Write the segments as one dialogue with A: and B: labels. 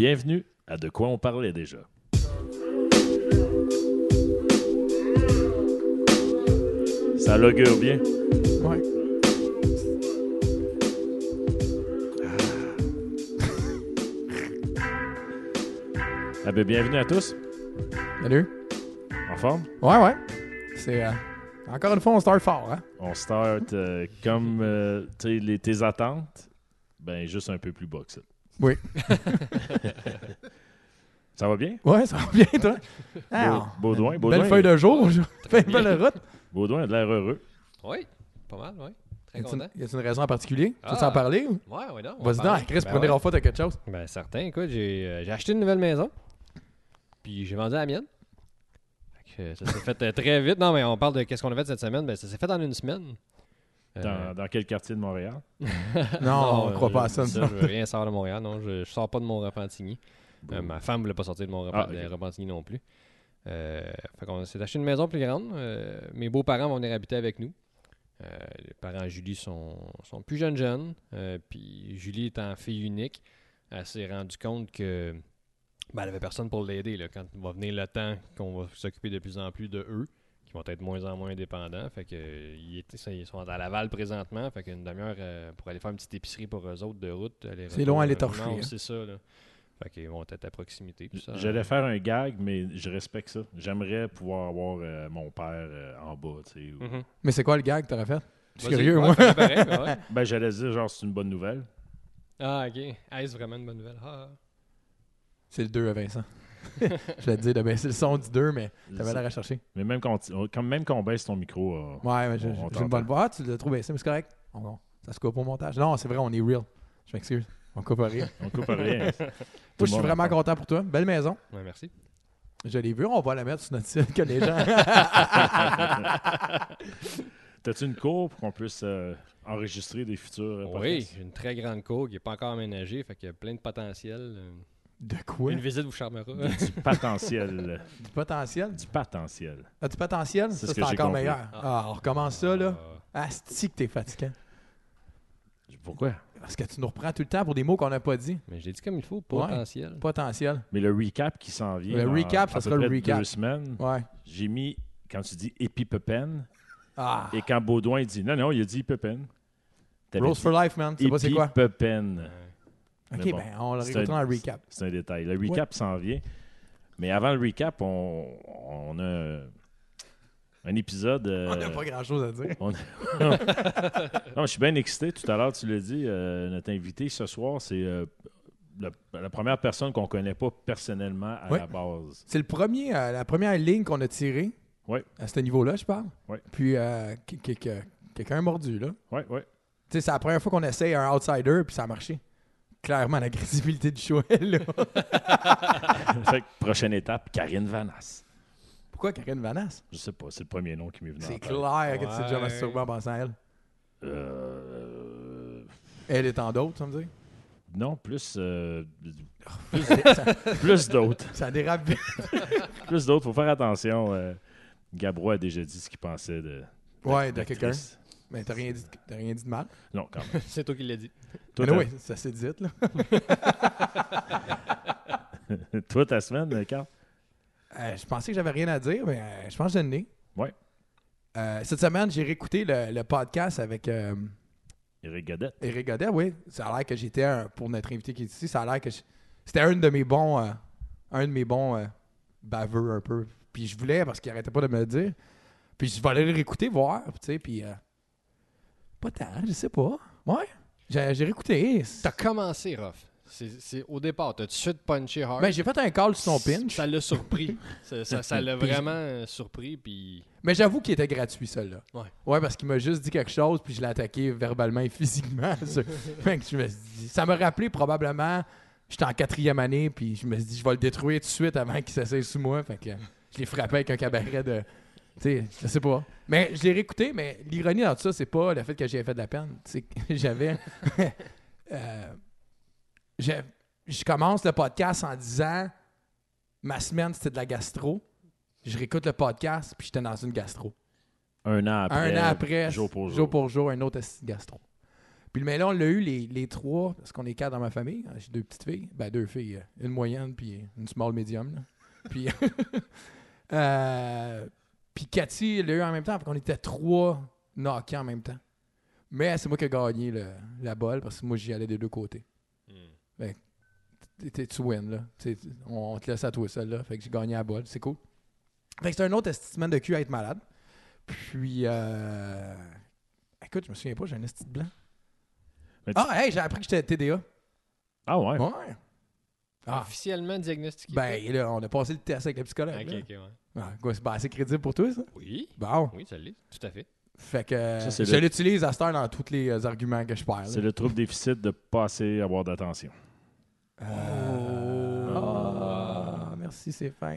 A: Bienvenue à De quoi on parlait déjà. Ça l'augure bien.
B: Ouais.
A: Ah ben, bienvenue à tous.
B: Salut.
A: En forme?
B: Ouais, ouais. C'est. euh, encore une fois, on start fort, hein?
A: On start euh, comme euh, tu sais, les- tes attentes, ben juste un peu plus bas que ça.
B: Oui.
A: ça va bien?
B: Ouais, ça va bien, toi? Ah,
A: Beau- Baudouin, Baudouin,
B: belle feuille de jour, je- belle belle route.
A: Baudouin a de l'air heureux.
C: Oui, pas mal, oui.
B: Y
C: Très
B: a-t-il
C: content.
B: une- y a-t-il une raison en particulier? Tu veux
C: Ah.
B: en parler? ou-
C: Ouais, ouais, non. on va
B: Vas-y,
C: parler.
B: non, Chris,
C: Ben
B: prenez
C: ouais.
B: en faute à quelque chose.
C: Ben, certain, écoute, j'ai euh, j'ai acheté une nouvelle maison. Puis j'ai vendu la mienne. Fait que ça s'est fait euh, très vite. Non, mais on parle de qu'est-ce qu'on a fait cette semaine. Ben, ça s'est fait en une semaine. Euh,
A: Dans, dans quel quartier de Montréal?
B: Non, on
C: euh,
B: croit pas à
C: je-
B: ça.
C: Je
B: non.
C: veux rien sortir de Montréal, non. Je, je sors pas de mont repentigny Euh, ma femme voulait pas sortir de mont
A: Ah, ok.
C: repentigny non plus. Euh, fait qu'on s'est acheté une maison plus grande. Euh, mes beaux-parents vont venir habiter avec nous. Euh, les parents de Julie sont, sont plus jeunes jeunes. Euh, puis Julie étant fille unique, elle s'est rendue compte que ben, elle avait personne pour l'aider. là, Quand va venir le temps qu'on va s'occuper de plus en plus de eux, qui vont être de moins en moins indépendants. Fait que, euh, ils, étaient- ça, ils sont à Laval présentement. Fait qu'une demi-heure euh, pour aller faire une petite épicerie pour eux autres de route. aller-
B: C'est loin à les torcher,
C: Non,
B: hein.
C: C'est ça. Là. Fait qu'ils vont être à proximité. puis ça- hein.
A: J'allais faire un gag, mais je respecte ça. J'aimerais pouvoir avoir euh, mon père euh, en bas, tu sais. ou-
C: Mhm.
B: Mais c'est quoi le gag que t'aurais fait? Je suis
C: Vas-y,
B: curieux,
C: ouais,
B: moi.
C: pareil, pareil, ben ouais.
A: Ben, j'allais dire, genre, c'est une bonne nouvelle.
C: Ah, ok. Ah, c'est vraiment une bonne nouvelle. Ah, ah.
B: C'est le 2 à Vincent. je l'ai dit de baisser le son du 2, mais t'avais l'air à chercher.
A: Mais même quand, on- quand- même quand on baisse ton micro, euh,
B: Ouais, mais j'ai
A: On
B: j'ai
A: t'entend.
B: une bonne voix. Ah, tu l'as trop baissé, mais c'est correct. On- on- ça se coupe au montage. Non, c'est vrai, on est real. Je m'excuse. On coupe à rire.
A: on coupe rien. Tout le
B: Moi, je suis
A: monde
B: vraiment
A: entend.
B: content pour toi. Belle maison.
C: Ouais, merci.
B: Je l'ai vu, on va la mettre sur notre site que les gens.
A: T'as-tu une cour pour qu'on puisse euh, enregistrer des futurs euh,
C: Oui,
A: podcasts?
C: j'ai une très grande cour qui n'est pas encore aménagée. Fait qu'il y a plein de potentiel. Euh,
B: De quoi
C: Une visite vous charmera.
A: Du potentiel.
B: Du potentiel
A: du potentiel.
B: Ah, Du potentiel
A: C'est
B: Ça,
A: ce
B: c'est
A: que j'ai
B: encore
A: compris.
B: meilleur. Ah.
C: Ah.
B: on recommence ça, là. Asti que t'es fatigant.
A: Pourquoi?
B: Parce que tu nous reprends tout le temps pour des mots qu'on n'a pas dit.
C: Mais je l'ai dit comme il faut,
B: Ouais.
C: potentiel.
B: Potentiel.
A: Mais le recap qui s'en vient.
B: Le
A: dans
B: recap, ça
A: à peu
B: sera le
A: près
B: recap.
A: deux semaines,
B: Ouais.
A: j'ai mis, quand tu dis épipepène,
B: Ah.
A: et quand Baudouin dit, non, non, il a dit épipène. T'avais
B: Rose
A: dit
B: for life, man. C'est pas c'est quoi.
A: Épipepène. mais
B: Ok,
A: bon.
B: ben, on le
A: C'est
B: réécoutera
A: un-
B: en recap.
A: C'est un détail. Le recap s'en vient. Mais avant le recap, on, on a un épisode. euh,
B: On n'a pas grand chose à dire.
A: Non, je suis bien excité. Tout à l'heure, tu l'as dit, euh, notre invité ce soir, c'est euh, la, la première personne qu'on connaît pas personnellement à
B: Ouais.
A: la base.
B: C'est le premier, euh, la première ligne qu'on a tirée.
A: Ouais.
B: À ce niveau-là, je parle.
A: Ouais.
B: Puis, euh, qui- qui- qui- quelqu'un a mordu, là.
A: Oui, oui.
B: Tu sais, c'est la première fois qu'on essaye un outsider, puis ça a marché. Clairement, l'agressivité du show, là.
A: fait que prochaine étape, Karine Vanasse.
B: Pourquoi Karine Vanasse?
A: Je sais pas, c'est le premier nom qui m'est venu en
B: C'est
A: tête.
B: clair que tu sais déjà
C: Ouais.
B: masturbé en pensant à elle.
A: Euh,
B: Elle est en d'autres, ça me dit.
A: non, plus, euh,
B: ça,
A: plus d'autres.
B: ça dérape vite.
A: Plus d'autres, faut faire attention. euh, Gabrois a déjà dit ce qu'il pensait de.
B: Ouais, de
A: d'actrice.
B: quelqu'un. Mais t'as rien, dit de- t'as rien dit de mal.
A: Non, quand même.
C: C'est toi qui l'as dit.
A: Toi,
B: Mais oui, ça s'est dit, là.
A: ta, toi, ta semaine, euh, Carl?
B: Euh, je pensais que j'avais rien à dire, mais euh, je pense que je l'ai.
A: Ouais.
B: Euh, cette semaine, j'ai réécouté le, le podcast avec euh,
A: Eric Godet.
B: Eric Godet, oui. Ça a l'air que j'étais, un- pour notre invité qui est ici, ça a l'air que je- c'était un de mes bons, euh, un de mes bons euh, baveux un peu. Puis je voulais, parce qu'il arrêtait pas de me le dire. Puis je vais aller le réécouter, voir, tu sais, puis... euh, pas tant, je sais pas. Ouais, j'ai j'ai réécouté.
C: T'as commencé, Ruff. C'est c'est au départ. T'as tout de suite punché hard.
B: Mais Ben, j'ai fait un call sur son pinch.
C: Ça l'a surpris. ça ça- ça l'a
B: Puis-
C: vraiment euh, surpris. Puis.
B: Mais j'avoue qu'il était gratuit, celui-là.
C: Ouais.
B: Ouais, parce qu'il m'a juste dit quelque chose, puis je l'ai attaqué verbalement et physiquement. Ça- Fait que je me suis dit- ça m'a rappelé probablement, j'étais en quatrième année, puis je me suis dit, je vais le détruire tout de suite avant qu'il s'essaye sous moi. Fait que euh, je l'ai frappé avec un cabaret de. Tu sais, je sais pas. Mais je l'ai réécouté, mais l'ironie dans tout ça, c'est pas le fait que j'ai fait de la peine. C'est que j'avais. euh, j'ai- je commence le podcast en disant ma semaine, c'était de la gastro. Je réécoute le podcast, puis j'étais dans une gastro
A: Un an après.
B: un an après,
A: Jour pour jour.
B: pour jour, un autre esti de gastro. Puis le mêlon, on l'a eu les, les trois, parce qu'on est quatre dans ma famille. J'ai deux petites filles. Ben, deux filles. euh, Une moyenne, puis une small medium. là. Puis, euh, puis Cathy l'a eu en même temps, qu'on était trois knockés en même temps. Mais c'est moi qui ai gagné le- la balle, parce que moi, j'y allais des deux côtés.
C: hmm.
B: T'es- t'es- tu win, là. T'sais, on, on te laisse à toi seul, là. Fait que j'ai gagné à la balle. C'est cool. Fait que c'est un autre estimement de cul à être malade. Puis, euh... écoute, je me souviens pas, j'ai un esti de blanc.
A: Mais tu-
B: Ah, hey, j'ai appris que j'étais TDA.
A: Ah ouais.
B: Ouais. Ah,
C: Officiellement diagnostiqué.
B: ben là, on a passé le test avec la psychologue.
C: Ok,
B: là.
C: ok, ouais.
B: Ah, quoi, c'est pas assez crédible pour toi, ça?
C: Oui,
B: Bon.
C: oui, ça l'est, tout à fait.
B: Fait que
A: Ça, c'est
B: je
A: le-
B: l'utilise à cette heure dans tous les euh, arguments que je perds.
A: C'est
B: là.
A: le trouble déficit de pas assez avoir d'attention.
B: Euh, Ah, merci, c'est fin.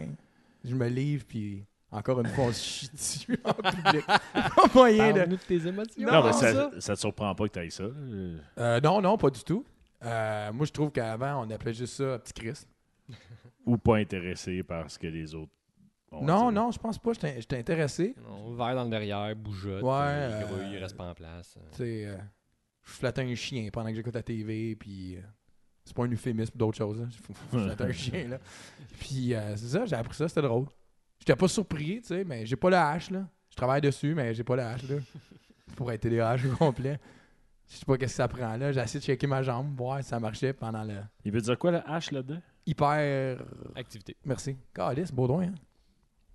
B: Je me livre, puis encore une fois, on se chie dessus en public. Pas moyen de...
C: Parle-nous de tes émotions.
B: Non,
A: Non, mais ça,
B: ça-
A: ça... te surprend pas que t'ailles ça. euh,
B: Euh, non, non, pas du tout. Euh, moi, je trouve qu'avant, on appelait juste ça Petit Christ.
A: Ou pas intéressé par ce que les autres ont à
B: non,
A: dire.
B: non, je pense pas. J'étais j'étais intéressé.
C: Non, verre dans le derrière, bougeotte,
B: Ouais,
C: euh,
B: euh,
C: il grouille, il reste pas en place.
B: Tu sais, euh, je flattais un chien pendant que j'écoute la TV, puis euh, c'est pas un euphémisme d'autres choses. hein. là. Je je flattais un chien, là. Puis euh, c'est ça, j'ai appris ça, c'était drôle. J'étais pas surpris, tu sais, mais j'ai pas la hache, là. Je travaille dessus, mais j'ai pas la hache, là. Pour être TDAH au complet. Je sais pas qu'est-ce que ça prend, là. J'ai essayé de checker ma jambe, voir si ça marchait pendant le
A: Il veut dire quoi la hache là-dedans?
B: hyper...
C: Activité.
B: Merci. Calice, Baudouin, hein?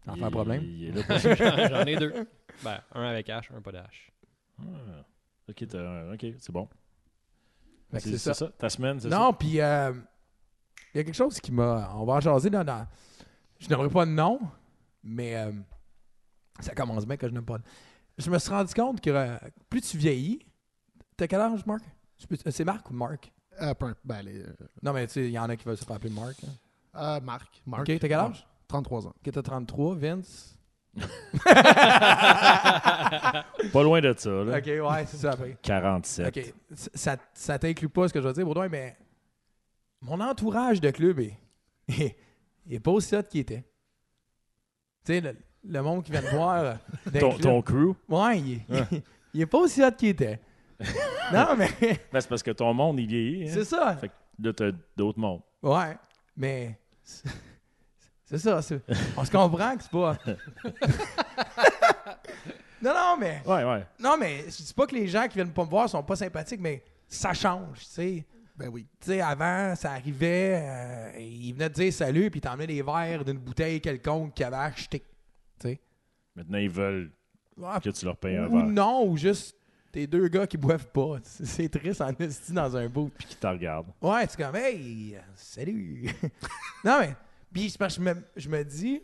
B: T'en fais un problème?
A: Il est là pour-
C: J'en ai deux. Ben, un avec H, un pas de H.
A: Ah. Ok, t'as- ok, c'est bon.
B: Fait que c'est ça.
A: Ta semaine, c'est ça?
B: Non, puis euh, il y a quelque chose qui m'a. On va en jaser dans. dans- Je n'aimerais pas de nom, mais euh, ça commence bien que je n'aime pas. de- Je me suis rendu compte que euh, plus tu vieillis, t'as quel âge, Marc Tu peux- euh, C'est Marc ou Marc
D: Euh, peu- ben, les, euh,
B: Non, mais tu sais, il y en a qui veulent se faire appeler Marc. hein.
D: euh, Marc. Marc.
B: Ok, t'as quel âge
D: 33 ans.
B: Que t'as 33, Vince
A: Pas loin de ça, là.
B: Ok, ouais, c'est ça après.
A: 47.
B: Ok, c- ça, ça t'inclut pas ce que je veux dire, Baudouin, mais mon entourage de club est, est pas aussi hot qu'il était. Tu sais, le, le monde qui vient de voir. euh, d'un
A: Ton,
B: club,
A: ton crew?
B: Ouais, il, est- il est pas aussi hot qu'il était. non, mais
A: Ben, c'est parce que ton monde, il vieillit. Hein?
B: c'est ça.
A: Fait que là, t'as d'autres mondes.
B: Ouais, mais c'est c'est ça. c'est- On se comprend que c'est pas. non, non, mais.
A: Ouais, ouais.
B: Non, mais je dis pas que les gens qui viennent pas me voir sont pas sympathiques, mais ça change, tu sais.
D: Ben oui.
B: tu sais, avant, ça arrivait, euh, il venait te dire salut, puis il t'emmenait des verres d'une bouteille quelconque qu'il avait acheté. Tu sais.
A: Maintenant, ils veulent
B: Ah,
A: que tu leur payes un
B: ou
A: verre.
B: non, ou juste tes deux gars qui boivent pas. C'est c'est triste en esti dans un bout.
A: Puis qu'ils te regardent.
B: Ouais, c'est comme, hey, euh, salut. non, mais, puis c'est parce que je me, je me dis,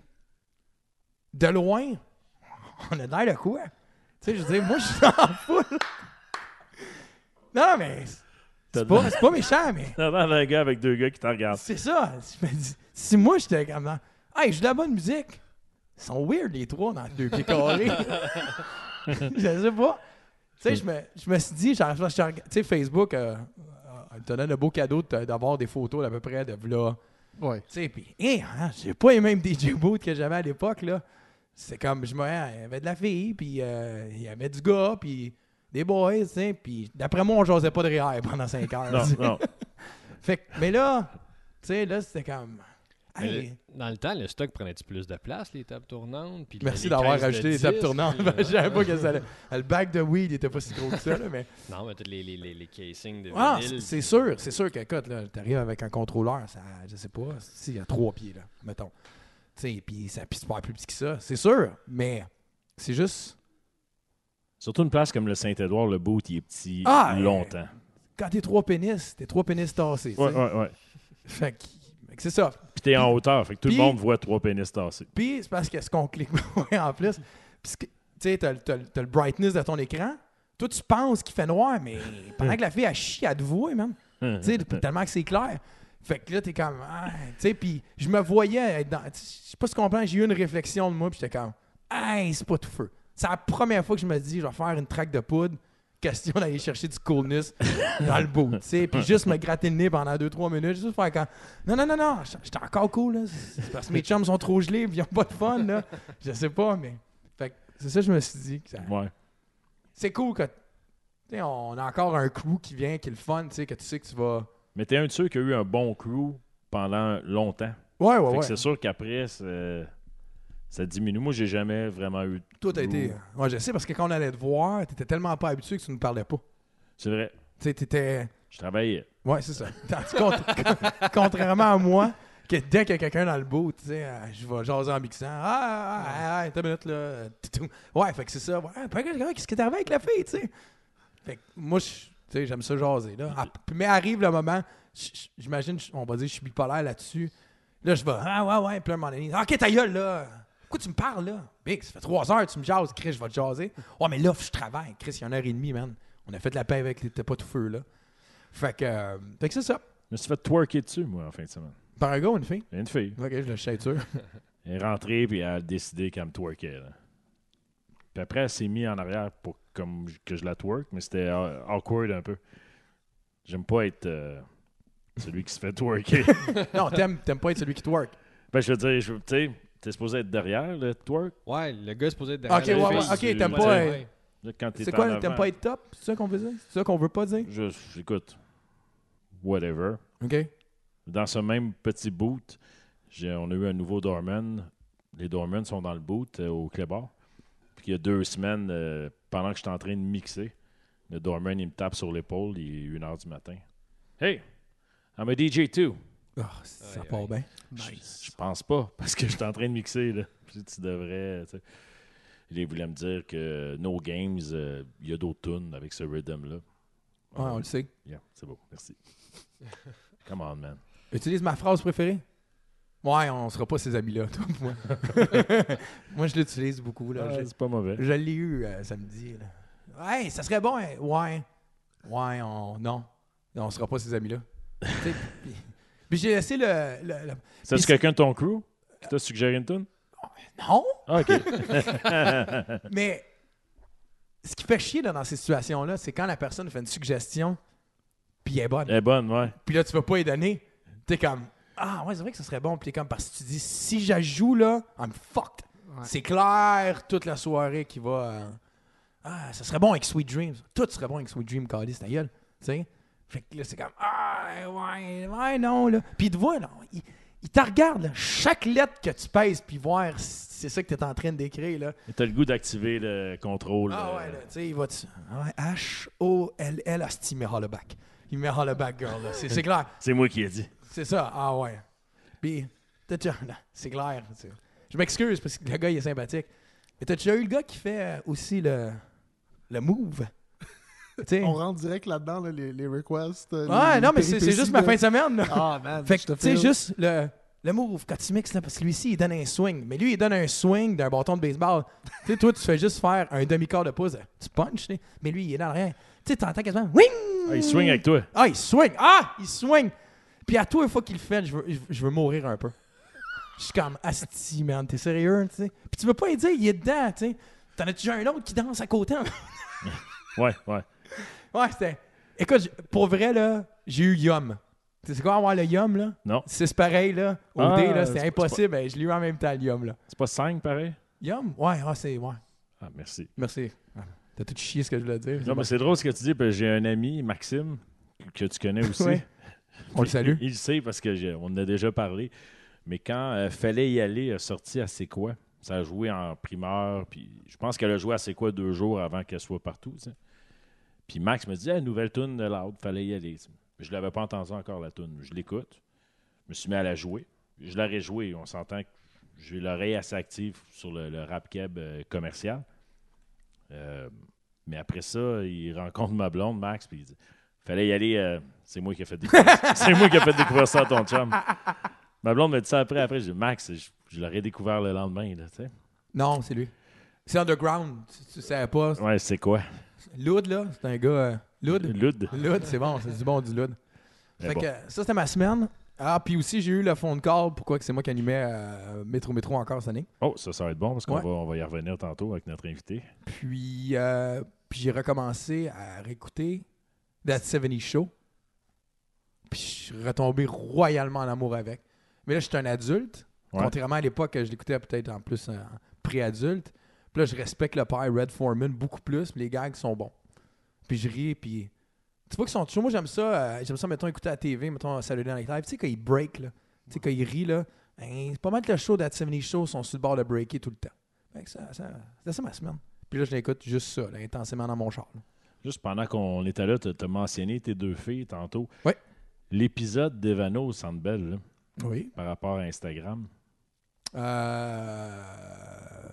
B: de loin, on a l'air de quoi? Tu sais, je veux dire, moi, je suis en foule. non, mais, c'est pas, c'est pas méchant, mais.
A: T'as l'air d'un gars avec deux gars qui te regardent.
B: C'est ça. Je me dis, si moi, j'étais comme dans, Hey, j'ai de la bonne musique. Ils sont weird, les trois, dans deux pieds carrés. je sais pas. Tu sais, je me, je me suis dit, j'en- j'en- j'en- tu sais, Facebook, euh, euh, me donnait le beau cadeau de te- d'avoir des photos à peu près de là.
D: Ouais.
B: Tu sais, puis, hein, hein, j'ai pas les mêmes DJ Booth que j'avais à l'époque, là. C'est comme, je me hein, il y avait de la fille, puis euh, il y avait du gars, puis des boys, tu sais. Puis, d'après moi, on jasait pas de rire pendant 5 heures.
A: Non,
B: tu sais.
A: non.
B: Fait que- mais là, tu sais, là, c'était comme.
C: Mais
B: Hey,
C: le- dans le temps, le stock prenait-tu plus de place, les tables tournantes? Puis
B: merci
C: les
B: d'avoir
C: caisses de
B: rajouté les
C: disques,
B: tables tournantes.
C: puis, euh,
B: Je savais pas que ça allait- Le bac de weed, il était pas si gros que ça, là, mais.
C: Non, mais toutes les, les, les, les casings de
B: Ah, c'est-
C: vinyle.
B: c'est sûr, c'est sûr que, écoute, là, t'arrives avec un contrôleur, ça, je sais pas, s'il y a trois pieds, là, mettons. Tu sais, puis ça pisse pas plus petit que ça, c'est sûr, mais c'est juste.
A: Surtout une place comme le Saint-Édouard, le boot, il est petit
B: Ah,
A: longtemps.
B: Quand t'es trois pénis, t'es trois pénis tassés. tu sais.
A: Ouais, ouais, ouais.
B: Fait que fait que c'est ça.
A: Puis t'es en hauteur, fait que tout
B: Puis-
A: le monde voit trois pénis tassés.
B: Puis c'est parce que ce qu'on clique ouais, en plus, puis ce que- tu sais, t'as, le- t'as le- t'as le brightness de ton écran. Toi, tu penses qu'il fait noir, mais pendant que la fille, elle chie, elle te voit, man. Tu sais, tellement que c'est clair. Fait que là, t'es comme. Ah, tu sais, puis je me voyais être dans. tu sais, Je sais pas si tu comprends, j'ai eu une réflexion de moi, puis j'étais comme. Hey, c'est pas tout feu. C'est la première fois que je me dis, je vais faire une traque de poudre. Question d'aller chercher du coolness dans le bout, tu sais, puis juste me gratter le nez pendant 2-3 minutes, juste faire quand. Non, non, non, non, j- j'étais encore cool, là. C'est parce que mes chums sont trop gelés, puis ils ont pas de fun, là. Je sais pas, mais. Fait que c'est ça, que je me suis dit. que ça-
A: Ouais.
B: C'est cool que tu sais, on a encore un crew qui vient, qui est le fun, tu sais, que tu sais que tu vas.
A: Mais t'es un de ceux qui a eu un bon crew pendant longtemps.
B: Ouais,
A: Fait
B: ouais,
A: que
B: ouais.
A: c'est sûr qu'après, c'est- ça diminue. Moi, j'ai jamais vraiment eu.
B: Toi, t'as été. euh, Ouais, je sais, parce que quand on allait te voir, t'étais tellement pas habitué que tu nous parlais pas.
A: C'est vrai,
B: Tu sais, t'étais.
A: je travaillais.
B: Ouais, c'est ça. Tandis que, contrairement à moi, que dès qu'il y a quelqu'un dans le bout, tu sais, euh, je vais jaser en mixant. Ah, ah, ah, ah, t'as une minute, là. euh, tout, tout. Ouais, fait que c'est ça. Ouais, fait que, ah, qu'est-ce qui est arrivé avec la fille, tu sais? Fait que moi, je- tu sais, j'aime ça jaser, là. Ah, puis- mais arrive le moment, je- je- j'imagine, je- on va dire, je suis bipolaire là-dessus. Là, je vais, ah, ouais, ouais, puis là, à un moment donné, ok, ta gueule, là. Pourquoi tu me parles, là? Big, ça fait trois heures, tu me jases, Chris, je vais te jaser. Ouais, mais là, je travaille. Chris, il y a une heure et demie, man. On a fait de la paix avec les t'es pas tout feu, là. Fait que, euh, fait que c'est ça.
A: Je me suis fait twerker dessus, moi, en fin de semaine.
B: Par un gars ou une fille?
A: Il y a Une fille.
B: Ok, je le sais sûr.
A: Elle est rentrée, puis elle a décidé qu'elle me twerkait. là. Puis après, elle s'est mise en arrière pour comme, j- que je la twerk, mais c'était euh, awkward un peu. J'aime pas être euh, celui qui se fait twerker.
B: non, t'aimes, t'aimes pas être celui qui twerk.
A: ben, je veux dire, je- tu sais, t'es supposé être derrière le twerk.
C: Ouais, le gars est supposé être derrière
B: Ok,
C: la
A: ouais,
C: fille.
A: ouais, ok,
C: Ouais,
A: t'aimes
B: pas,
C: ouais.
B: euh,
A: Là, Quand t'es
B: C'est
A: en
B: quoi,
A: avant,
B: t'aimes pas être top? C'est ça qu'on veut dire? C'est ça qu'on veut pas dire?
A: Je, écoute, whatever.
B: Ok.
A: Dans ce même petit boot, j'ai- on a eu un nouveau doorman. Les doormen sont dans le boot euh, au Clébar. Puis il y a deux semaines, euh, pendant que j'étais en train de mixer, le doorman, il me tape sur l'épaule, il est 1h du matin. Hey, I'm a DJ too.
B: Oh, ça
C: Aïe,
B: part
C: aïe.
B: bien.
D: Nice.
A: Je pense pas, parce que j'étais en train de mixer. Là. Tu tu devrais. tu sais. Il voulait me dire que No Games, euh, il y a d'autres tunes avec ce rhythm-là.
B: Ouais, Ah, on le sait.
A: Yeah, c'est beau, merci. Come on, man.
B: Utilise ma phrase préférée. Ouais, on sera pas ces amis-là, toi, pour moi. moi, je l'utilise beaucoup, là.
A: Ouais,
B: Je-
A: Ah, c'est pas mauvais.
B: Je l'ai eu euh, samedi. Là. Hey, ça serait bon. hein? Ouais. Ouais, on... non. On sera pas ces amis-là. Tu sais, puis puis j'ai laissé le- le- le...
A: C'est-tu
B: Puis-
A: quelqu'un de ton crew qui t'a suggéré une tune?
B: Non!
A: Ah, OK.
B: Mais ce qui fait chier là, dans ces situations-là, c'est quand la personne fait une suggestion, puis elle est bonne.
A: Elle est bonne, ouais.
B: Puis là, tu veux pas lui donner. T'es comme, ah ouais, c'est vrai que ce serait bon. Puis t'es comme, parce que tu dis, si j'ajoute là, I'm fucked.
D: Ouais.
B: C'est clair toute la soirée qui va. euh, ah, ça serait bon avec Sweet Dreams. Tout serait bon avec Sweet Dreams, Carlis, ta gueule. Tu sais? Fait que là, c'est comme, ah ouais, ouais, non, là. Puis il te voit, là. Il, il te regarde, là, chaque lettre que tu pèses, puis voir si c'est ça que t'es en train de d'écrire, là.
A: Mais T'as le goût d'activer le contrôle.
B: Ah ouais,
A: euh,
B: là, tu sais, il va dessus. Ah ouais, H-O-L-L, hostie, ah, il met Hollaback. Il met Hollaback, girl, là. C'est c'est clair.
A: C'est moi qui ai dit.
B: C'est ça, ah ouais. Puis, t'as déjà- là, c'est clair. tu sais. Je m'excuse parce que le gars, il est sympathique. Mais t'as déjà eu le gars qui fait euh, aussi le, le move? tu sais.
D: On rentre direct là-dedans, là, les, les requests. euh,
B: Ouais,
D: les-
B: non,
D: les
B: mais c'est c'est
D: péripéties
B: juste ma
D: de-
B: fin de semaine, là.
D: Ah, man.
B: Fait
D: je
B: que,
D: te
B: tu sais,
D: file.
B: juste le, le move quand tu mixes, là, parce que lui-ci, il donne un swing. Mais lui, il donne un swing d'un bâton de baseball. tu sais, toi, tu fais juste faire un demi-quart de pouce, tu punches, tu sais, mais lui, il est dans rien. Tu sais, t'entends quasiment Wing!
A: Ah, il swing avec toi.
B: Ah, il swing! Ah, il swing! Puis à toi, une fois qu'il le fait, je veux, je veux- je veux mourir un peu. Je suis comme, asti, man, t'es sérieux, tu sais. Puis tu veux pas lui dire, il est dedans, tu sais. T'en as déjà un autre qui danse à côté. hein?
A: Ouais, ouais.
B: ouais, c'était. Écoute, j- pour vrai, là, j'ai eu Yum. Tu sais, c'est quoi avoir le Yum, là?
A: Non.
B: C'est c'est pareil, là. Au
A: Ah,
B: dé, là,
A: c'est
B: c'était
A: pas-
B: impossible. Ben, je l'ai eu en même temps, le Yum, là.
A: C'est pas 5 pareil?
B: Yum? Ouais, ah, c'est. Ouais.
A: Ah, merci.
B: Merci. Ah, T'as tout chié ce que je voulais dire.
A: Non, mais c'est drôle ce que tu dis. parce que J'ai un ami, Maxime, que tu connais aussi.
B: Ouais. On le salue.
A: Il le sait parce qu'on en a déjà parlé. Mais quand euh, Fallait y aller a sorti à C'est quoi, ça a joué en primeur. Puis je pense qu'elle a joué à C'est quoi deux jours avant qu'elle soit partout. tu sais. Puis Max me dit Hey, Nouvelle tune de Loud, fallait y aller. Je ne l'avais pas entendu encore la tune. Je l'écoute. Je me suis mis à la jouer. Je l'aurais jouée. On s'entend que j'ai l'oreille assez active sur le, le rap keb euh, commercial. Euh, mais après ça, il rencontre ma blonde, Max, puis il dit Fallait y aller, euh, c'est moi qui ai fait découvrir ça. C'est moi qui ai fait découvrir ça à ton chum. Ma blonde me dit ça après, après, je dis Max, je, je l'aurais découvert le lendemain, là, tu sais.
B: Non, c'est lui. C'est underground. Tu, tu savais pas.
A: Ouais, c'est quoi
B: Loud, là, c'est un gars. euh, Loud?
A: Lude.
B: Loud, c'est bon, c'est du bon du Loud.
A: Mais
B: Fait
A: bon.
B: que ça, c'était ma semaine. Ah, puis aussi, j'ai eu le fond de corps. Pourquoi que c'est moi qui animais euh, Métro Métro encore cette année.
A: Oh, ça, ça va être bon parce qu'on
B: Ouais.
A: va, on va y revenir tantôt avec notre invité.
B: Puis, euh, puis j'ai recommencé à réécouter That 70 Show. Puis je suis retombé royalement en amour avec. Mais là, j'étais un adulte.
A: Ouais.
B: Contrairement à l'époque, je l'écoutais peut-être en plus en pré-adulte. Puis là, je respecte le père Red Foreman beaucoup plus. puis Les gags sont bons. puis je ris, puis. Tu vois qu'ils sont toujours. Moi, j'aime ça. euh, j'aime ça, mettons, écouter à la TV, mettons, Saturday Night Live. Tu sais, quand ils break, là. Tu sais, quand ils rient, là. ben, c'est pas mal que le show d'At 70 Show sont sur le bord de breaker tout le temps. Fait que ça, ça, c'était ça ma semaine. Puis là, je l'écoute juste ça, là, intensément dans mon char. là.
A: Juste pendant qu'on était là, tu as mentionné tes deux filles tantôt.
B: Ouais.
A: L'épisode d'Evano au Centre Bell, là,
B: Oui.
A: par rapport à Instagram,
B: Euh,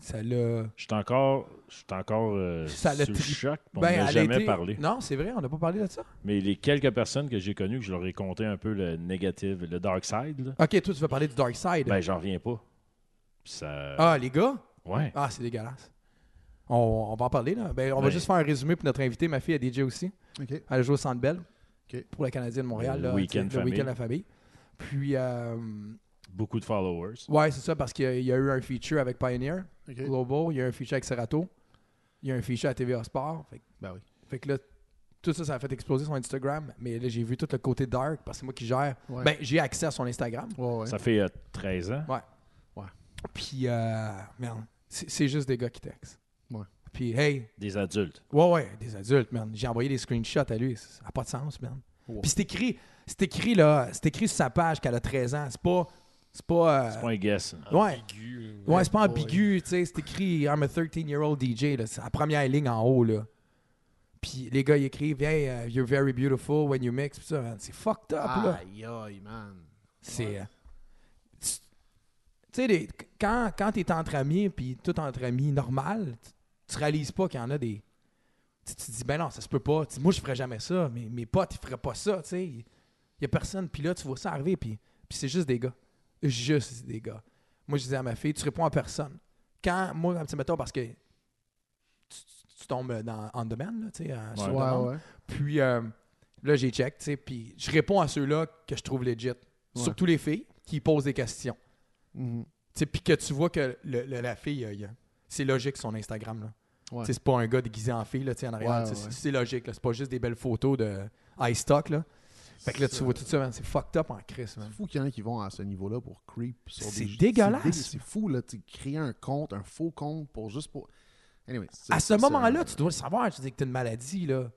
B: ça l'a.
A: je suis encore, je suis encore euh,
B: Ça l'a
A: sous le
B: tri-
A: choc. On
B: Ben,
A: n'a
B: elle a
A: jamais
B: été-
A: parlé.
B: Non, c'est vrai, on n'a pas parlé de ça.
A: Mais les quelques personnes que j'ai connues, que je leur ai compté un peu le négatif, le dark side, là,
B: Ok, toi, tu vas parler du Dark Side.
A: ben j'en reviens pas. Ça...
B: ah, les gars?
A: Ouais.
B: Ah, c'est dégueulasse. On, on va en parler, là. Ben, on va
A: Ben-
B: juste faire un résumé pour notre invité. Ma fille est DJ aussi.
D: OK.
B: Elle joue au Centre Bell
D: Ok.
B: pour la Canadienne de Montréal.
A: Le
B: là,
A: Euh, week-end
B: tu sais, le
A: famille.
B: week-end de la famille. Puis, euh,
A: Beaucoup de followers.
B: ouais, c'est ça, parce qu'il y a- il y, a eu un feature avec Pioneer
D: OK.
B: Global, il y a eu un feature avec Serato, il y a eu un feature à TVA Sport. Fait, que-
D: Ben oui.
B: fait que là, tout ça, ça a fait exploser son Instagram. Mais là, j'ai vu tout le côté dark parce que c'est moi qui gère.
D: Ouais.
B: Ben, j'ai accès à son Instagram.
D: Ouais, ouais.
A: Ça fait euh, 13 ans.
B: Puis, euh, merde, c'est c'est juste des gars qui textent.
D: Ouais.
B: Puis, hey,
A: Des adultes.
B: ouais, ouais, des adultes, man. J'ai envoyé des screenshots à lui. Ça n'a pas de sens, man.
D: Wow.
B: Puis c'est écrit, c'est écrit, là, c'est écrit sur sa page qu'elle a 13 ans. C'est pas. C'est pas. euh,
A: C'est pas un guess. là.
B: ouais.
C: Ambigu.
B: Ouais, c'est pas
D: boy.
B: ambigu, tu sais. C'est écrit I'm a 13-year-old DJ, là. C'est la première ligne en haut, là. Puis les gars, ils écrivent Hey, euh, you're very beautiful when you mix. Puis ça, man, c'est fucked up, là.
D: Aïe, aïe, man.
B: C'est. euh, tu tu sais, les- quand, quand t'es entre amis, puis tout entre amis normal, tu, tu réalises pas qu'il y en a des. Tu tu te dis, ben non, ça se peut pas. Tu- moi, je ferais jamais ça. Mais mes potes, ils feraient pas ça. Tu sais, il y a personne. Puis là, tu vois ça arriver. Puis, puis c'est juste des gars. Juste des gars. Moi, je disais à ma fille, tu réponds à personne. Quand, moi, un petit mettons, parce que tu, tu- tu tombes dans on demand, là, tu sais, euh, sur
A: Ouais,
D: Ouais,
B: demande.
D: ouais.
B: Puis euh, là, j'ai check, tu sais, puis je réponds à ceux-là que je trouve legit. Surtout les filles qui posent des questions.
D: Mhm.
B: Tu sais, puis que tu vois que le- le- la fille, euh, il y a- c'est logique son Instagram, là.
D: Ouais.
B: Tu sais, C'est pas un gars déguisé en fille, là, tu sais, en arrière. tu
D: Ouais,
B: sais,
D: ouais,
B: c'est-
D: ouais.
B: C'est logique, là. C'est pas juste des belles photos de high stock, là. Fait que là, tu
D: Ça-
B: vois tout ça, man, C'est fucked up en Chris, man.
D: C'est fou qu'il y en a qui vont à ce niveau-là pour creep. sur
B: C'est
D: des-
B: dégueulasse.
D: dé- C'est fou, là. Tu créer un compte, un faux compte pour juste pour. Anyway, c'est-
B: À ce
D: c'est-
B: moment-là, tu dois le savoir. Tu dis que t'as une maladie, là. Non,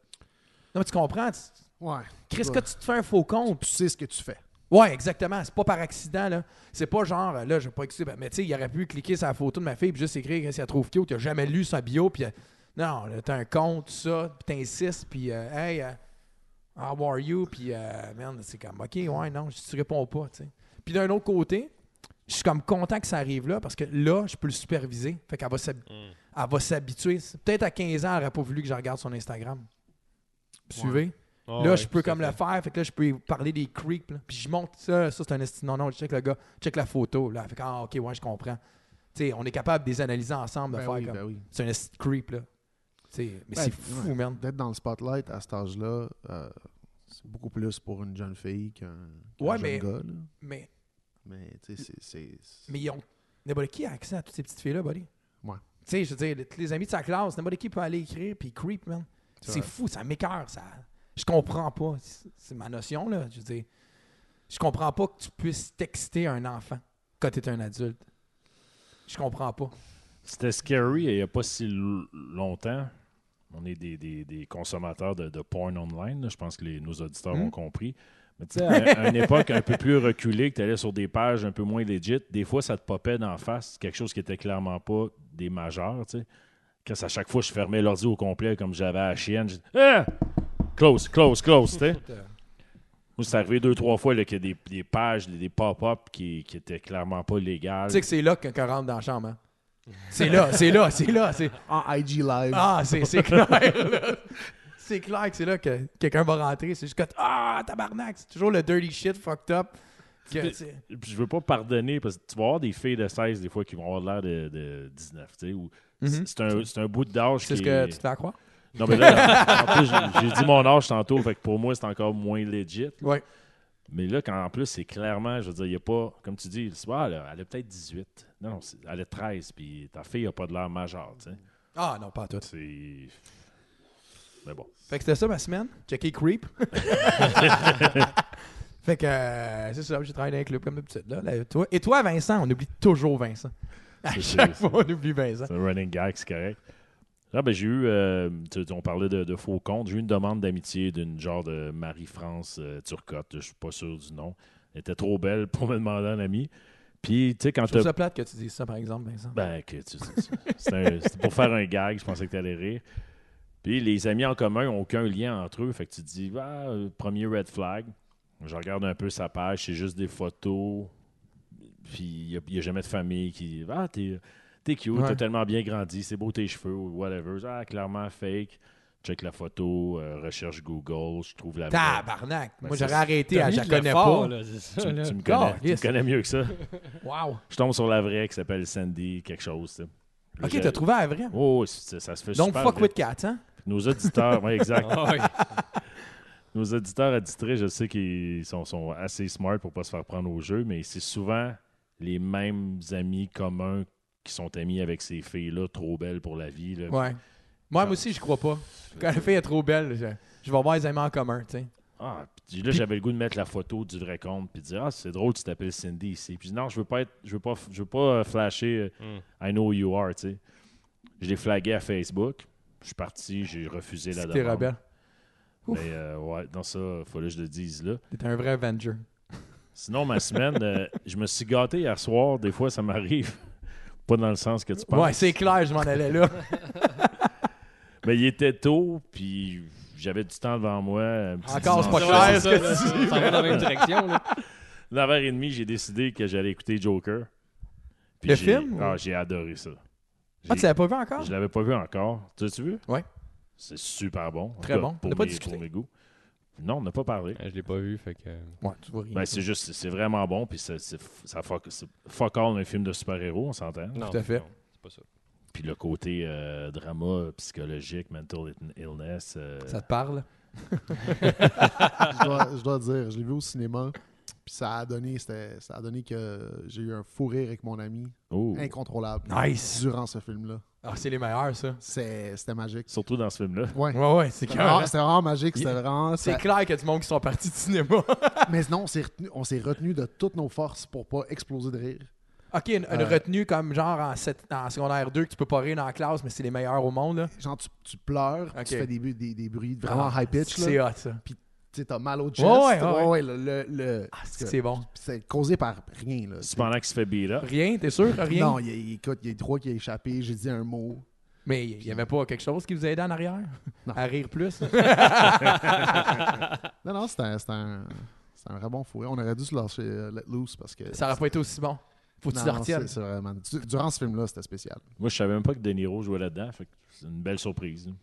B: mais tu comprends. tu-
D: Ouais.
B: Chris,
D: Ouais.
B: que tu te fais un faux compte.
D: Tu sais ce que tu fais.
B: Ouais, exactement. C'est pas par accident, là. C'est pas genre, euh, là, je vais pas excuser. Ben, Mais tu sais, il aurait pu cliquer sur la photo de ma fille puis juste écrire que si elle trouve cute, il a jamais lu sa bio, puis euh, non, là, t'as un compte, tout ça, puis t'insistes, puis euh, hey, euh, how are you, puis euh, merde, c'est comme, ok, ouais, non, je te réponds pas, tu sais. Puis d'un autre côté, je suis comme content que ça arrive là, parce que là, je peux le superviser. Fait qu'elle va s'hab-
C: Mm.
B: elle va s'habituer. C'est Peut-être à 15 ans, elle aurait pas voulu que je regarde son Instagram. Suivez?
C: Ah
B: là,
C: ouais,
B: je peux
C: tout à
B: comme le
C: fait.
B: faire. Fait que là, je peux y parler des creeps. là. Puis je monte ça. Ça, c'est un esti. Non, non, je check le gars. Check la photo. Là, fait que, ah, ok, ouais, je comprends. Tu sais, on est capable de les analyser ensemble, de
D: Ben
B: faire
D: oui,
B: comme.
D: ben oui.
B: C'est un esti de creep, là. Tu sais, mais
D: Ben,
B: c'est fou,
D: ouais.
B: man.
D: D'être dans le spotlight à cet âge-là, euh, c'est beaucoup plus pour une jeune fille qu'un qu'un
B: Ouais,
D: jeune
B: mais-
D: gars. là.
B: Mais,
D: Mais tu sais, c'est- c'est. c'est-
B: mais ils ont. N'importe qui a accès à toutes ces petites filles-là, buddy.
D: Ouais.
B: Tu sais, je veux dire, les- les amis de sa classe, n'importe qui peut aller écrire, puis creep, man.
D: C'est
B: C'est
D: vrai.
B: fou, ça m'écœure, ça. Je comprends pas. C'est- C'est ma notion, là. Je veux dire, je comprends pas que tu puisses texter un enfant quand t'es un adulte. Je comprends pas.
A: C'était scary il n'y a pas si l- longtemps. On est des, des- des consommateurs de, de porn online. là. Je pense que les- nos auditeurs
B: Hmm.
A: ont compris. Mais tu sais, à, à une époque un peu plus reculée, que tu allais sur des pages un peu moins legit, des fois, ça te popait d'en face quelque chose qui était clairement pas des majeurs. tu sais. Chris, à chaque fois, je fermais l'ordi au complet comme j'avais à la chienne. Je dis, Ah! Close, close, close. tu sais. Moi, c'est arrivé deux, trois fois là, qu'il y a des, des pages, des pop-up qui, qui étaient clairement pas légales.
B: Tu sais que c'est là que- qu'on rentre dans la chambre, hein? C'est là, c'est là, c'est là. c'est-
D: En IG Live.
B: Ah, c'est c'est clair, là. C'est clair que c'est là que quelqu'un va rentrer. C'est juste que, ah, tabarnak, c'est toujours le dirty shit fucked up. que, tu sais.
A: Puis je veux pas pardonner parce que tu vas avoir des filles de 16 des fois qui vont avoir l'air de, de 19, tu sais. ou-
B: Mhm.
A: C'est un, c'est un bout d'âge qui
B: C'est ce que
A: est-
B: tu te fais croire?
A: Non, mais là, en plus, j'ai- j'ai dit mon âge tantôt, fait que pour moi, c'est encore moins legit.
B: Ouais.
A: Mais là, quand en plus, c'est clairement, je veux dire, il n'y a pas, comme tu dis, le soir, là, elle a peut-être 18. Non, non, c'est- elle a 13, puis ta fille n'a pas de l'air majeure, tu sais.
B: Ah, non, pas à tout.
A: C'est... Mais bon.
B: Fait que c'était ça ma semaine. Checker Creep. fait que euh, c'est ça, j'ai travaillé dans un club comme d'habitude. Là, Là, toi- Et toi, Vincent, on oublie toujours Vincent. À
A: C'est-
B: chaque
A: c'est-
B: fois, on oublie Vincent.
A: C'est un running gag, c'est correct. Là, ben, j'ai eu, euh, tu- tu- on parlait de, de faux comptes, j'ai eu une demande d'amitié d'une genre de Marie-France euh, Turcotte, je suis pas sûr du nom. Elle était trop belle pour me demander un ami. Puis, tu sais, quand
B: Je trouve
A: t'as-
B: ça plate que tu dises ça, par exemple, Vincent.
A: Ben, que tu- tu- tu- c'est un- c'était pour faire un gag, je pensais que tu allais rire. Puis les amis en commun n'ont aucun lien entre eux. Fait que tu te dis, ah, euh, premier red flag. Je regarde un peu sa page, c'est juste des photos. Puis il n'y a, jamais de famille qui. Ah, t'es t'es cute,
B: Ouais.
A: t'as tellement bien grandi, c'est beau tes cheveux ou whatever. Ah, clairement fake. Check la photo, euh, recherche Google, je trouve la vraie.
B: Tabarnak!
A: Ben,
B: Moi,
A: c'est-
B: j'aurais arrêté
C: T'as
B: à
C: mis
B: Je la
C: de
B: connais
C: l'effort,
B: pas.
C: là, c'est ça,
A: Tu,
C: là.
A: tu me connais, tu me
B: Yes.
A: connais mieux que ça.
B: Wow!
A: Je tombe sur la vraie qui s'appelle Sandy, quelque chose. tu sais. Là,
B: Ok,
A: j'ai-
B: t'as trouvé la vraie.
A: Oh, ça, ça se fait
B: Donc,
A: super
B: fuck
A: vite.
B: with cats, hein?
A: Nos auditeurs, oui, exact.
C: Ah oui.
A: Nos auditeurs attitrés, je sais qu'ils sont, sont assez smart pour pas se faire prendre au jeu, mais c'est souvent les mêmes amis communs qui sont amis avec ces filles-là, trop belles pour la vie. là.
B: Ouais. Moi, moi aussi, je crois pas. Quand la fille est trop belle, je, je vais voir les aimants en commun, tu sais.
A: Ah, puis là, j'avais le goût de mettre la photo du vrai compte, puis de dire Ah, c'est drôle, tu t'appelles Cindy ici. Puis non, je veux pas être, je veux pas, je veux pas euh, flasher euh, I know who you are, tu sais. Je l'ai flagué à Facebook. Je suis parti, j'ai refusé la
B: Si t'es
A: demande.
B: rebelle.
A: Mais
B: Ouf.
A: euh, ouais, dans ça, fallait que je le dise là.
B: T'es un vrai Avenger.
A: Sinon, ma semaine, euh, je me suis gâté hier soir. Des fois, ça m'arrive. Pas dans le sens que tu penses.
B: Ouais, c'est clair, je m'en allais là.
A: Mais il était tôt, puis j'avais du temps devant moi. un petit
B: Encore, c'est pas
A: dimanche
B: cher,
A: soir.
B: ce que
C: là,
B: tu dis.
C: Ça va dans la même direction. Là.
A: 9h30, j'ai décidé que j'allais écouter Joker. Puis
B: Le
A: j'ai-
B: film, ou-
A: Ah, j'ai adoré ça.
B: Ah,
A: J'ai-
B: tu l'avais pas vu encore?
A: Je l'avais pas vu encore. Tu l'as-tu vu?
B: Ouais.
A: C'est super bon. En
B: Très
A: tout cas,
B: bon. On
A: Pour
B: n'a pas
A: mes-
B: discuté.
A: Pour mes goûts. Non, on n'a pas parlé.
C: Euh, Je l'ai pas vu, fait que.
B: Ouais, tu vois rien.
A: Ben, c'est juste, c'est vraiment bon, puis c'est- c'est- ça fuck, c'est fuck all un film de super-héros, on s'entend.
C: Non,
B: Tout à fait.
C: non, c'est pas ça.
A: Puis le côté euh, drama psychologique, mental illness. euh,
B: Ça te parle?
D: je, dois, je dois dire, je l'ai vu au cinéma. Puis ça a donné, c'était- ça a donné que j'ai eu un fou rire avec mon ami
A: oh.
D: incontrôlable
B: Nice!
D: durant ce film-là.
B: Ah, c'est les meilleurs, ça.
D: C'est- C'était magique.
A: Surtout dans ce film-là.
D: Ouais.
B: Ouais, ouais, c'est
D: C'était
B: clair.
D: vraiment- c'était vraiment magique. C'était
B: Yeah.
D: vraiment.
B: C'est
D: ça-
B: clair qu'il y a du monde qui sont partis du cinéma.
D: Mais non, on s'est retenu, on s'est retenu de toutes nos forces pour pas exploser de rire.
B: OK, une, une
D: Euh.
B: retenue comme genre en, sept- en secondaire 2 que tu peux pas rire dans la classe, mais c'est les meilleurs au monde. Là.
D: Genre, tu, tu pleures,
B: Ok.
D: tu fais des, bu- des, des bruits vraiment
B: Ah,
D: high-pitch. là.
B: C'est hot, ça.
D: Tu sais, t'as mal au chest.
B: Ouais, ouais, ouais.
D: le, le- le-
B: Ah, c'est c'est bon.
D: c'est causé par rien. Là.
A: C'est pendant qu'il se fait beat up.
B: Rien, t'es sûr? Rien?
D: Non, il y a- il- écoute, il y a trois qui a échappé, j'ai dit un mot.
B: Mais il n'y avait pas quelque chose qui vous aidait en arrière?
D: Non.
B: À rire plus?
D: Non, non, c'était un, c'était un, c'était un vrai bon fou. rire. On aurait dû se lâcher euh, Let Loose parce que.
B: ça aurait pas été aussi bon. Faut que
D: Non,
B: tu le
D: non,
B: retiennes.
D: c'est- c'est vraiment- du- Durant ce film-là, c'était spécial.
A: Moi, je savais même pas que De Niro jouait là-dedans. Fait que c'est une belle surprise. là.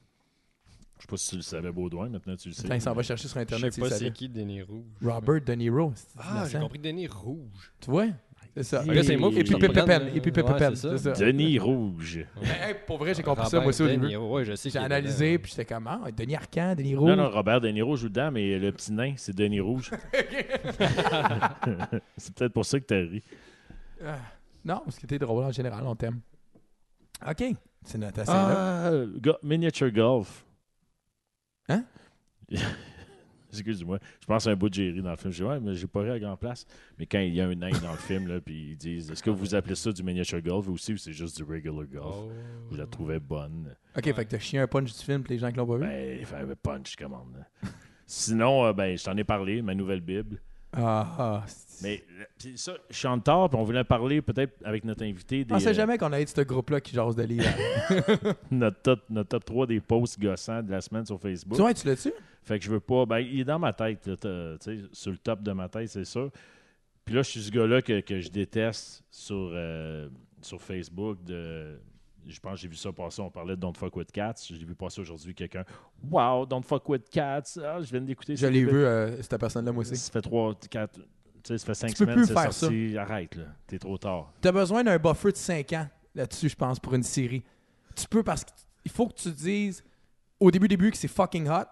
A: Je sais pas si tu le savais, Baudouin. Maintenant, tu le sais.
B: Putain, il s'en
A: Mais-
B: va chercher sur
C: Je
B: Internet.
C: sais
B: s'il
C: pas
B: savait.
C: c'est qui Denis Rouge.
B: Robert De Niro. c'est
C: Ah, j'ai
B: innocent.
C: compris Denis Rouge.
B: Tu vois? C'est ça.
A: Puis là, c'est moi qui
B: Et puis
A: suis
B: Pépé
C: pas
B: Pen.
C: dedans,
B: Et puis
C: là.
B: Pépé
C: euh, Ouais,
B: Pen,
C: c'est ça.
B: c'est ça.
A: Denis Rouge.
B: Mais, Ben, hey, pour vrai, j'ai compris ça, moi aussi, au
C: Robert De
B: début.
C: Niro, Ouais, je sais
B: J'ai
C: qu'il est
B: analysé,
C: dedans.
B: puis j'étais comme, ah, Denis Arcand, Denis
A: Non,
B: Rouge.
A: non, Robert De Niro joue dedans, mais le petit nain, c'est Denis Rouge. c'est peut-être pour ça que t'as ri.
B: Ah. Non, parce que t'es drôle en général, on t'aime. OK. C'est notre assez là.
A: Ah, go- miniature golf.
B: Hein?
A: Excuse-moi. Je pense à un bout de Jerry dans le film. Je dis, ouais, mais j'ai pas ri à grand place. Mais quand il y a un nain dans le film, là, puis ils disent, est-ce que vous appelez ça du miniature golf aussi ou c'est juste du regular golf?
C: Oh.
A: Je la trouvais bonne.
B: OK, fait que t'as chié un punch du film, puis les gens qui l'ont pas vu.
A: Ben, il fallait punch, je commande. là. Sinon, euh, ben, je t'en ai parlé, ma nouvelle Bible.
B: Ah, ah, c'est-
A: Mais euh, pis ça, je suis en retard, puis on voulait parler peut-être avec notre invité
B: Je
A: des,
B: pensais
A: euh,
B: jamais qu'on allait être ce groupe-là qui jase de livres.
A: notre, top, notre top 3 des posts gossants de la semaine sur Facebook.
B: tu vois, tu l'as-tu?
A: Fait que je veux pas. Ben, il est dans ma tête, là, t'as- tu sais, sur le top de ma tête, c'est sûr. Puis là, je suis ce gars-là que, que je déteste sur, euh, sur Facebook. De, je pense que j'ai vu ça passer. On parlait de Don't Fuck With Cats. J'ai vu passer aujourd'hui quelqu'un. Wow, Don't Fuck With Cats. Ah, je viens d'écouter.
B: Je
A: c'est
B: l'ai
A: débile.
B: vu, euh, cette personne-là, moi aussi.
A: Ça fait 3, 4, tu sais, ça fait 5
B: peux
A: semaines
B: plus
A: c'est
B: faire
A: sorti. Arrête, là. T'es trop tard.
B: T'as besoin d'un buffer de 5 ans là-dessus, je pense, pour une série. Tu peux parce qu'il faut que tu dises au début début que c'est fucking hot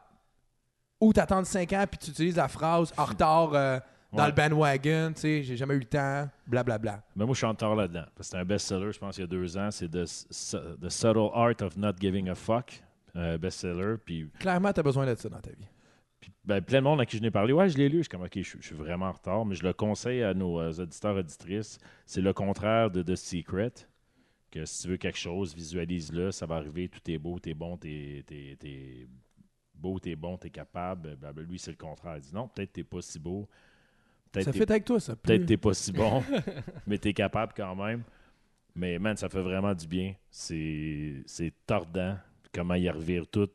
B: ou t'attends de 5 ans puis tu utilises la phrase en retard euh, dans
A: Ouais.
B: le bandwagon, tu sais, j'ai jamais eu le temps, blablabla. Bla, bla.
A: Mais moi, je suis en retard là-dedans. Parce que c'est un best-seller, je pense, il y a deux ans. C'est The, Su- The Subtle Art of Not Giving a Fuck. Un best-seller. Puis,
B: Clairement, t'as besoin de ça dans ta vie.
A: puis, ben, plein de monde à qui je n'ai parlé. Ouais, je l'ai lu. Je suis comme, OK, je, suis- je suis vraiment en retard. Mais je le conseille à nos euh, auditeurs, auditrices. C'est le contraire de The Secret, que si tu veux quelque chose, visualise-le, ça va arriver, tout est beau, t'es bon, t'es, t'es, t'es beau, t'es bon, t'es capable. Blablabla. Lui, c'est le contraire. Il dit non, peut-être t'es pas si beau, peut-être
B: Ça
A: t'es
B: fait avec toi, ça.
A: Peut-être
B: pue.
A: t'es pas si bon, mais t'es capable quand même. Mais man, ça fait vraiment du bien. C'est c'est tordant comment y revire tout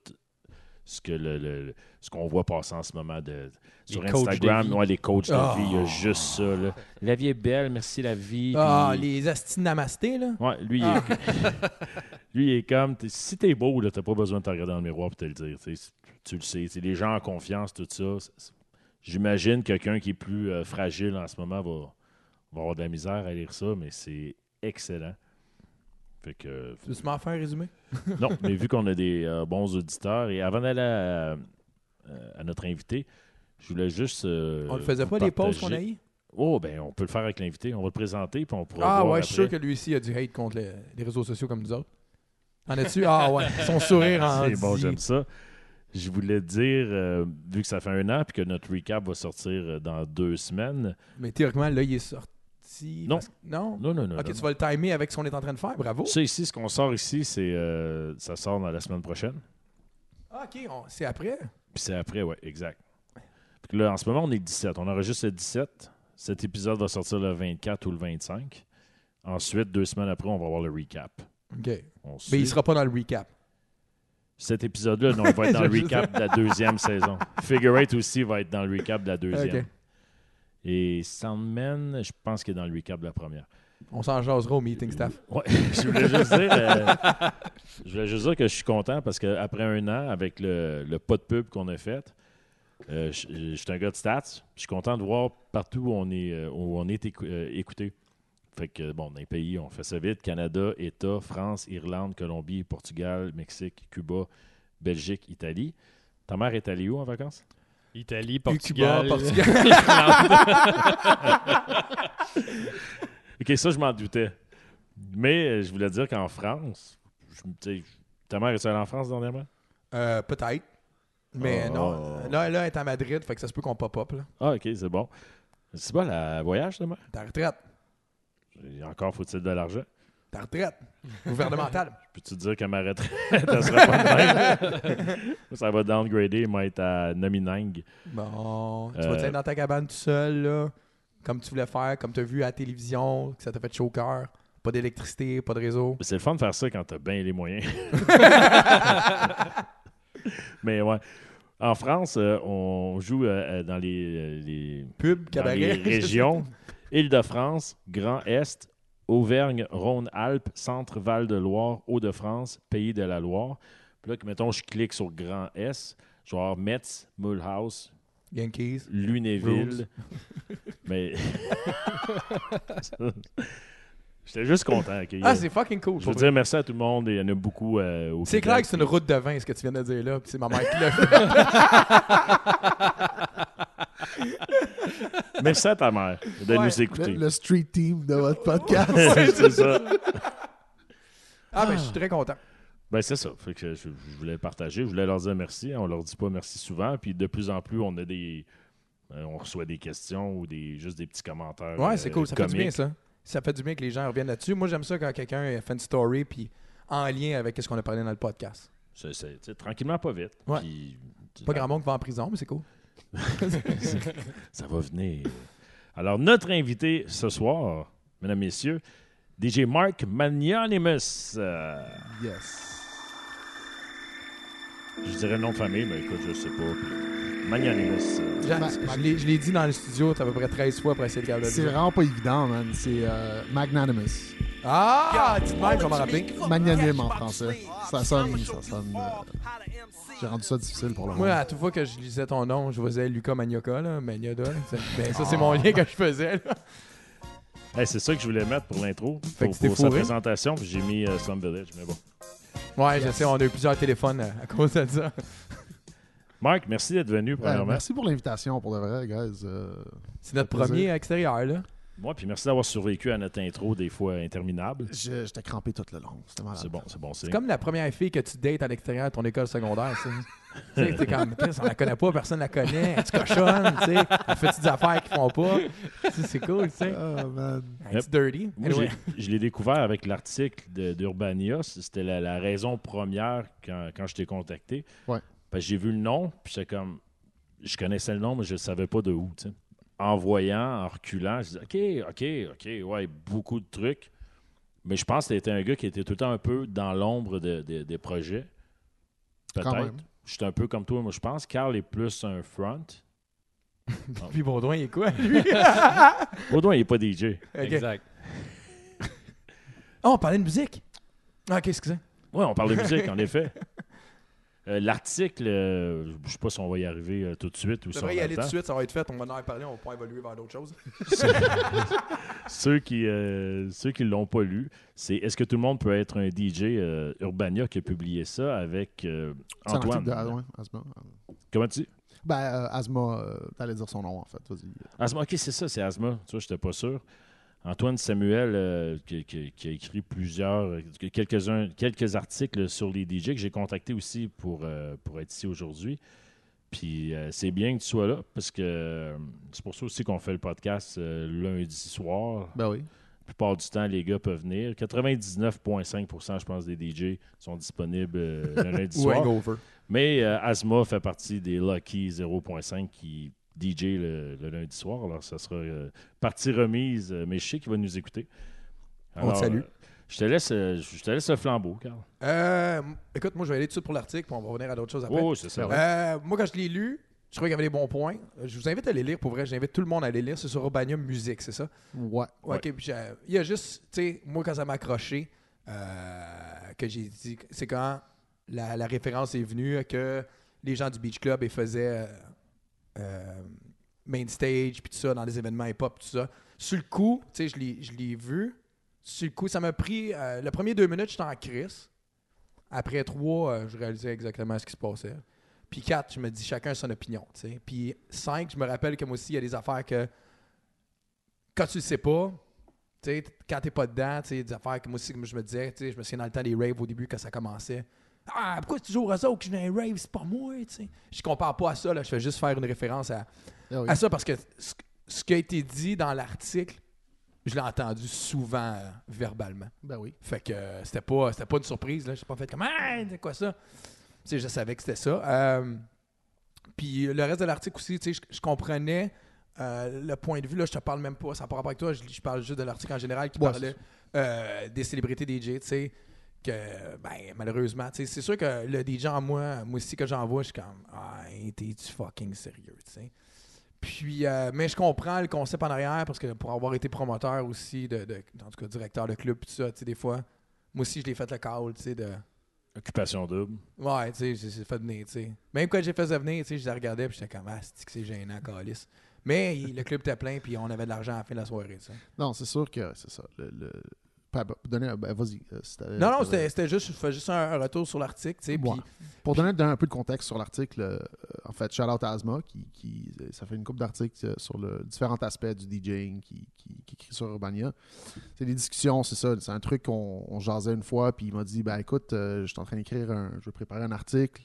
A: ce que le, le- ce qu'on voit passer en ce moment de sur
C: Les coachs de
A: Instagram,
C: vie.
A: ouais, les coachs de
B: Ah.
A: vie, il y a juste ça là. La vie est belle, merci la vie.
B: Ah,
A: puis-
B: les astis namasté, là.
A: Ouais, lui, il est... lui, il est comme t'es- si t'es beau là, t'as pas besoin de te regarder dans le miroir pour te le dire. tu sais. Tu le sais, c'est les gens en confiance, tout ça. C'est- c'est- J'imagine que quelqu'un qui est plus euh, fragile en ce moment va, va avoir de la misère à lire ça, mais c'est excellent. Fait que
B: Tu veux m'en faire un résumé?
A: non, mais vu qu'on a des euh, bons auditeurs, et avant d'aller à, euh, à notre invité, je voulais juste. euh,
B: On le faisait
A: vous
B: pas, les pauses
A: partager-
B: qu'on a eu?
A: Oh, ben, on peut le faire avec l'invité. On va le présenter, puis on pourra.
B: Ah
A: voir
B: ouais, je suis
A: après.
B: sûr que lui aussi a du hate contre le- les réseaux sociaux comme nous autres. En as-tu? Ah ouais, son sourire en
A: C'est bon,
B: dit.
A: j'aime ça. Je voulais te dire, euh, vu que ça fait un an, puis que notre recap va sortir euh, dans deux semaines.
B: Mais théoriquement, là, il est sorti.
A: Non.
B: parce- Non?
A: Non, non, non.
B: Ok,
A: non,
B: tu
A: non.
B: vas le timer avec ce qu'on est en train de faire, bravo.
A: Ça ici, ce qu'on sort ici, c'est euh, ça sort dans la semaine prochaine.
B: Ah, ok, on- c'est après.
A: Puis c'est après, ouais, exact. Puis là, en ce moment, on est 17. On enregistre le 17. Cet épisode va sortir le 24 ou le 25. Ensuite, deux semaines après, on va avoir le recap.
B: Ok. Mais
A: On suit.
B: il sera pas dans le recap.
A: Cet épisode-là, non, il va être dans le
B: Je- je
A: recap de la deuxième saison. Figure Eight aussi va être dans le recap de la deuxième.
B: Ok.
A: Et Sandman, je pense qu'il est dans le recap de la première.
B: On s'en jasera au meeting staff.
A: Ouais, je voulais juste dire, euh, je voulais juste dire que je suis content parce qu'après un an, avec le, le pas de pub qu'on a fait, euh, je, je suis un gars de stats. puis Je suis content de voir partout où on est, euh, où on est écou- euh, écouté. Fait que, bon, dans les pays, on fait ça vite. Canada, État, France, Irlande, Colombie, Portugal, Mexique, Cuba, Belgique, Italie. Ta mère est allée où en vacances?
C: Italie,
B: Cuba,
C: Portugal.
B: Portugal.
A: OK, ça, je m'en doutais. Mais euh, je voulais dire qu'en France, je- tu sais, ta mère est allée en France dernièrement?
B: Euh, Peut-être. Mais
A: Oh.
B: non. Là, là, elle est à Madrid, fait que ça se peut qu'on pop-up, là.
A: Ah, OK, c'est bon. C'est bon, la voyage, demain?
B: Ta retraite.
A: Encore faut-il de l'argent?
B: Ta retraite. Gouvernementale.
A: Peux-tu te dire que ma retraite, elle sera pas de même? ça va downgrader, il va être à Nominang.
B: Bon, tu
A: Euh,
B: vas te être dans ta cabane tout seul, là, comme tu voulais faire, comme tu as vu à la télévision, que ça t'a fait chaud au cœur. Pas d'électricité, pas de réseau.
A: Mais C'est le fun de faire ça quand t'as bien les moyens. Mais ouais. En France, euh, on joue euh, euh, dans les, les-
B: Pub,
A: dans
B: cabaret.
A: les régions. Île-de-France, Grand Est, Auvergne, Rhône-Alpes, Centre, Val-de-Loire, Hauts-de-France, Pays de la Loire. Puis là, que, mettons, je clique sur Grand Est, je vais avoir Metz, Mulhouse,
B: Yankees.
A: Lunéville. Mais. J'étais juste content. ok?
B: Ah, c'est fucking cool.
A: je
B: pour
A: veux dire merci à tout le monde et il y en a beaucoup euh, au
B: vrai. C'est
A: Québec.
B: clair que c'est une route de vin, ce que tu viens de dire là, puis c'est ma mère qui l'a fait.
A: Merci à ta mère de
B: Ouais,
A: nous
D: Le,
A: écouter.
D: le street team de votre podcast.
A: c'est ça.
B: Ah, ben, je suis très content.
A: Ben, c'est ça. Fait que je, je voulais partager, je voulais leur dire merci. hein. On leur dit pas merci souvent. Puis de plus en plus, on a des. euh, on reçoit des questions ou des juste des petits commentaires.
B: Ouais, c'est
A: euh,
B: cool. Ça fait du bien,
A: comiques.
B: ça. Ça fait du bien que les gens reviennent là-dessus. Moi, j'aime ça quand quelqu'un fait une story, puis en lien avec ce qu'on a parlé dans le podcast.
A: C'est- c'est- tu sais, tranquillement, pas vite.
B: Ouais.
A: Puis-
B: Pas grand monde qui va en prison, mais c'est cool.
A: Ça va venir. Alors, notre invité ce soir, mesdames, messieurs, DJ Mark Magnanimous. Euh,
D: yes.
A: je dirais le nom de famille, mais écoute, je sais pas. Puis, Magnanimous. euh,
B: Jean,
D: Ma-
B: je l'ai- je l'ai dit dans le studio, t'as à peu près 13 fois pour essayer de garder le
D: C'est vraiment pas évident, man. C'est euh, magnanimous.
B: Ah, dites moi je vais m'en rappeler.
D: Magnanime en français. Ça sonne, ça sonne. euh, J'ai rendu ça difficile pour le
B: Moi,
D: moment.
B: à toute fois que je lisais ton nom, je faisais Lucas Magnoca, là, Magnoda. là. C'est- Ben, ça, c'est mon lien que je faisais. Là.
A: hey, c'est ça que je voulais mettre pour l'intro,
B: Fait que
A: pour,
B: c'était
A: pour sa
B: fourré.
A: présentation. Puis j'ai mis euh, Slum Village, mais bon.
B: Ouais, je sais, on a eu plusieurs téléphones euh, à cause de ça.
A: Marc, merci d'être venu,
D: Euh,
A: premièrement.
D: merci pour l'invitation, pour de vrai, guys. Euh,
B: C'est notre
D: plaisir.
B: premier extérieur, là.
A: Moi, puis merci d'avoir survécu à notre intro, des fois interminable.
D: Je- J'étais crampé tout le long. C'était malade.
A: C'est bon, c'est bon.
B: C'est comme la première fille que tu dates à l'extérieur de ton école secondaire, tu sais. Tu sais, t'es comme, Chris, on la connaît pas, personne la connaît, elle est cochonne, tu sais, elle fait des affaires qu'ils font pas. Tu sais, c'est cool, tu sais.
D: Ah, man.
B: Elle est dirty.
A: Moi,
B: Anyway.
A: j'ai- je l'ai découvert avec l'article de- d'Urbania. C'était la, la raison première quand, quand je t'ai contacté.
D: Ouais.
A: Parce que j'ai vu le nom, puis c'est comme. Je connaissais le nom, mais je ne savais pas de où. tu sais. En voyant, en reculant, je disais OK, OK, OK, ouais, beaucoup de trucs. Mais je pense que c'était un gars qui était tout le temps un peu dans l'ombre de- de- des projets.
D: Quand
A: Peut-être.
D: même.
A: Je suis un peu comme toi, moi, je pense. Carl est plus un front.
B: Puis Baudouin, il est quoi, lui?
A: Baudouin, il n'est pas DJ.
B: Ok.
C: Exact.
B: Oh, on parlait de musique. Ah, ok, excusez.
A: Oui, on parle de musique, en effet. Euh, L'article, euh, je ne sais pas si on va y arriver euh, tout de suite ou
B: On
A: si on
B: devrait y aller tout
A: attend.
B: de suite, ça va être fait, on va en parler, on va pas évoluer vers d'autres choses.
A: Ceux qui euh, ceux qui l'ont pas lu, c'est Est-ce que tout le monde peut être un DJ euh, Urbania qui a publié ça avec euh,
D: C'est un article
A: Antoine.
D: de- ah, ouais, Asma.
A: Comment tu dis?
D: Ben, euh, Asma, euh, t'allais dire son nom, en fait. Vas-y.
A: Asma, ok, c'est ça, c'est Asma. Tu vois, je n'étais pas sûr. Antoine Samuel, euh, qui, qui- qui a écrit plusieurs, euh, quelques-uns, quelques articles sur les DJ que j'ai contacté aussi pour, euh, pour être ici aujourd'hui. Puis euh, c'est bien que tu sois là, parce que euh, c'est pour ça aussi qu'on fait le podcast euh, lundi soir.
D: Ben oui.
A: La plupart du temps, les gars peuvent venir. 99,5 je pense, des DJ sont disponibles euh, le lundi
B: Ou
A: soir.
B: Hangover.
A: Mais euh, Asma fait partie des Lucky 0.5 qui DJ le, le lundi soir. Alors, ça sera euh, partie remise. euh, mais je sais qu'il va nous écouter.
B: On te salue.
A: euh, je, te laisse, euh, je te laisse le flambeau, Carl.
B: Euh, écoute, moi, je vais aller tout de suite pour l'article, puis on va revenir à d'autres choses après.
A: Oui, oui, Oh, c'est ça.
B: Euh, moi, quand je l'ai lu, je trouvais qu'il y avait des bons points. Je vous invite à les lire, pour vrai. J'invite tout le monde à les lire. C'est sur Urbanium Musique, c'est ça?
D: Ouais.
B: Ouais,
A: Ouais.
B: ok, puis j'ai- il y a juste, tu sais, moi, quand ça m'a accroché, euh, que j'ai dit, c'est quand la, la référence est venue que les gens du Beach Club ils faisaient euh, euh, main stage, puis tout ça, dans des événements hip-hop, tout ça. Sur le coup, tu sais, je l'ai- je l'ai vu. Sur le coup, ça m'a pris. euh, le premier deux minutes, j'étais en crise. Après trois, euh, je réalisais exactement ce qui se passait. Puis quatre, je me dis chacun son opinion, tu sais. Puis cinq, je me rappelle que moi aussi, il y a des affaires que quand tu le sais pas, tu sais, quand t'es pas dedans, tu sais, des affaires que moi aussi, que je me disais, tu sais, je me souviens dans le temps des raves au début quand ça commençait. Ah, pourquoi tu joues aux autres que je n'ai un rave, c'est pas moi, tu sais. Je compare pas à ça, là, je fais juste faire une référence à,
D: Ah oui.
B: à ça parce que ce, ce qui a été dit dans l'article, je l'ai entendu souvent euh, verbalement.
D: Ben oui.
B: Fait que euh, c'était pas, c'était pas une surprise. Là. J'ai pas fait comme Hey, c'est quoi ça? Tu sais, je savais que c'était ça. Euh, puis le reste de l'article aussi, tu sais, je, je comprenais euh, le point de vue. Là, je te parle même pas, ça n'a pas rapport avec toi. Je, je parle juste de l'article en général qui
D: Ouais,
B: parlait euh, des célébrités DJ, tu sais. Que, ben, malheureusement, tu sais, c'est sûr que le DJ en moi, moi aussi que j'en vois, je suis comme, ah, t'es-tu fucking sérieux, tu sais. Puis, euh, mais je comprends le concept en arrière parce que pour avoir été promoteur aussi, de, de- en tout cas directeur de club, pis tout ça, tu sais, des fois, moi aussi, je l'ai fait le call, tu sais, de.
A: Occupation double.
B: Ouais, tu sais, j'ai j'ai fait venir, tu sais. Même quand j'ai fait ça venir, tu sais, je les regardais, puis j'étais comme, ah, c'est que c'est gênant, calice. Mais il- le club était plein, puis on avait de l'argent à la fin de la soirée, tu sais.
D: Non, c'est sûr que c'est ça. Le, le... Pa- pa- Donner un... ben, vas-y. euh, si t'avais-
B: Non, non,
D: t'avais-
B: c'était c'était juste, je fais juste un, un retour sur l'article, tu sais, puis
D: Ouais. Pour donner donner un peu de contexte sur l'article, euh, en fait, shout out à Asma, qui, qui- ça fait une coupe d'articles euh, sur le différents aspects du DJing qui, qui, qui écrit sur Urbania. C'est des discussions, c'est ça. C'est un truc qu'on on jasait une fois, puis il m'a dit ben écoute, euh, je suis en train d'écrire un. Je vais préparer un article,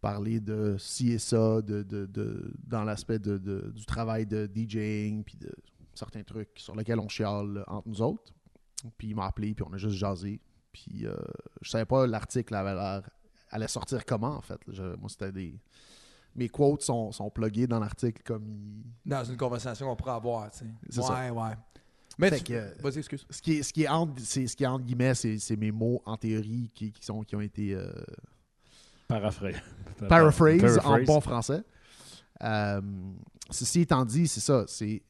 D: parler de ci et ça, de, de- de- dans l'aspect de- de- du travail de DJing, puis de certains trucs sur lesquels on chiale entre nous autres. Puis il m'a appelé, puis on a juste jasé. Puis euh, je savais pas l'article avait l'air allait sortir comment, en fait. Je- moi, c'était des. Mes quotes sont, sont plugués dans l'article comme il-
B: dans une conversation qu'on pourrait avoir, tu sais.
D: C'est
B: ouais,
D: ça.
B: ouais. Mais
D: Fait
B: tu-
D: que-
B: Vas-y, excuse.
D: Ce qui est, ce qui est, entre, c'est, ce qui est entre guillemets, c'est, c'est mes mots en théorie qui, qui sont, qui ont été euh,
A: Paraphrase.
D: paraphrase, en
A: Paraphrase.
D: bon français. Euh, ceci étant dit, c'est ça. C'est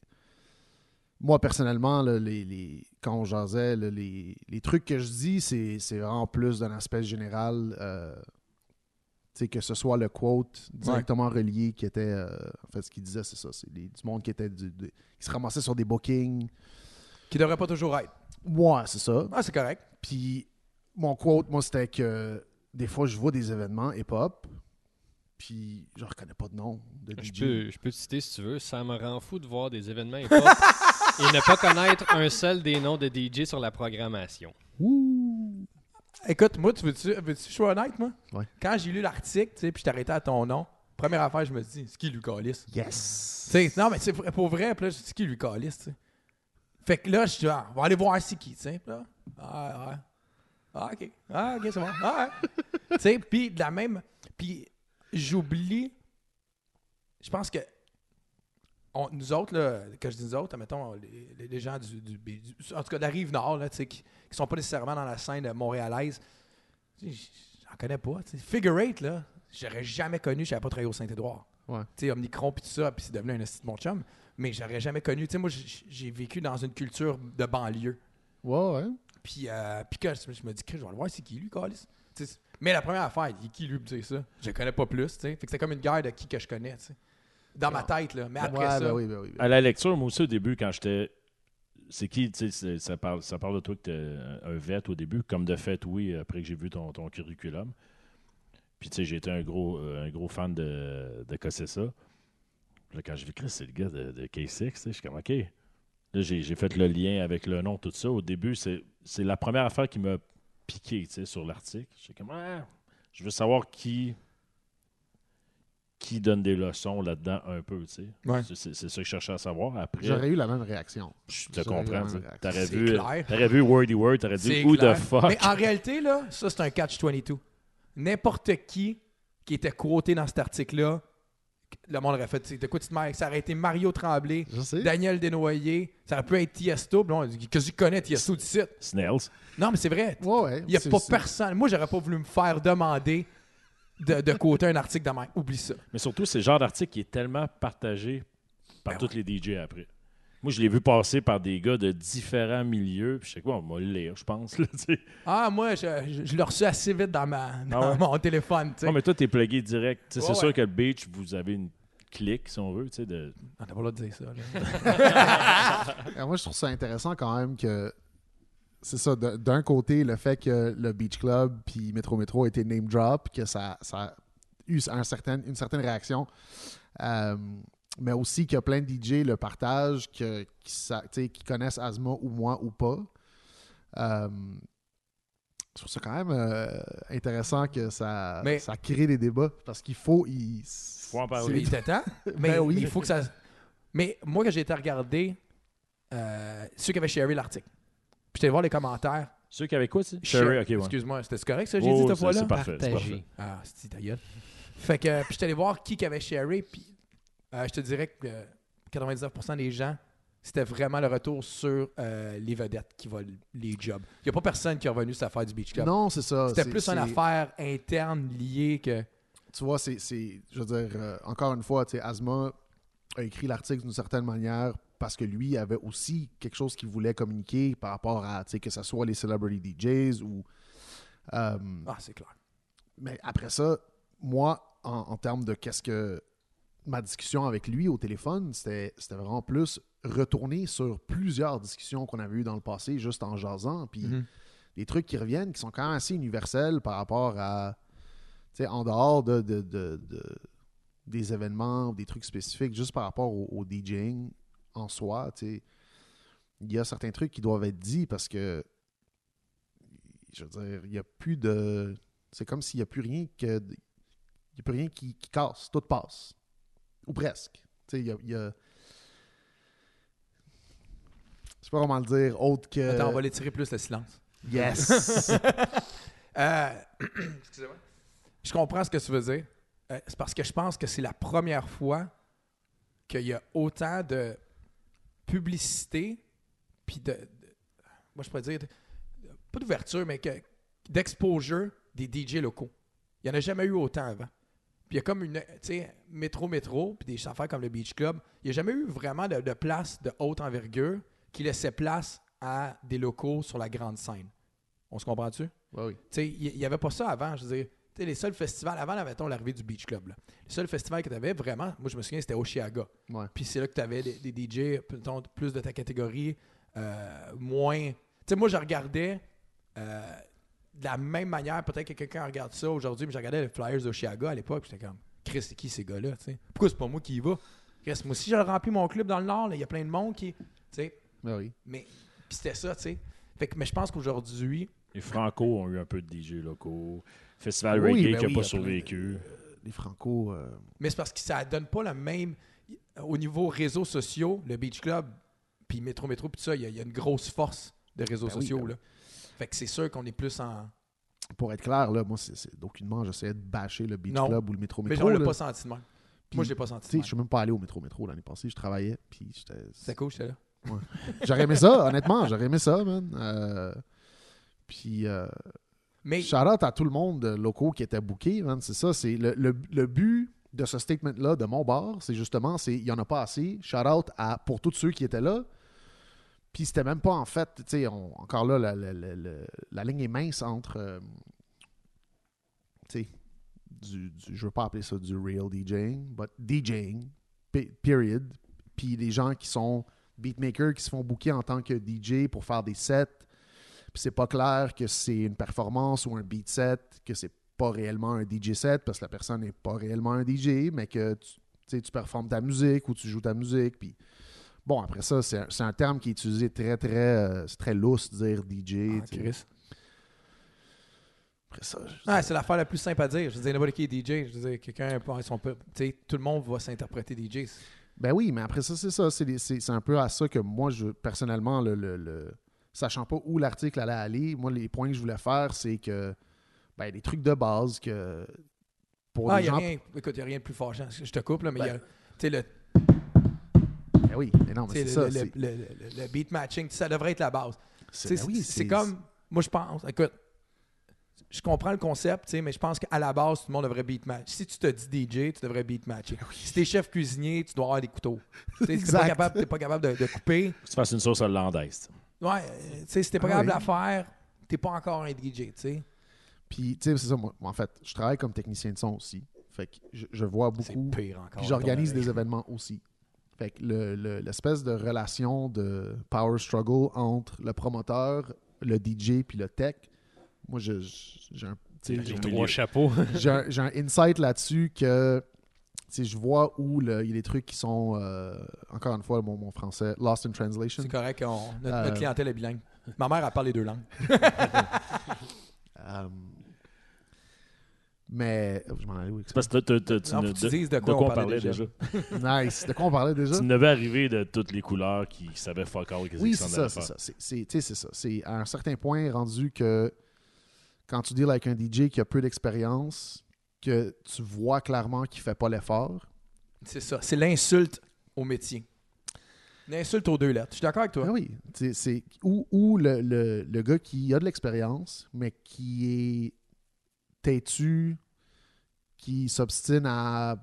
D: moi personnellement, là, les, les- quand on jasait, là, les, les trucs que je dis, c'est, c'est vraiment plus d'un aspect général. euh, tu sais, que ce soit le quote directement relié qui était. euh, en fait, ce qu'il disait, c'est ça. C'est des- du monde qui était du- de- qui se ramassait sur des bookings.
B: Qui devrait pas toujours être.
D: Ouais, c'est ça.
B: Ah, c'est correct.
D: Puis mon quote, moi, c'était que des fois, je vois des événements hip-hop, puis je reconnais pas de nom de
C: Je
D: DJ.
C: peux, je peux te citer si tu veux. Ça me rend fou de voir des événements hip-hop Et ne pas connaître un seul des noms de DJ sur la programmation.
D: Ouh.
B: Écoute, moi, tu veux-tu veux que je sois honnête, moi?
D: Ouais.
B: Quand j'ai lu l'article, tu sais, puis je t'arrêtais à ton nom, première affaire, je me suis dit, c'est qui lui calisse?
D: Yes.
B: Tu sais, non, mais c'est vrai- pour vrai, puis là, je dis, c'est qui lui calisse, tu sais? Fait que là, je suis ah, on va aller voir c'est qui, tu sais, puis là. Ah, ouais. Ah, ok. Ah, ok, c'est bon. Ah, ouais. tu sais, puis de la même. Puis j'oublie. Je pense que. on- nous autres, là, quand je dis nous autres, mettons, les, les gens du, du- du- En tout cas, de la rive nord, là, tu sais, qui, qui sont pas nécessairement dans la scène montréalaise, tu sais, j'en connais pas. tu sais. Figure eight, là, j'aurais jamais connu, j'avais pas travaillé au Saint-Édouard.
D: Ouais.
B: Tu sais, Omnicron, puis tout ça, puis c'est devenu un esti de mon chum. Mais j'aurais jamais connu. Tu sais, moi, j- j'ai vécu dans une culture de banlieue.
D: Ouais, ouais.
B: Puis, euh, puis quand je, je me dis, Chris, je vais le voir, c'est qui lui, Calis? Tu sais, Mais la première affaire, il est qui lui, me dire ça? Je le connais pas plus, tu sais. Fait que c'est comme une guerre de qui que je connais, tu sais. Dans ma tête, là. Mais après
D: Ouais,
B: ça.
D: Ah. ben oui, ben oui. ben
A: À la lecture, moi aussi, au début, quand j'étais. C'est qui, tu sais, c'est- ça parle, ça parle de toi que t'es un- un vet au début, comme de fait, oui, après que j'ai vu ton, ton curriculum. Puis, tu sais, j'étais un gros, euh, un gros fan de, de Cossessa. Puis Là, quand j'ai vu Chris, c'est le gars de, de K6, tu sais, je suis comme, OK. Là, j'ai j'ai fait le lien avec le nom, tout ça. Au début, c'est c'est la première affaire qui m'a piqué, tu sais, sur l'article. J'ai comme, ah, je veux savoir qui, qui donne des leçons là-dedans un peu, tu sais.
B: Ouais.
A: C'est- C'est c'est ça que je cherchais à savoir.
D: oui.
A: Après,
D: J'aurais eu la même réaction.
A: je te
D: j'aurais
A: comprends.
D: eu
A: tu sais.
D: la même
A: T'aurais
B: réaction.
A: vu,
B: C'est clair.
A: t'aurais vu Wordy Word, t'aurais dit
B: C'est
A: Who the
B: clair.
A: fuck.
B: Mais en réalité, là, ça, c'est un catch-22. N'importe qui qui était quoté dans cet article-là, le monde aurait fait, tu sais, de quoi tu te marres? Ça aurait été Mario Tremblay,
D: Je sais.
B: Daniel Desnoyers, ça aurait pu être Tiesto. Puis là, on a dit, que tu connais Tiesto du site.
A: Snails.
B: Non, mais c'est vrai.
D: Ouais, ouais.
B: Il n'y a
D: C'est-
B: pas
D: c'est-
B: personne. Moi, j'aurais pas voulu me faire demander de, de quoter un article de même. Oublie ça.
A: Mais surtout, c'est le genre d'article qui est tellement partagé
B: Ben
A: par tous les DJ après. Moi, je l'ai vu passer par des gars de différents milieux. Puis je sais quoi, on va le lire, je pense. là, tu sais.
B: Ah, moi, je, je- je l'ai reçu assez vite dans, ma, dans
A: Ah ouais?
B: mon téléphone. tu sais.
A: Non, mais toi, t'es plugué direct. Tu sais,
B: Ouais,
A: c'est
B: ouais.
A: sûr que le beach, vous avez une clique, si on veut. tu sais, De...
B: On n'a pas le droit de dire ça. là.
D: Alors, moi, je trouve ça intéressant quand même que. C'est ça, de- d'un côté, le fait que le Beach Club puis Metro Metro a été name drop, que ça, ça a eu un certain, une certaine réaction. Euh, mais aussi qu'il y a plein de DJ le partagent, que, qui, sa- tu sais, qui connaissent Asma ou moi ou pas. Euh, je trouve ça quand même euh, intéressant que ça,
B: Mais-
D: ça crée des débats parce qu'il faut. Il,
A: Faut en parler.
D: c'est-
B: Il était temps. Mais
D: Ben oui.
B: il faut que ça. Mais moi, quand j'ai été regarder euh, ceux qui avaient sharé l'article, puis j'étais voir les commentaires.
A: Ceux qui avaient quoi, tu sais?
B: Share-
A: Sherry, ok, ouais.
B: Excuse-moi, c'était correct ça,
A: Oh,
B: j'ai dit cette
A: c'est-
B: fois-là?
A: c'est parfait, c'est
C: Partagé.
A: parfait.
B: Ah, c'est ta gueule. Fait que, euh, puis j'étais allé voir qui qui avait sharé, puis euh, je te dirais que euh, 99% des gens, c'était vraiment le retour sur euh, les vedettes qui volent les jobs. Il n'y a pas personne qui est revenu sur l'affaire du Beach Club.
D: Non, c'est ça.
B: c'était
D: c'est-
B: plus une
D: c'est-
B: affaire interne liée que.
D: tu vois, c'est, c'est- je veux dire, euh, encore une fois, tu sais, Asma a écrit l'article d'une certaine manière parce que lui avait aussi quelque chose qu'il voulait communiquer par rapport à, tu sais, que ce soit les celebrity DJs ou... euh,
B: Ah, c'est clair.
D: mais après ça, moi, en, en termes de qu'est-ce que... Ma discussion avec lui au téléphone, c'était, c'était vraiment plus retourné sur plusieurs discussions qu'on avait eues dans le passé, juste en jasant, puis des trucs qui reviennent, qui sont quand même assez universels par rapport à, tu sais, en dehors de, de- de- de- des événements, des trucs spécifiques, juste par rapport au, au DJing en soi, tu sais, il y a certains trucs qui doivent être dits parce que, je veux dire, il n'y a plus de... C'est comme s'il n'y a plus rien que... Il y a plus rien qui, qui casse, tout passe. Ou presque. Tu sais, il y a... il y a- je sais pas comment le dire, autre que...
B: Attends, on va les tirer plus le silence.
D: Yes!
B: Euh, Excusez-moi. Je comprends ce que tu veux dire. Euh, c'est parce que je pense que c'est la première fois qu'il y a autant de publicité, puis de, de- Moi, je pourrais dire. de- pas d'ouverture, mais que d'exposure des DJ locaux. Il n'y en a jamais eu autant avant. Puis il y a comme une. Tu sais, métro-métro, puis des affaires comme le Beach Club, il n'y a jamais eu vraiment de, de place de haute envergure qui laissait place à des locaux sur la grande scène. On se comprend-tu?
D: Ouais, oui.
B: Tu sais, il n'y avait pas ça avant. Je veux dire, tu sais, les seuls festivals, avant, là, mettons, l'arrivée du Beach Club, là. le seul festival que tu avais vraiment, moi, je me souviens, c'était Oshiaga.
D: Ouais.
B: Puis c'est là que tu avais des, des DJ, mettons, plus de ta catégorie, euh, moins. Tu sais, moi, je regardais euh, de la même manière, peut-être que quelqu'un regarde ça aujourd'hui, mais je regardais les Flyers d'Oshiaga à l'époque, puis j'étais comme, Chris, c'est qui ces gars-là, tu sais? Pourquoi c'est pas moi qui y va? Chris, moi aussi, j'ai rempli mon club dans le Nord, là, il y a plein de monde qui. Tu sais,
D: Ben oui.
B: Mais puis c'était ça, tu sais. Fait que, mais je pense qu'aujourd'hui,
A: Les Franco ont eu un peu de DJ locaux. Festival
D: Oui,
A: Reggae
D: ben
A: qui n'a
D: oui,
A: pas
D: après,
A: survécu.
D: Les Franco. euh,
B: mais c'est parce que ça donne pas la même euh, au niveau réseaux sociaux, le Beach Club, puis Métro Métro, puis tout ça, il y, a- il y a une grosse force de réseaux
D: Ben oui,
B: sociaux
D: ben oui.
B: là. Fait que c'est sûr qu'on est plus en
D: pour être clair, là, moi, c'est- c'est d'aucunement, j'essayais de bâcher le Beach
B: Non.
D: Club ou le métro
B: Mais
D: métro.
B: on l'a
D: là.
B: pas senti de même.
D: Puis,
B: Moi, je l'ai pas senti.
D: Tu sais,
B: de
D: je
B: même.
D: suis même pas allé au métro métro l'année passée, je travaillais, puis j'étais-
B: C'est cool, j'étais là.
D: J'aurais aimé ça, honnêtement, j'aurais aimé ça, man. Euh, Puis, euh,
B: Mais
D: shout out à tout le monde euh, locaux qui était booké, man. C'est ça, c'est le, le- le but de ce statement-là de mon bar, c'est justement, c'est il y en a pas assez. Shout out à, pour tous ceux qui étaient là. Puis c'était même pas en fait, tu sais, on- encore là, la, la- la- la- la ligne est mince entre, euh, tu sais, du, du- je veux pas appeler ça du real DJing, but DJing, pe- period. Puis les gens qui sont beatmakers, qui se font booker en tant que DJ pour faire des sets. Puis c'est pas clair que c'est une performance ou un beat set, que c'est pas réellement un DJ set parce que la personne n'est pas réellement un DJ, mais que tu, tu sais, tu performes ta musique ou tu joues ta musique. Puis bon, après ça, c'est un, c'est un terme qui est utilisé très, très, euh, c'est très lousse de dire DJ.
B: Ah,
D: tu sais.
B: Chris.
D: Après ça, je-
B: Ah, c'est l'affaire la plus simple à dire. Je veux dire, n'importe qui est DJ. Je veux dire, quelqu'un, peut- son peu- tu sais, tout le monde va s'interpréter DJ.
D: Ben oui, mais après ça, c'est ça. C'est les- C'est c'est un peu à ça que moi, je personnellement, le, le- le- sachant pas où l'article allait aller, moi, les points que je voulais faire, c'est que ben, les trucs de base que pour
B: Ah, il
D: les
B: n'y a
D: gens.
B: rien. Écoute, il n'y a rien de plus fâchant. Je je te coupe, là, mais il y a.
D: Ben,
B: Tu sais, le,
D: Ben oui, mais non, mais
B: tu sais, le-
D: c'est ça.
B: le-
D: c'est-
B: le- le- le- le beat matching, ça devrait être la base. Tu
D: C'est
B: sais,
D: ben
B: C'est
D: oui,
B: c'est comme. Moi, je pense. Écoute, je comprends le concept, tu sais, mais je pense qu'à la base, tout le monde devrait beat match. Si tu te dis DJ, tu devrais beat matcher. Si t'es chef cuisinier, tu dois avoir des couteaux. Tu sais, Si t'es pas
D: Ben Exact.
B: capable, t'es pas capable de- de couper.
A: Faut que tu fasses une sauce hollandaise.
B: Ouais, euh, tu sais, si t'es pas
D: Ah
B: capable de
D: oui.
B: la faire, t'es pas encore un DJ, tu sais.
D: Puis, tu sais, c'est ça. Moi, moi, en fait, je travaille comme technicien de son aussi. Fait que je, je vois beaucoup.
B: pire encore. euh,
D: Puis j'organise
B: ton-
D: des événements aussi. Fait que le- le- l'espèce de relation de power struggle entre le promoteur, le DJ puis le tech, moi je- je- j'ai un, tu sais,
A: J'ai
D: j'ai-
A: au milieu.
C: Trois chapeaux.
D: j'ai un- j'ai un insight là-dessus que tu sais, je vois où le- il y a des trucs qui sont, euh, encore une fois, mon, mon français, lost in translation.
B: C'est correct, on- notre,
D: Euh,
B: notre clientèle est bilingue. Ma mère, elle parle les deux langues.
D: Euh, mais je m'en allais où avec
A: C'est
D: ça?
A: parce que t'as- t'as- tu
B: Non,
A: ne-
B: faut que tu
A: de-
B: dises de
A: de
B: quoi on
A: on
B: parlait
A: parlait
B: déjà.
A: déjà.
D: Nice. De quoi on parlait déjà?
A: Tu n'avais arrivé de toutes les couleurs qui savaient fuck all qu'est-ce
D: Oui,
A: qu'ils
D: c'est
A: s'en
D: ça,
A: allaient
D: c'est
A: faire.
D: ça. C'est- c'est- tu sais, c'est ça. C'est à un certain point rendu que quand tu deals avec un DJ qui a peu d'expérience, que tu vois clairement qu'il fait pas l'effort.
B: C'est ça, c'est l'insulte au métier. L'insulte aux deux lettres. Je suis d'accord avec toi.
D: Ah oui. Tu sais, C'est ou, ou le, le- le gars qui a de l'expérience, mais qui est têtu, qui s'obstine à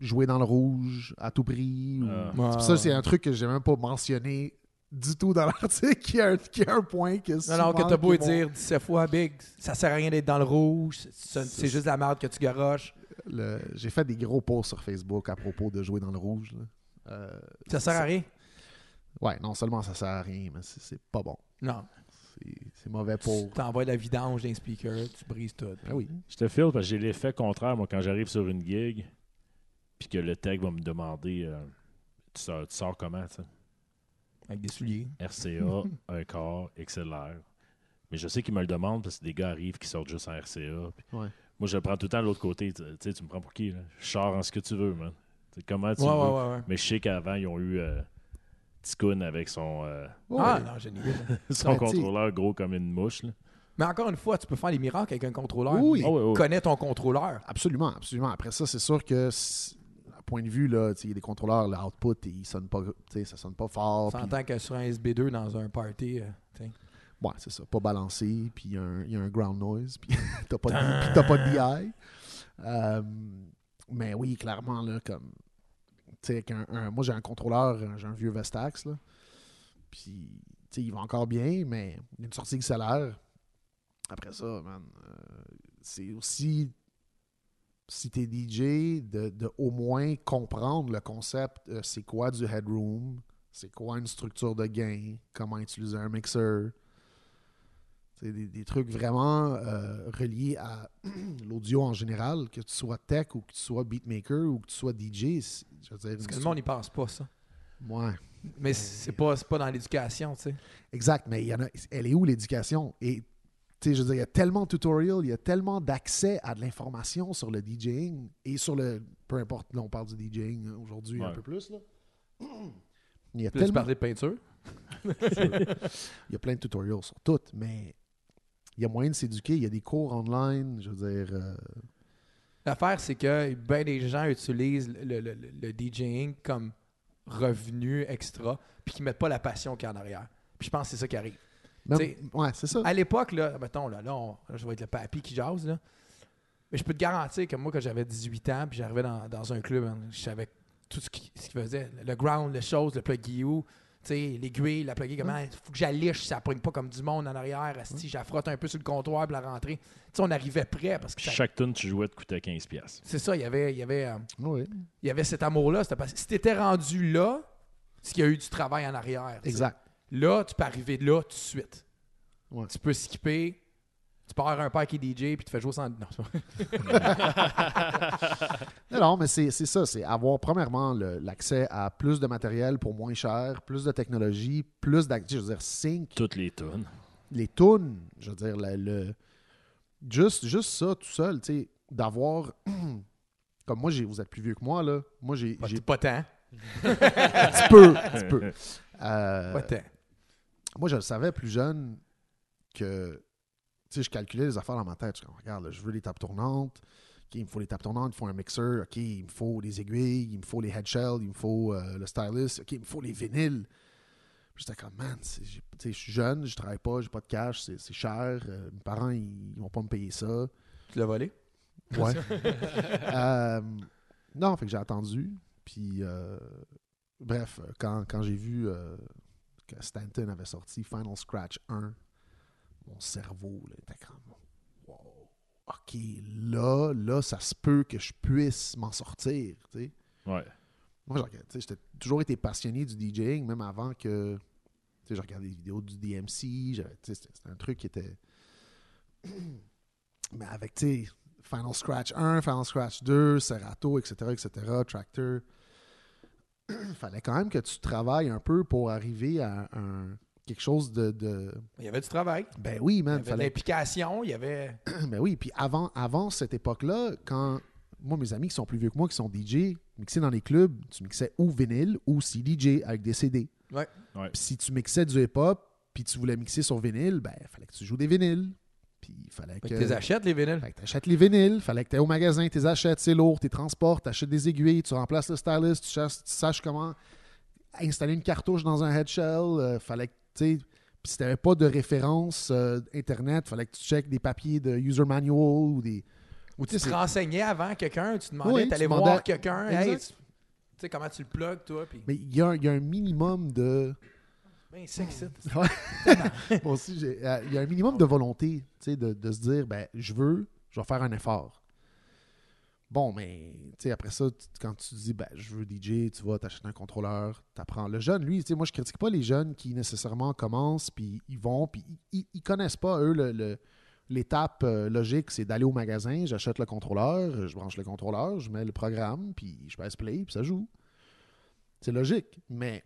D: jouer dans le rouge à tout prix. ou-
A: Ah.
D: C'est pour ça, c'est un truc que j'ai même pas mentionné du tout dans l'article, qui est un, qui est un point que
B: Non, non, que
D: souvent,
B: t'as beau
D: qui est mon-
B: dire 17 fois big, ça sert à rien d'être dans le rouge, c'est- c'est c'est juste de la merde que tu garoches.
D: Le- J'ai fait des gros posts sur Facebook à propos de jouer dans le rouge. là. Euh,
B: Ça sert à rien.
D: ouais, non seulement ça sert à rien, mais c'est c'est pas bon.
B: Non.
D: C'est- C'est mauvais
B: Tu
D: pour.
B: t'envoies de la vidange d'un speaker, tu brises tout.
D: Ah oui.
A: Je te file parce que j'ai l'effet contraire, moi, quand j'arrive sur une gig, puis que le tech va me demander euh, tu, sors, tu sors comment, tu sais?
B: Avec des souliers.
A: RCA, un corps, XLR. Mais je sais qu'ils me le demandent parce que des gars arrivent qui sortent juste en RCA. puis
D: Ouais.
A: Moi, je le prends tout le temps de l'autre côté. Tu tu sais, tu me prends pour qui? Là? Je sors en ce que tu veux, man. Tu sais, comment
D: Ah,
A: tu
B: ouais,
A: veux.
B: ouais, ouais, ouais.
A: Mais je sais qu'avant, ils ont eu euh, Ticoun avec son, euh,
B: Ah,
D: Ouais.
B: non, génial.
A: son
D: Ouais, tu sais.
A: contrôleur gros comme une mouche. là.
B: Mais encore une fois, tu peux faire des miracles avec un contrôleur.
D: Oui.
A: Ah ouais, ouais.
B: Connais ton contrôleur.
D: Absolument, absolument. Après ça, c'est sûr que, c'est- à point de vue, là, tu sais, il y a des contrôleurs, l'output, il sonne pas, tu sais, ça sonne pas fort.
B: Ça
D: Ah, puis-
B: entend que sur un SB2 dans un party. euh, t'sais.
D: Ouais, c'est ça. Pas balancé, puis il y, a un- il y a un ground noise, puis t'as pas, de- puis t'as pas de DI. Euh, mais oui, clairement, là, comme. Tu sais, qu'un- un- moi, j'ai un contrôleur, un- j'ai un vieux Vestax, là. Puis, tu sais, il va encore bien, mais il y a une sortie de salaire. Après ça, man, euh, c'est aussi. Si t'es DJ, de, de au moins comprendre le concept, euh, c'est quoi du headroom, c'est quoi une structure de gain, comment utiliser un mixer. C'est des, des trucs vraiment euh, reliés à l'audio en général, que tu sois tech ou que tu sois beatmaker ou que tu sois DJ. c'est- Ben, Je veux dire,
B: Parce
D: une
B: que le
D: stru-
B: monde n'y pense pas, ça.
D: Ouais.
B: Mais c'est pas, c'est pas dans l'éducation, tu sais.
D: Exact, mais il y en a, elle est où l'éducation? Et tu sais, je veux dire, il y a tellement de tutorials, il y a tellement d'accès à de l'information sur le DJing et sur le. Peu importe, là, on parle du DJing hein, aujourd'hui un
A: Ouais.
D: peu plus. Là. Il y a
B: Puis là, tu
D: tellement.
B: parlais de peinture.
D: Il y a plein de tutorials sur tout, mais il y a moyen de s'éduquer. Il y a des cours online, je veux dire. euh,
B: L'affaire, c'est que bien des gens utilisent le, le- le- le DJing comme revenu extra, puis qui mettent pas la passion qu'il y a en arrière. Puis je pense que c'est ça qui arrive.
D: même-
B: T'sais-
D: ouais, c'est ça.
B: À l'époque, là, mettons, là, là, on- là, je vais être le papy qui jase, là. Mais je peux te garantir que moi, quand j'avais 18 ans, puis j'arrivais dans, dans un club, hein, je savais tout ce qui- ce qu'il faisait. Le ground, les choses, le plug-guillou, l'aiguille, la plug comment faut que j'alliche, ça pogne pas comme du monde en arrière, asti, j'affrotte un peu sur le comptoir, puis la rentrée. Tu sais, on arrivait prêt parce que ça-
A: Chaque tune que tu jouais te coûtait 15$. piastres.
B: c'est ça, il y avait, il y avait, euh,
D: Oui,
B: il y avait cet amour-là. c'était parce- Si t'étais rendu là, c'est qu'il y a eu du travail en arrière. tu sais.
D: exact.
B: Là, tu peux arriver là tout de suite.
D: Ouais.
B: Tu peux skipper. Tu peux avoir un père qui est DJ puis tu fais jouer sans. Non, c'est pas-
D: Non, non, mais c'est c'est ça. C'est avoir, premièrement, le- l'accès à plus de matériel pour moins cher, plus de technologie, plus d'ac- tu sais, Je veux dire, sync,
A: Toutes les tunes.
D: les tunes, je veux dire, le, le- juste, juste ça tout seul, tu sais, d'avoir. Comme moi, j'ai- vous êtes plus vieux que moi, là. Moi, j'ai
B: Pas,
D: j'ai
B: pas tant.
D: un petit peu. un petit peu. Euh,
B: Pas tant.
D: moi, je le savais plus jeune que. Tu sais, je calculais les affaires dans ma tête. Je suis comme, regarde, là, je veux les tapes tournantes. OK, il me faut les tapes tournantes, il me faut un mixeur. OK, il me faut des aiguilles, il me faut les headshells, il me faut euh, le stylus. OK, il me faut les vinyles. Puis J'étais comme, man, c'est- j'ai- tu sais, je suis jeune, je travaille pas, j'ai pas de cash, c'est c'est cher. euh, mes parents, ils, ils vont pas me payer ça.
B: Tu l'as volé.
D: Ouais. Euh, non, fait que j'ai attendu. Puis, euh, bref, euh, quand, quand j'ai vu euh, que Stanton avait sorti Final Scratch 1, mon cerveau là, était comme Wow, ok, là, là, ça se peut que je puisse m'en sortir. tu sais.
A: Ouais.
D: Moi, j'ai regardé- tu sais, j'étais toujours été passionné du DJing, même avant que. Tu sais, je regardais des vidéos du DMC. j'avais- tu sais, C'était c'était un truc qui était. Mais avec, tu sais, Final Scratch 1, Final Scratch 2, Serato, etc., etc., Tractor. Fallait quand même que tu travailles un peu pour arriver à un, quelque chose de, de-
B: Il y avait du travail.
D: Ben oui,
B: Il y
D: man.
B: avait de
D: Fallait...
B: l'implication. Il y avait.
D: Ben oui, puis avant, avant cette époque-là, quand moi, mes amis qui sont plus vieux que moi, qui sont DJ, mixés dans les clubs, tu mixais ou vinyle ou CDJ avec des CD.
B: Ouais.
A: Ouais.
D: Puis si tu mixais du hip-hop, puis tu voulais mixer sur vinyle, ben, fallait que tu joues des vinyles. Puis il fallait que.
B: Fait que tu les achètes, les vinyles.
D: Fait que t'achètes les vinyles, fallait que t'ailles au magasin, t'es achètes, c'est lourd, t'es transportes, t'achètes des aiguilles, tu remplaces le stylus, tu, chasses- tu saches comment installer une cartouche dans un headshell, euh, fallait que, tu sais, puis si t'avais pas de référence euh, internet, fallait que tu checkes des papiers de user manual ou des...
B: Ou tu
D: c'est-
B: te renseignais avant quelqu'un. Tu demandais,
D: Oui,
B: t'allais
D: tu
B: voir
D: demandais-
B: quelqu'un.
D: Exact.
B: Hey, tu tu sais comment tu le plugues, toi. Puis.
D: Mais il y, a un- il y a un minimum de...
B: Ben, c'est que c'est-
D: Moi aussi, j'ai- euh, il y a un minimum de volonté, tu sais, de, de se dire, ben, je veux, je vais faire un effort. Bon, mais tu sais, après ça, tu- quand tu dis, ben, je veux DJ, tu vas t'acheter un contrôleur, t'apprends. Le jeune, lui, tu sais, moi, je critique pas les jeunes qui nécessairement commencent, puis ils vont, puis ils, ils- ils connaissent pas, eux, le- le- l'étape euh, logique, c'est d'aller au magasin, j'achète le contrôleur, je branche le contrôleur, je mets le programme, puis je passe play, puis ça joue. C'est logique, mais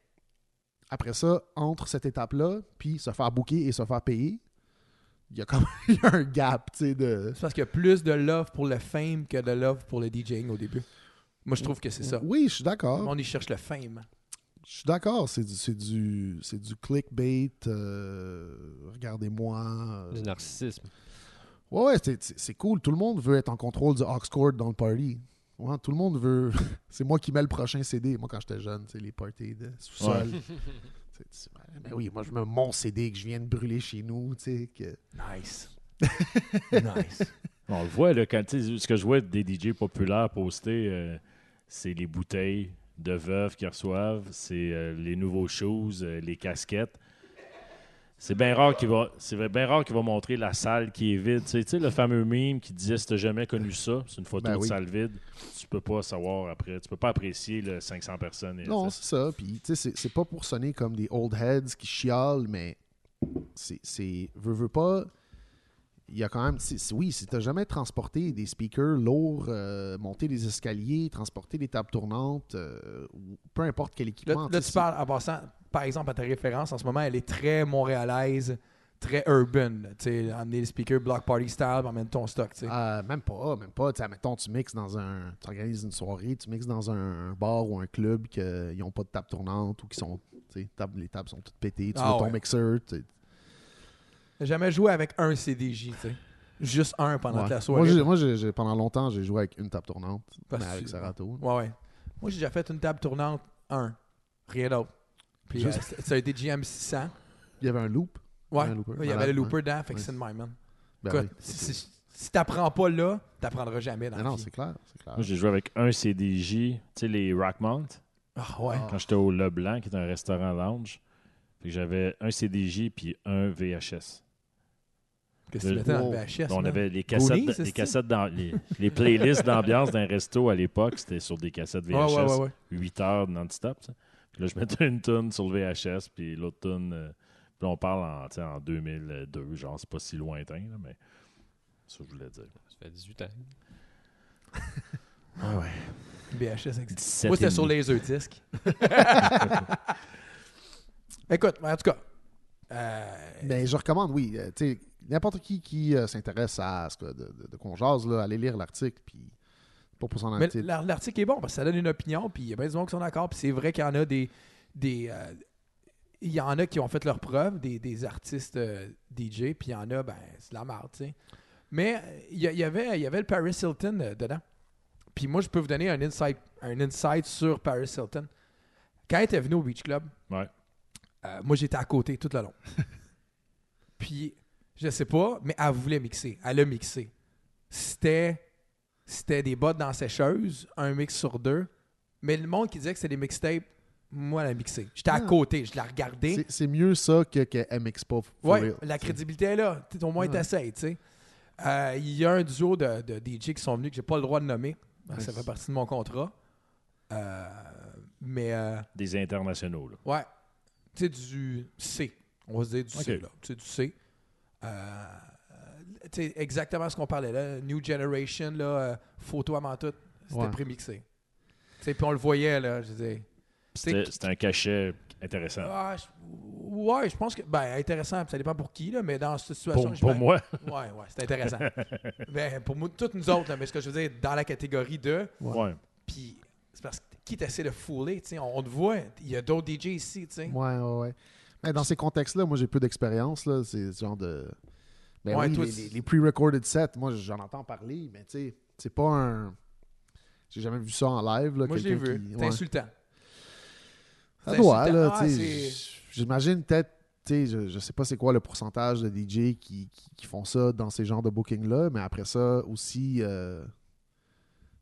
D: après ça, entre cette étape-là, puis se faire booker et se faire payer, il y a comme il y a un gap, tu sais, de...
B: C'est parce qu'il y a plus de love pour le fame que de love pour le DJing au début. Moi, je trouve que c'est ça.
D: Oui, je suis
B: Le
D: d'accord.
B: monde, il cherche le fame.
D: Je suis d'accord, c'est du, c'est du, c'est du clickbait, euh, regardez-moi. euh,
C: Du narcissisme.
D: Ouais, ouais, c'est- c'est c'est cool, tout le monde veut être en contrôle du Oxcord dans le party. Ouais, tout le monde veut... c'est moi qui mets le prochain CD. Moi, quand j'étais jeune, tu sais, les parties de sous-sol. Tu sais, tu- Ben oui, moi, je mets mon CD que je viens de brûler chez nous, tu sais, que...
B: Nice. nice.
A: On le voit, là, quand, tu sais, ce que je vois des DJ populaires poster, euh, c'est les bouteilles de veuves qu'ils reçoivent, c'est euh, les nouveaux shoes, euh, les casquettes. C'est bien rare qu'il va, c'est bien rare qu'il va montrer la salle qui est vide. Tu sais, tu sais, le fameux mime qui disait si t'as jamais connu ça, c'est une photo
D: Ben
A: de
D: oui.
A: salle vide. Tu peux pas savoir après, tu peux pas apprécier le 500 personnes. et-
D: Non,
A: tu sais.
D: c'est ça. Puis, tu sais, c'est- c'est pas pour sonner comme des old heads qui chialent, mais c'est. c'est- Veux, veux pas. il y a quand même. si- si- oui, si t'as jamais transporté des speakers lourds, euh, monté des escaliers, transporté des tables tournantes, euh, ou peu importe quel
B: Là,
D: équipement.
B: là,
D: tu sais,
B: tu parles, en passant, par exemple, à ta référence, en ce moment, elle est très montréalaise, très urban. là. Tu sais, emmener les speakers, block party style, puis emmène ton stock. tu sais.
D: Euh, même pas, même pas. Tu sais, mettons, tu mixes dans un. Tu organises une soirée, tu mixes dans un, un bar ou un club qui n'ont pas de table tournante ou qui sont. tu sais, table- les tables sont toutes pétées. Tu
B: Ah
D: veux ton
B: ouais.
D: mixeur. tu sais.
B: J'ai jamais joué avec un CDJ, tu sais. Juste un pendant
D: Ouais.
B: la
D: Moi,
B: soirée.
D: j'ai- moi j'ai- j'ai- pendant longtemps, j'ai joué avec une table tournante,
B: Parce
D: mais
B: que-
D: avec Sarato.
B: Ouais, ouais. Moi, j'ai déjà fait une table tournante, un. Rien d'autre. Puis
D: Juste-
B: euh, c'était- ça a été GM600.
D: Il y avait un loop.
B: Ouais,
D: Un looper.
B: il y avait
D: Malade,
B: le looper dedans, fait que
D: Ouais.
B: c'est de même, man.
D: Ben
B: Écoute,
D: oui,
B: si, si- si t'apprends pas là, t'apprendras jamais dans
D: Mais
B: la
D: non,
B: vie.
D: c'est clair. c'est clair.
A: Moi, j'ai joué avec un CDJ, tu sais, les Rockmount,
B: Ah ouais.
A: quand j'étais au Leblanc, qui est un restaurant lounge. Fait que j'avais un CDJ puis un VHS.
B: Qu'est-ce que tu mettais dans le
D: Wow.
B: VHS?
A: on
B: man?
A: avait les cassettes,
B: Goonies,
A: de-
B: c'est
A: les,
B: ça?
A: cassettes dans, les, les playlists d'ambiance d'un resto à l'époque, c'était sur des cassettes VHS,
B: Ouais, ouais, ouais, ouais.
A: 8 heures non-stop. ça. Puis là, je mettais une tune sur le VHS, puis l'autre tune. euh, puis là, on parle en, tu sais, en 2002, genre, c'est pas si lointain, là, mais c'est ça que je voulais dire.
C: Ça fait 18 ans.
A: Ah ouais.
B: VHS existe.
A: 17
B: Moi,
A: et
B: c'était sur
A: demi.
B: laser disc. Écoute, mais en tout cas. euh,
D: Ben, je recommande, oui. Euh, tu sais, n'importe qui qui euh, s'intéresse à ce que de, de, de qu'on jase, là, allez lire l'article, puis pas pour s'en
B: mais
D: titre.
B: l'ar- l'article est bon parce que ça donne une opinion, puis il y a bien du monde qui sont d'accord, puis c'est vrai qu'il y en a des. des euh, il y en a qui ont fait leurs preuves, des, des artistes euh, DJ, puis il y en a, ben, c'est de la marde, tu sais. Mais euh, il y, a- il y avait, il y avait le Paris Hilton euh, dedans. Puis moi, je peux vous donner un insight, un insight sur Paris Hilton. Quand elle était venue au Beach Club,
A: Ouais.
B: euh, moi, j'étais à côté tout le long. Puis, je sais pas, mais elle voulait mixer. Elle a mixé. C'était c'était des bottes dans la sécheuse, un mix sur deux. Mais le monde qui disait que c'était des mixtapes, moi, elle a mixé. J'étais à
D: Ah.
B: côté, je la regardais.
D: C'est- C'est mieux ça que, que MX pas. for
B: Ouais,
D: real,
B: la
D: tu sais.
B: crédibilité est là. T'sais, au moins,
D: Ouais.
B: t'essayes, tu sais. Euh, Il y a un duo de, de DJ qui sont venus que j'ai pas le droit de nommer.
D: Nice.
B: Ça fait partie de mon contrat. Euh, mais, euh,
A: Des internationaux, là.
B: ouais, tu sais, du C. On va se dire du C,
A: Ok.
B: là. Tu sais, du C. Euh, tu sais, exactement ce qu'on parlait, là. New Generation, là, euh, photo avant tout, c'était
D: Ouais.
B: prémixé. Tu sais, puis on le voyait, là, je disais.
A: C'était c'était un cachet intéressant.
B: Ah, je- ouais, je pense que. Ben, intéressant, ça dépend pour qui, là, mais dans cette situation.
A: Pour,
B: je
A: pour
B: pense-
A: moi,
B: Ouais, ouais, c'est intéressant. ben, pour nous, toutes nous autres, là, mais ce que je veux dire, dans la catégorie de.
D: Ouais.
A: ouais.
B: Puis, c'est parce que qui t'essaie de fouler, tu sais, on, on te voit, il y a d'autres DJ ici, tu sais.
D: Ouais, ouais, ouais. Mais dans ces contextes-là, moi, j'ai peu d'expérience. là. C'est ce genre de. Ben
B: Ouais,
D: oui,
B: toi,
D: les,
B: tu-
D: les- les pre-recorded sets, moi, j'en entends parler, mais tu sais, c'est pas un. J'ai jamais vu ça en live. Là,
B: Moi, je l'ai
D: quelqu'un
B: vu.
D: qui-
B: C'est
D: ouais.
B: insultant.
D: Ça
B: C'est
D: doit,
B: insultant.
D: là.
B: Ah,
D: tu sais,
B: c'est-
D: j- J'imagine peut-être, tu sais, je, je sais pas c'est quoi le pourcentage de DJ qui, qui- qui font ça dans ces genres de bookings-là, mais après ça aussi, euh,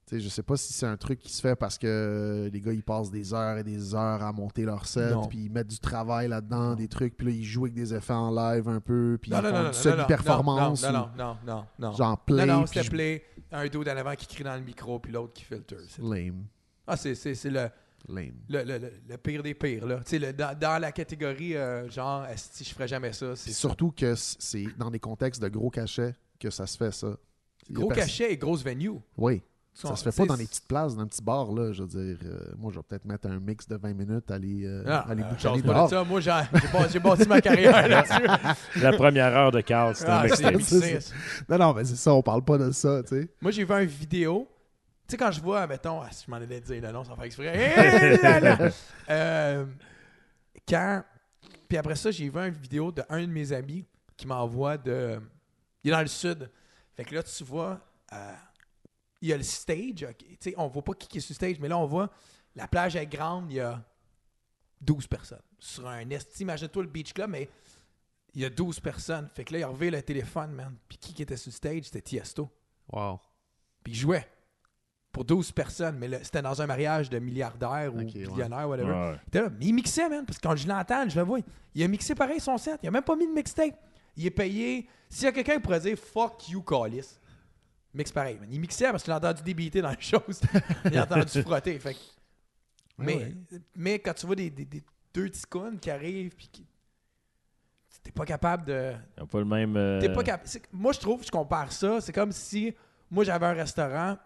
D: tu sais, je sais pas si c'est un truc qui se fait parce que les gars, ils passent des heures et des heures à monter leur set,
B: Non.
D: puis ils mettent du travail là-dedans, des trucs, puis là, ils jouent avec des effets en live un peu, puis
B: Non,
D: ils
B: non,
D: font
B: non,
D: une
B: non, non, non,
D: semi-performance,
B: Non, non, non, non, non.
D: ou
B: non.
D: genre play,
B: non, non,
D: puis
B: c'était
D: je-
B: play. Un dos dans l'avant qui crie dans le micro, puis l'autre qui filtre. c'est-
D: Lame,
B: Ah, c'est c'est- c'est le,
D: lame.
B: le, le, le- le pire des pires, là. Tu sais, le- dans, dans la catégorie, euh, genre, si je ferais jamais ça, c'est
D: Puis surtout que c- c'est dans des contextes de gros cachets que ça se fait, ça. Il y a
B: Gros
D: personne-
B: cachet et grosse venue.
D: Oui. Ça se fait pas dans les
B: les
D: petites places, dans les petits bars, là. Je veux dire, euh, moi, je vais peut-être mettre un mix de 20 minutes, aller, euh,
B: Non,
D: aller
B: euh,
D: boucaner
B: j'ose pas
D: dehors.
B: de ça. Moi, j'ai j'ai bâti, j'ai bâti ma carrière là-dessus.
A: La première heure de Carl, c'était un
B: Ah, c'est
A: mixtape.
B: mixé.
D: C'est Non, non, mais c'est ça, on parle pas de ça, tu sais.
B: Moi, j'ai vu une vidéo. Tu sais, quand je vois, mettons, ah, si je m'en allais dire le nom sans faire exprès. Hé, là, là. Euh, quand. Puis après ça, j'ai vu une vidéo de un de mes amis qui m'envoie de. Il est dans le sud. Fait que là, tu vois, euh, il y a le stage. ok. Tu sais, on voit pas qui, qui est sur le stage, mais là, on voit la plage est grande, il y a 12 personnes. Sur un esti, imagine-toi le beach club, mais il y a 12 personnes. Fait que là, il a relevé le téléphone, man. Puis qui, qui était sur le stage? C'était Tiesto.
D: Wow.
B: Puis il jouait pour 12 personnes, mais là, c'était dans un mariage de milliardaires ou
D: Ok, ouais.
B: millionnaires, whatever.
A: Ouais, ouais.
B: Il était là, mais il mixait, man, parce que quand je l'entends, je le vois. Il a mixé pareil son set. Il a même pas mis de mixtape. Il est payé. S'il y a quelqu'un qui pourrait dire fuck you, Callis, mixe pareil, man. Il mixait parce qu'il a entendu débiter dans les choses. il a entendu frotter. Fait que- mais, mais quand tu vois des, des- des- deux petits cons qui arrivent, puis qui. C'était pas capable de.
A: Ils n'ont pas le même. euh,
B: T'es pas capable. Moi, je trouve, je compare ça. C'est comme si moi, j'avais un restaurant,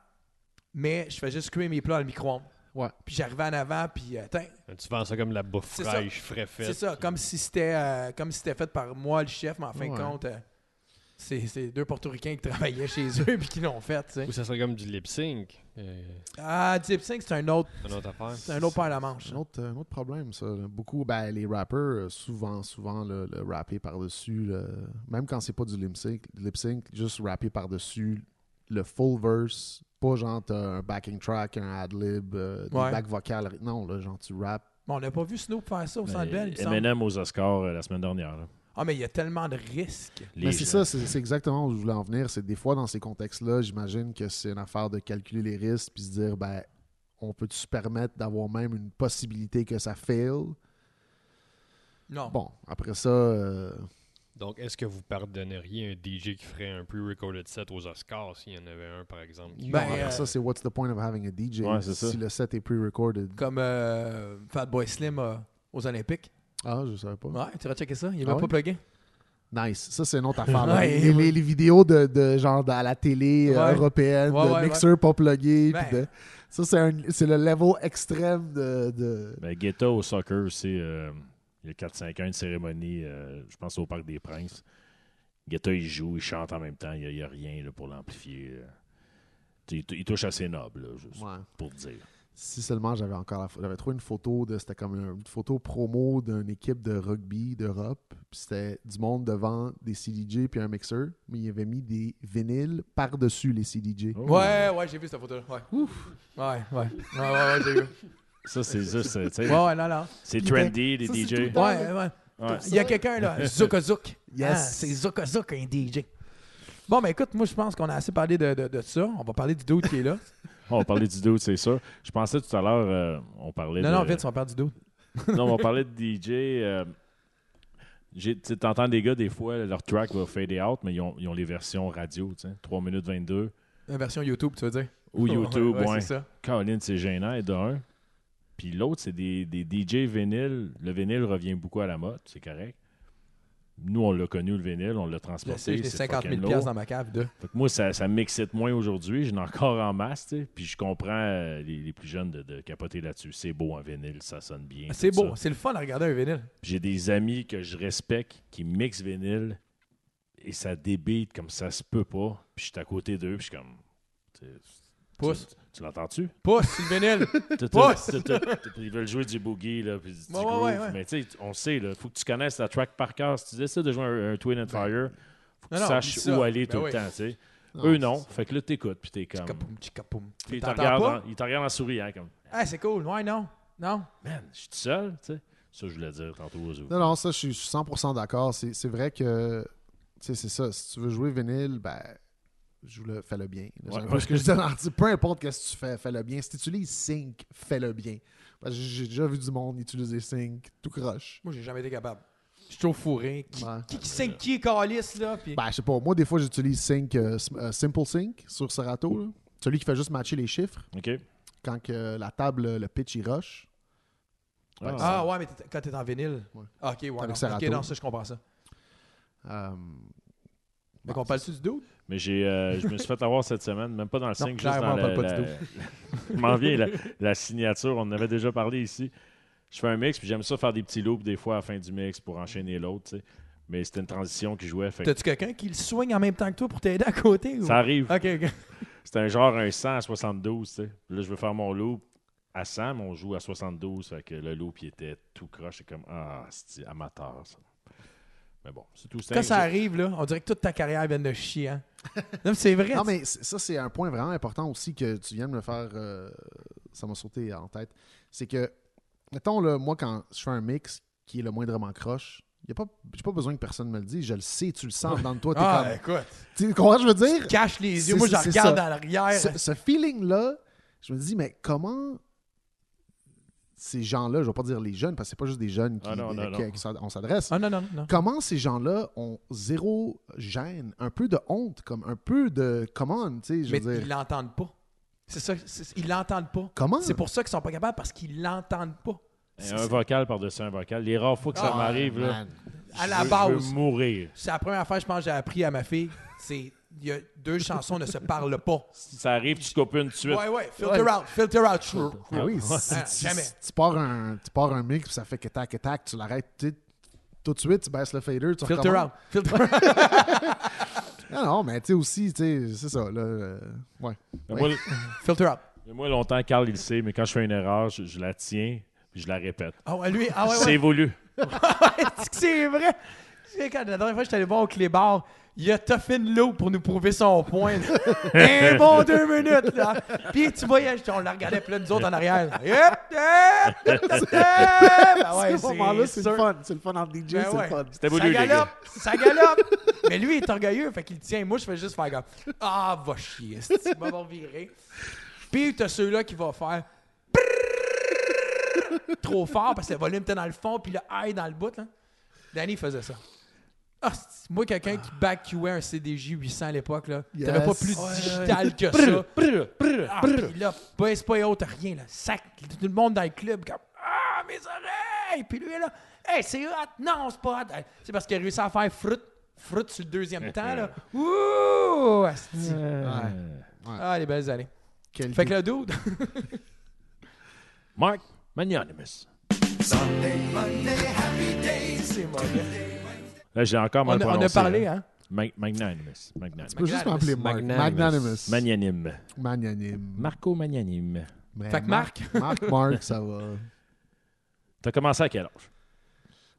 B: mais je fais juste cuire mes plats dans le micro-ondes.
D: Ouais.
B: Puis j'arrivais en avant, puis euh, Tiens,
C: Tu vends ça comme de la bouffe
B: C'est ça.
C: fraîche, frais faite.
B: c'est ça, comme si c'était euh, comme si c'était fait par moi, le chef, mais en fin
D: Ouais.
B: de compte, euh, c'est c'est deux portoricains qui travaillaient chez eux puis qui l'ont fait. tu sais.
C: Ou ça serait comme du lip sync. Euh,
B: Ah, Dip Sync, c'est un autre,
C: une autre affaire.
B: c'est un autre paire de manche.
D: Un autre, un autre problème, ça. là. Beaucoup, ben, les rappers, euh, souvent, souvent, le, le rapper par-dessus, le- même quand c'est pas du lip sync, lip sync, juste rapper par-dessus le full verse, pas genre t'as un backing track, un ad lib, des
B: Ouais.
D: back vocales. Non, là, genre tu rap.
B: Mais on n'a pas vu Snoop faire ça au Centre Bell, il me semble.
A: Eminem aux Oscars euh, la semaine dernière. là.
B: Ah, mais il y a tellement de risques.
A: Les
D: Mais c'est
A: gens.
D: ça, c'est c'est exactement où je voulais en venir. C'est des fois dans ces contextes-là, j'imagine que c'est une affaire de calculer les risques puis se dire, ben, on peut se permettre d'avoir même une possibilité que ça fail.
B: Non.
D: Bon, après ça. euh,
C: Donc, est-ce que vous pardonneriez un DJ qui ferait un pre-recorded set aux Oscars s'il y en avait un, par exemple qui-
D: Non,
B: Ben,
D: après
B: euh,
D: ça, c'est what's the point of having a DJ
A: Ouais, c'est
D: si
A: ça.
D: le set est pre-recorded.
B: Comme euh, Fatboy Slim euh, aux Olympiques.
D: Ah, je savais pas.
B: Ouais, tu rechecké ça? Il est
D: Ah
B: même
D: ouais?
B: pas plugué.
D: Nice. Ça, c'est une autre affaire. là.
B: Ouais,
D: les,
B: ouais.
D: les- les vidéos de, de genre à la télé euh,
B: Ouais.
D: européenne,
B: Ouais,
D: de
B: ouais,
D: mixeurs pas pluggés.
B: Ben.
D: pis de- Ça, c'est un- c'est le level extrême de. de-
A: Ben, Guetta au soccer, c'est euh, il y a 4-5 ans, une cérémonie, euh, je pense au Parc des Princes. Guetta, il joue, il chante en même temps, il n'y a, rien là, pour l'amplifier. euh. Tu sais, Il, tou- il touche assez noble, là, juste
D: Ouais.
A: pour dire.
D: Si seulement j'avais encore la pho- j'avais trouvé une photo de c'était comme une photo promo d'une équipe de rugby d'Europe puis c'était du monde devant des CDJ puis un mixeur mais il avait mis des vinyles par-dessus les CDJ.
A: Oh.
B: Ouais, ouais, j'ai vu cette photo-là. Ouais. Ouais, ouais. Ouais, ouais, ouais, j'ai vu.
A: Oh, Ça, c'est juste, euh, tu sais,
B: Ouais, ouais, non, non.
A: c'est
D: Puis
A: trendy, les
D: ça, c'est
A: DJ.
D: tout-
B: Ouais, ouais.
A: Ouais.
B: Il y a quelqu'un là, Zukozuk.
A: Ah,
D: Yes.
B: c'est Zukozuk, un DJ. Bon, ben écoute, moi je pense qu'on a assez parlé de, de- de ça. On va parler du dude qui est là.
A: On va parler du dude, c'est ça. Je pensais tout à l'heure, euh, on parlait
B: non,
A: de...
B: non, vite, on va parler du dude.
A: Non, mais on parlait de DJ. euh, j'ai- tu sais, T'entends des gars, des fois, leur track va fade out, mais ils ont, ils ont les versions radio, tu sais, 3 minutes 22.
B: La version YouTube, tu veux dire?
A: Ou YouTube,
B: ouais.
A: ouais.
B: c'est ça.
A: Caroline, c'est gênant, et d'un. Puis l'autre, c'est des, des DJ vinyle. Le vinyle revient beaucoup à la mode, c'est correct. Nous, on l'a connu, le vinyle, on l'a
B: Je sais,
A: transporté.
B: j'ai
A: c'est
B: 50 000
A: fucking
B: piastres
A: lourd.
B: dans ma cave. De...
A: Fait que moi, ça, ça m'excite moins aujourd'hui. J'en ai encore en masse, tu sais. Puis je comprends euh, les, les plus jeunes de, de capoter là-dessus. C'est beau en vinyle, ça sonne bien.
B: Ah, C'est
A: tout ça.
B: beau, c'est le fun à regarder un vinyle.
A: J'ai des amis que je respecte qui mixent vinyle et ça débite comme ça se peut pas. Puis je suis à côté d'eux, puis je suis comme. tu-
B: Pousse.
A: Tu, tu l'entends-tu?
B: Pousse, c'est le vinyle.
A: T'as- t'as-
B: Pousse!
A: t'as- t'as- t'as- Ils veulent jouer du boogie, là, puis du
B: Ouais, ouais,
A: groove.
B: ouais, ouais.
A: Mais tu sais, on sait, là, faut que tu connaisses la track par cœur. Si tu décides de jouer un, un Twin and Fire, faut que
B: Ben, Non,
A: tu
B: non,
A: saches
B: dis ça.
A: où aller
B: Ben
A: tout
B: oui.
A: le temps, tu sais.
D: Non,
A: Eux, non. Fait que là, t'écoutes, puis t'es comme.
B: Chicapoum, chicapoum.
A: Puis ils te
B: T'entends
A: regardent
B: pas?
A: en- ils te regardent en souriant, comme.
B: Ah, c'est cool. Ouais, non. Non.
A: Man, je suis tout seul, tu sais. Ça, je voulais dire tantôt aux autres.
D: Non, non, ça, je suis je suis 100% d'accord. C'est c'est vrai que, tu sais, c'est ça. Si tu veux jouer vinyle, ben, joue-le, fais-le bien. C'est
A: Ouais,
D: un peu
A: ouais.
D: ce que je disais dans l'article. Peu importe qu'est-ce que tu fais, fais-le bien. Si tu utilises Sync, fais-le bien. Parce que j'ai déjà vu du monde utiliser Sync, tout croche.
B: Moi, j'ai jamais été capable. Je suis trop fourré. Qui,
D: Ouais.
B: qui, qui signe qui est calice, là? Puis...
A: Bah,
D: Ben, je sais pas. Moi, des fois, j'utilise Sync, euh, Sim- euh, Simple Sync sur Serato. là. Celui qui fait juste matcher les chiffres
B: Ben,
A: OK?
D: quand que la table, le pitch, il rush.
A: Ah.
B: ah, ouais, mais t'es- quand t'es en vinyle.
D: Ouais.
B: Ah, ok, ouais. non. Ok,
D: Serato.
B: non, ça, je comprends ça.
A: Bah,
D: Euh,
B: Donc, on parle-tu du dude?
A: Mais j'ai, euh, je me suis fait avoir cette semaine, même pas dans le 5, juste
B: clairement,
A: dans
B: on
A: la,
B: parle pas
A: la-
B: du tout.
A: Je m'en viens, la, la signature, on en avait déjà parlé ici. Je fais un mix, puis j'aime ça faire des petits loops des fois à la fin du mix pour enchaîner l'autre, tu sais. Mais c'était une transition qui jouait, fait que
B: T'as-tu quelqu'un qui le soigne en même temps que toi pour t'aider à côté? Ou...
A: ça arrive.
B: Ok, ok.
A: C'était un genre un 100 à 72, tu sais. Là, je veux faire mon loop à 100, mais on joue à 72, fait que le loop, il était tout croche. C'est comme, ah, c'est amateur, ça. Mais bon, c'est tout. C'était
B: Quand
A: un
B: ça
A: jeu.
B: arrive, là, on dirait que toute ta carrière vient de chier. hein. Non, mais c'est vrai.
D: Non,
B: tu-
D: mais c- ça, c'est un point vraiment important aussi que tu viens de me faire. euh, ça m'a sauté en tête. C'est que, mettons, là, moi, quand je fais un mix qui est le moindrement croche, y a pas, j'ai pas besoin que personne me le dise. Je le sais, tu le sens dans toi. T'es
B: Ah,
D: comme-
B: écoute.
D: tu comprends ce que je veux dire?
B: Cache les yeux.
D: C'est-
B: Moi, je
D: c'est
B: regarde
D: ça.
B: à l'arrière.
D: Ce, ce feeling-là, je me dis, mais comment ces gens-là, je vais pas dire les jeunes, parce que c'est pas juste des jeunes qui,
A: Ah non, non,
D: à qui-
A: non.
D: à qui s'ad- on s'adresse.
B: Ah, non, non, non.
D: Comment ces gens-là ont zéro gêne, un peu de honte, comme un peu de comment, tu sais, je
B: Mais
D: veux dire.
B: ils l'entendent pas. C'est ça. c'est- Ils l'entendent pas.
D: Comment?
B: C'est pour ça qu'ils sont pas capables parce qu'ils l'entendent pas.
A: Un vocal par-dessus un vocal. Les rares fois que ça
B: Ah,
A: m'arrive, là.
D: Man.
B: à
A: Je
B: la
A: veux- Je
B: base,
A: veux mourir.
B: c'est la première affaire, je pense, que j'ai appris à ma fille. C'est il y a deux chansons ne se parlent pas.
A: Si ça arrive, tu coupes une de suite.
B: Ouais, ouais, filter out, filter out. Sure.
D: Ah oui, si-
B: Ah,
D: si-
B: jamais.
D: si Tu pars un, tu pars un mix, puis ça fait que tac, que tac, tu l'arrêtes tu sais, tout de suite, tu baisses le fader, tu
B: Filter
D: recommences.
B: out, filter out.
D: Non, non, mais tu sais aussi, tu sais, c'est ça. Là, euh, ouais.
A: Mais Moi,
B: filter out.
A: mais moi, longtemps, Carl, il le sait, mais quand je fais une erreur, je, je la tiens puis je la répète.
B: Ah ouais, lui, ah ouais, ouais.
A: C'est voulu.
B: Est-ce que c'est vrai? Tu sais, Quand la dernière fois que j'étais allé voir au Clébar, il a toffé une l'eau pour nous prouver son point. Un bon deux minutes, là. Puis tu voyais, on la regardait, puis là, nous autres en arrière. là. Yep, yep, yep, yep, yep. Ah ouais,
E: ce moment-là, c'est
B: sûr.
E: le fun. C'est le fun entre DJ,
B: Ben
E: c'est
B: ouais.
E: le fun.
A: C'était voulu,
B: Ça
A: les
B: galope,
A: gars.
B: ça galope. Mais lui, il est orgueilleux, fait qu'il le tient. Moi, je fais juste faire comme Ah, va chier, esti, il va m'en virer. Puis, t'as ceux-là qui vont faire trop fort parce que le volume était dans le fond, puis le high dans le bout. Là. Danny faisait ça. Ah, c'est- moi, quelqu'un qui backqueuait un CDJ 800 à l'époque, là, t'avais pas
D: Yes.
B: plus digital que ça. Ah, puis là, baisse pas et autres, rien, là. Sac, tout le monde dans le club, comme Ah, mes oreilles! Puis lui, là, Hey, c'est hot! Non, c'est pas hot! C'est parce qu'il a réussi à faire fruit, fruit sur le
A: Eh,
B: deuxième temps, là. Ouh! asti. Ah, les belles années.
D: Quel
B: Fait que le dude,
A: Mark Magnanimous.
B: c'est mauvais.
A: Là, j'ai encore
B: On,
A: mal
B: a- on a
A: prononcé,
B: parlé,
A: hein.
B: hein?
A: Ma- Magnanimous. Magnanimous.
D: tu peux juste m'appeler Mark.
C: Magnanimous.
D: Magnanimous.
A: Magnanime.
D: Magnanime.
A: Marco Magnanime.
D: Mais
B: Fait que Marc,
D: Marc, Marc, ça va.
A: T'as commencé à quel âge?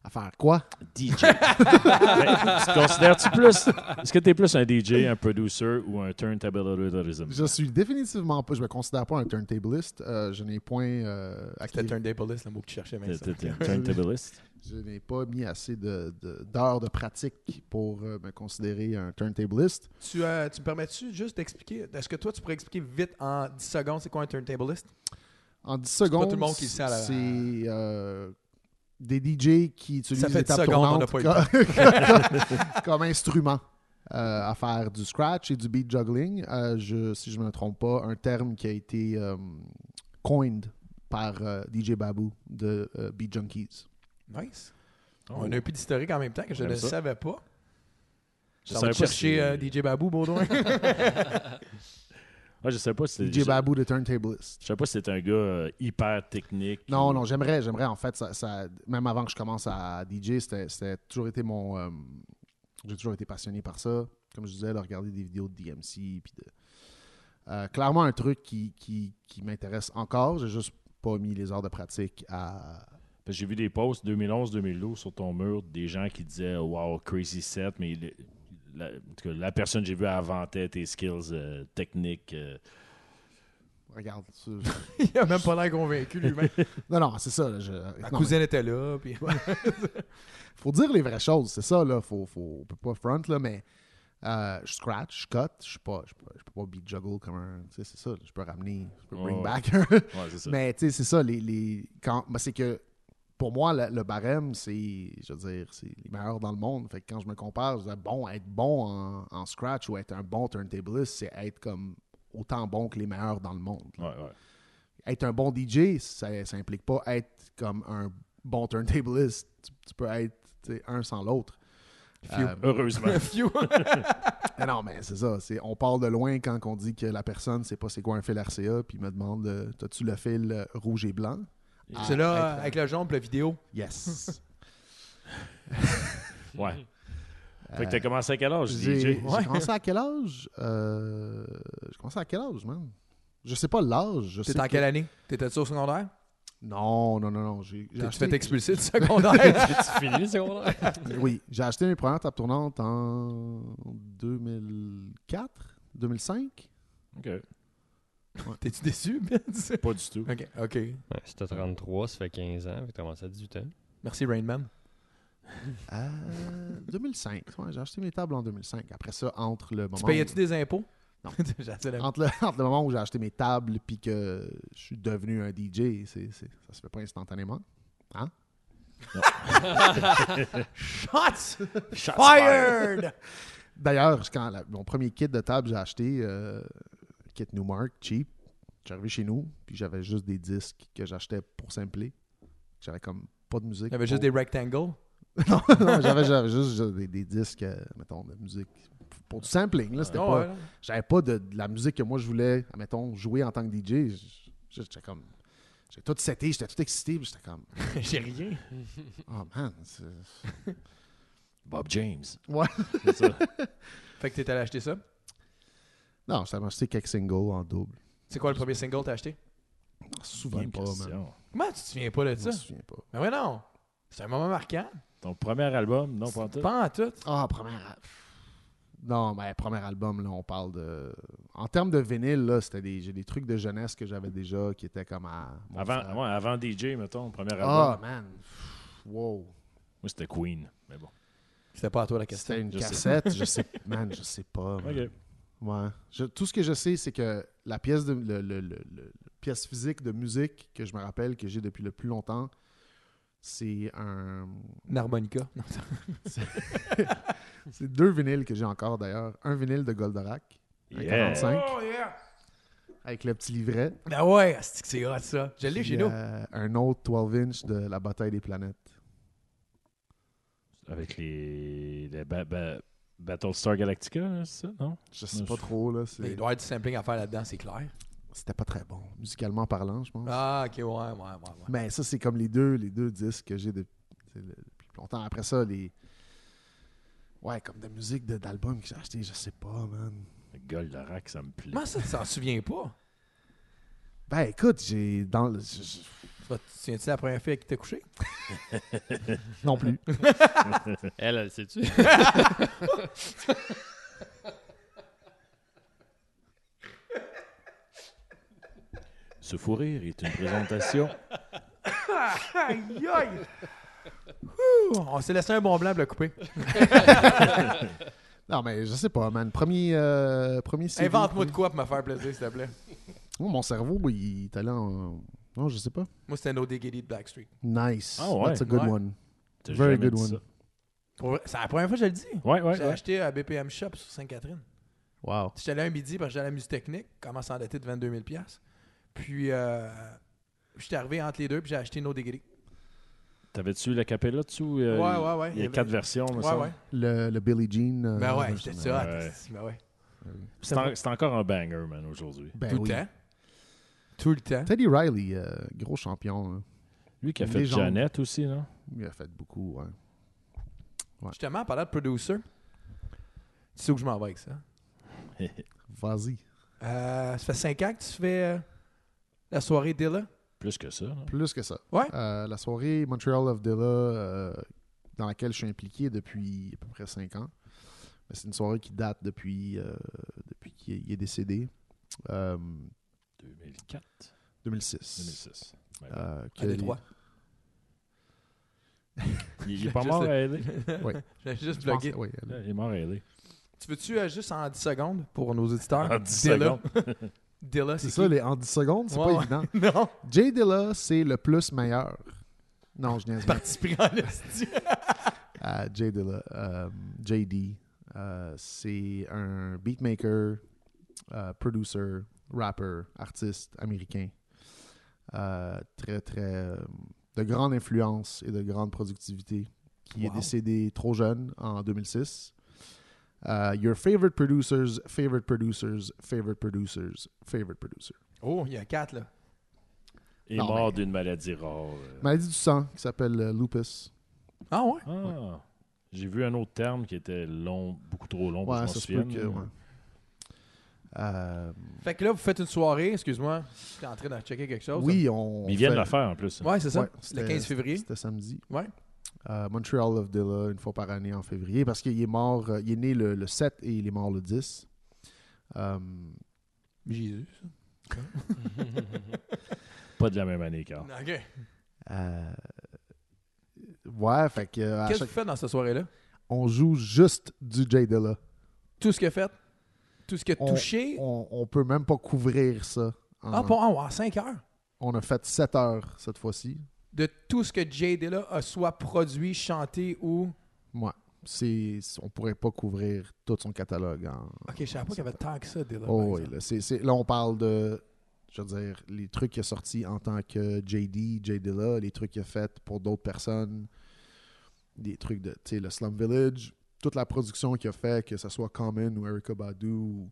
D: À faire quoi?
A: DJ. Ben, tu te considères-tu plus... Est-ce que t'es plus un DJ, un producer ou un turntablism?
D: Je suis définitivement pas, je me considère pas un turntabliste. Euh, je n'ai point euh, acquis-
B: C'était un Dable List, le mot que tu cherchais,
A: T'es-
B: Vincent.
A: t'es- t'es un Turntabliste?
D: Je n'ai pas mis assez de- de- d'heures de, pratique pour euh, me considérer un turntabliste.
B: Tu, euh, tu me permets-tu juste d'expliquer, est-ce que toi, tu pourrais expliquer vite en 10 secondes c'est quoi un turntablist?
D: En 10
B: pas
D: secondes,
B: tout le monde qui le sait à la-
D: c'est euh, des DJ qui utilisent
B: Ça fait
D: les
B: 10
D: tables
B: secondes, on n'a
D: tournantes
B: pas eu
D: comme, comme instrument euh, à faire du scratch et du beat juggling. Euh, je, si je ne me trompe pas, un terme qui a été euh, coined par euh, DJ Babou de euh, Beat Junkies.
B: Nice. On a un peu d'historique en même temps que je
A: J'aime
B: ne
A: ça.
B: savais pas.
A: Je
B: Ça
A: savais
B: va
A: pas si-
B: chercher euh, DJ Babou, Baudouin.
A: Ah, je sais pas si
D: DJ Babou de Turntablist.
A: Je sais pas si c'est un gars euh, hyper technique.
D: Non,
A: ou-
D: non, j'aimerais, j'aimerais en fait, ça, ça- même avant que je commence à DJ, c'était c'était toujours été mon, euh, j'ai toujours été passionné par ça. Comme je disais, là, regarder des vidéos de DMC, puis de- Euh, clairement un truc qui, qui, qui m'intéresse encore. J'ai juste pas mis les heures de pratique à.
A: Parce que J'ai vu des posts 2011-2012 sur ton mur des gens qui disaient Wow, crazy set, mais le- la, en tout cas, la personne que j'ai vue inventait tes skills euh, techniques. euh.
D: Regarde. tu-
B: Il a même pas l'air convaincu lui-même.
D: non, non, c'est ça. là, je-
B: Ma
D: non,
B: cousine était là. Puis...
D: faut dire les vraies choses, c'est ça, là. Faut, faut, on peut pas front, là, mais euh, je scratch, je cut, je suis pas, je peux, je peux pas beat juggle comme un. Tu sais, c'est ça, là, je peux ramener, je peux bring
A: Ouais.
D: back.
A: Ouais, c'est ça.
D: mais tu sais, c'est ça, les. les quand, ben, c'est que pour moi, le, le barème, c'est, je veux dire, c'est les meilleurs dans le monde. Fait que quand je me compare, je dis, bon, être bon en, en scratch ou être un bon turntablist, c'est être comme autant bon que les meilleurs dans le monde.
A: Ouais, ouais.
D: Être un bon DJ, ça, ça implique pas être comme un bon turntablist. Tu, tu peux être tu sais, un sans l'autre. Euh,
A: Heureusement.
B: Few.
D: mais non, mais c'est ça. c'est- on part de loin quand on dit que la personne sait pas c'est quoi un fil RCA, puis me demande euh, T'as-tu le fil euh, rouge et blanc Ah,
B: C'est là,
D: être-
B: avec le jaune, puis la vidéo.
D: Yes.
A: ouais. Fait que t'as commencé à quel âge,
D: Euh, J'ai
A: DJ
D: j'ai
B: Ouais.
D: commencé à quel âge Euh, J'ai commencé à quel âge, man Je sais pas l'âge. je sais
B: T'étais en
D: que-
B: quelle année? T'étais-tu au secondaire?
D: Non, non, non, non. J'ai j'ai
B: Tu
D: acheté-
B: fait expulser du secondaire?
C: J'ai-tu fini le secondaire?
D: Oui, j'ai acheté mes premières tapes tournantes en 2004, 2005.
A: Ok.
B: T'es-tu déçu, Vince?
A: Pas du tout.
B: OK. OK.
C: Ouais, C'était 33, ça fait 15 ans, fait que t'as commencé à 18 ans.
B: Merci, Rainman.
D: Euh, 2005. ouais, j'ai acheté mes tables en 2005. Après ça, entre le moment.
B: Tu
D: où-
B: payais-tu des impôts?
D: Non.
B: J'essaie de-
D: entre, le, entre le moment où j'ai acheté mes tables puis que je suis devenu un DJ, c'est, c'est- ça se fait pas instantanément.
B: Shots
D: Euh,
A: Shots
B: fired!
D: D'ailleurs, quand la- mon premier kit de table j'ai acheté, euh, kit Newmark, cheap, j'arrivais chez nous puis j'avais juste des disques que j'achetais pour sampler. J'avais comme pas de musique.
B: Il y avait juste
D: pour-
B: des rectangles.
D: non, non, j'avais j'avais juste j'avais des, des disques, euh, mettons, de musique pour du sampling. Là, c'était
B: Non,
D: pas,
B: Ah, ouais, non.
D: J'avais pas de, de la musique que moi je voulais, mettons, jouer en tant que DJ. J- J'étais comme. J'ai tout seté, j'étais tout excité, puis j'étais comme.
B: J'ai rien.
D: Oh man, c'est-
A: Bob James.
D: Ouais.
A: C'est ça.
B: Fait que t'es allé acheter ça.
D: Non, j'avais acheté quelques singles en double.
B: C'est quoi le premier single que t'as acheté?
D: Souvent
A: Bonne
D: pas, man.
A: question.
B: Comment tu te souviens pas de
D: Je
B: ça?
D: me souviens pas.
B: Mais ouais, non. C'est un moment marquant.
A: Ton premier album, non, pas en tout.
B: Pas en tout.
D: Ah, premier. al- Non, mais premier album, là, on parle de. En termes de vinyle, là, c'était des. J'ai des trucs de jeunesse que j'avais déjà qui étaient comme à. mon frère.
A: Avant, ouais, avant DJ, mettons, premier album.
D: Ah, man. Pff, Wow.
A: Moi, c'était Queen. Mais bon.
B: C'était pas à toi la question.
D: C'était une
A: Je sais.
D: cassette, je sais. Man, je sais pas. man.
A: OK.
D: Ouais. Je- tout ce que je sais, c'est que la pièce, de, le, le- le- le- la pièce physique de musique que je me rappelle, que j'ai depuis le plus longtemps, c'est un.
B: Une harmonica.
D: C'est deux vinyles que j'ai encore d'ailleurs. Un vinyle de Goldorak, un
A: Yeah.
D: 45,
B: Oh, yeah!
D: avec le petit livret.
B: Ben ouais, c'est que c'est hot ça. Je l'ai
D: Puis,
B: chez nous.
D: euh, un autre 12 inch de La bataille des planètes.
A: Avec les, les ba- ba- Battlestar Galactica, là, c'est ça, non?
D: Je sais
A: Non,
D: pas
A: je-
D: trop, là.
B: Mais il
D: c'est-
B: doit y avoir du sampling à faire là-dedans, c'est clair.
D: C'était pas très bon, musicalement parlant, je pense.
B: Ah, ok, ouais, ouais, ouais. ouais.
D: Mais ça, c'est comme les deux, les deux disques que j'ai de- c'est le- depuis longtemps. Après ça, les. Ouais, comme de musique de- d'album que j'ai acheté, je sais pas, man.
A: Le Goldorak, ça me plaît.
B: Comment ça, tu t'en souviens pas?
D: Ben écoute, j'ai. dans le- je- je-
B: Tu vas- tu te souviens-tu de la première fille avec qui t'es couché?
D: Non plus.
C: Elle, elle sait-tu?
A: Ce fou rire est une présentation.
B: Aïe, aïe! Ouh, On s'est laissé un bon blanc pour le couper.
D: Non, mais je sais pas, man. Premier. euh, premier CD,
B: Invente-moi
D: premier-
B: de quoi pour me faire plaisir, s'il te plaît.
D: Oh, mon cerveau, il est allé en. Non, je sais pas.
B: Moi, c'était No Diggity de Blackstreet.
D: Nice.
A: Ah ouais.
D: That's a good
B: Ouais.
D: one.
A: T'as
D: Very
A: jamais
D: good
A: dit
D: one.
A: ça.
B: Pour vrai, C'est la première fois que je le dis.
A: Ouais, ouais,
B: J'ai
A: ouais.
B: acheté à BPM Shop sur Sainte-Catherine.
D: Wow.
B: J'étais allé un midi parce que j'allais à la musique technique, comment s'endetter de 22 000 Puis, euh, j'étais arrivé entre les deux, puis j'ai acheté No Diggity.
A: T'avais-tu la capella dessous? euh,
B: Ouais, ouais, ouais.
A: Il y a quatre versions, me
B: Ouais,
A: semble.
B: ouais.
D: Le, le Billie Jean. euh,
B: Ben ouais,
D: version-
B: j'étais ça.
A: Ouais.
B: Ben ouais.
A: C'est en- c'est encore un banger, man, aujourd'hui.
D: Ben
B: Tout
D: oui.
B: le temps. hein? Tout le temps.
D: Teddy Riley, euh, gros champion. hein.
A: Lui qui a
D: Une
A: fait
D: légende.
A: Janet aussi, non?
D: Il a fait beaucoup, hein. ouais.
B: Justement, en parlant de producer, tu sais où je m'en vais avec ça.
D: Vas-y.
B: Euh, ça fait 5 ans que tu fais euh, la soirée Dilla.
A: Plus que ça. non?
D: Plus que ça.
B: Ouais.
D: Euh, la soirée Montreal of Dilla, euh, dans laquelle je suis impliqué depuis à peu près 5 ans. Mais c'est une soirée qui date depuis, euh, depuis qu'il est, il est décédé. Euh,
A: 2004,
D: 2006.
A: 2006. Ben oui.
D: Euh, que
B: À Détroit.
A: il, il est pas mort à LA.
B: J'ai juste
D: les- je pense-
B: blogué.
D: oui,
A: Là,
D: elle-
A: Il est mort hein? à LA.
B: Tu veux-tu euh, juste en 10 secondes pour nos auditeurs?
A: En 10
B: Dilla.
A: secondes.
B: Dilla,
D: c'est
B: c'est
D: ça,
B: qui?
D: les, en 10 secondes, c'est
B: Ouais,
D: pas
B: ouais.
D: évident.
B: Non,
D: Jay Dilla, c'est le plus meilleur. Non, je niaise.
B: parti pris en esti.
D: Euh, Jay Dilla, euh, JD, euh, c'est un beatmaker, euh, producer, rapper, artiste américain. Euh, très, très. euh, de grande influence et de grande productivité, qui est
B: Wow.
D: décédé trop jeune en 2006. Euh, your favorite producers, favorite producers, favorite producers, favorite producer.
B: Oh, il y a 4 là.
A: Il est
D: Non,
A: mort
D: mais-
A: d'une maladie rare. euh.
D: Maladie du sang qui s'appelle euh, lupus.
B: Ah ouais?
A: Ah. J'ai vu un autre terme qui était long, beaucoup trop long pour
D: Ouais,
A: que je
D: ça
A: m'en
D: se peut
A: souvienne.
D: que. ouais. Euh,
B: Fait que là, vous faites une soirée, excuse-moi, j'étais en train de checker quelque chose.
D: oui, on.
A: Mais ils viennent
D: fait-
A: la faire en plus.
B: Ouais, c'est ça.
D: Ouais,
B: le
D: c'était-
B: 15 février.
D: C'était samedi.
B: Ouais.
D: Euh, Montreal of Dilla, une fois par année en février, parce qu'il est mort, euh, il est né le, le 7 et il est mort le 10. Euh,
B: Jésus.
A: Pas de la même année, car.
D: Ah,
B: Ok. Qu'est-ce
D: euh, ouais, fait que euh, à
B: que
D: chaque-
B: vous faites dans cette soirée-là?
D: on joue juste du J Dilla.
B: Tout ce que fait, tout ce que
D: On-
B: touché.
D: On, on peut même pas couvrir ça. en-
B: Ah, bon, en 5 heures.
D: On a fait 7 heures cette fois-ci.
B: de tout ce que Jay Dilla a soit produit, chanté ou.
D: Ouais. C'est, on pourrait pas couvrir tout son catalogue en,
B: Ok, je savais pas qu'il y avait tant que ça, Dilla.
D: Oh, oui, là, c'est- c'est- là, on parle de, je veux dire, les trucs qu'il a sortis en tant que JD, J Dilla, les trucs qu'il a fait pour d'autres personnes. des trucs de, tu sais, le Slum Village, toute la production qu'il a fait, que ce soit Common ou Erika Badu. ou-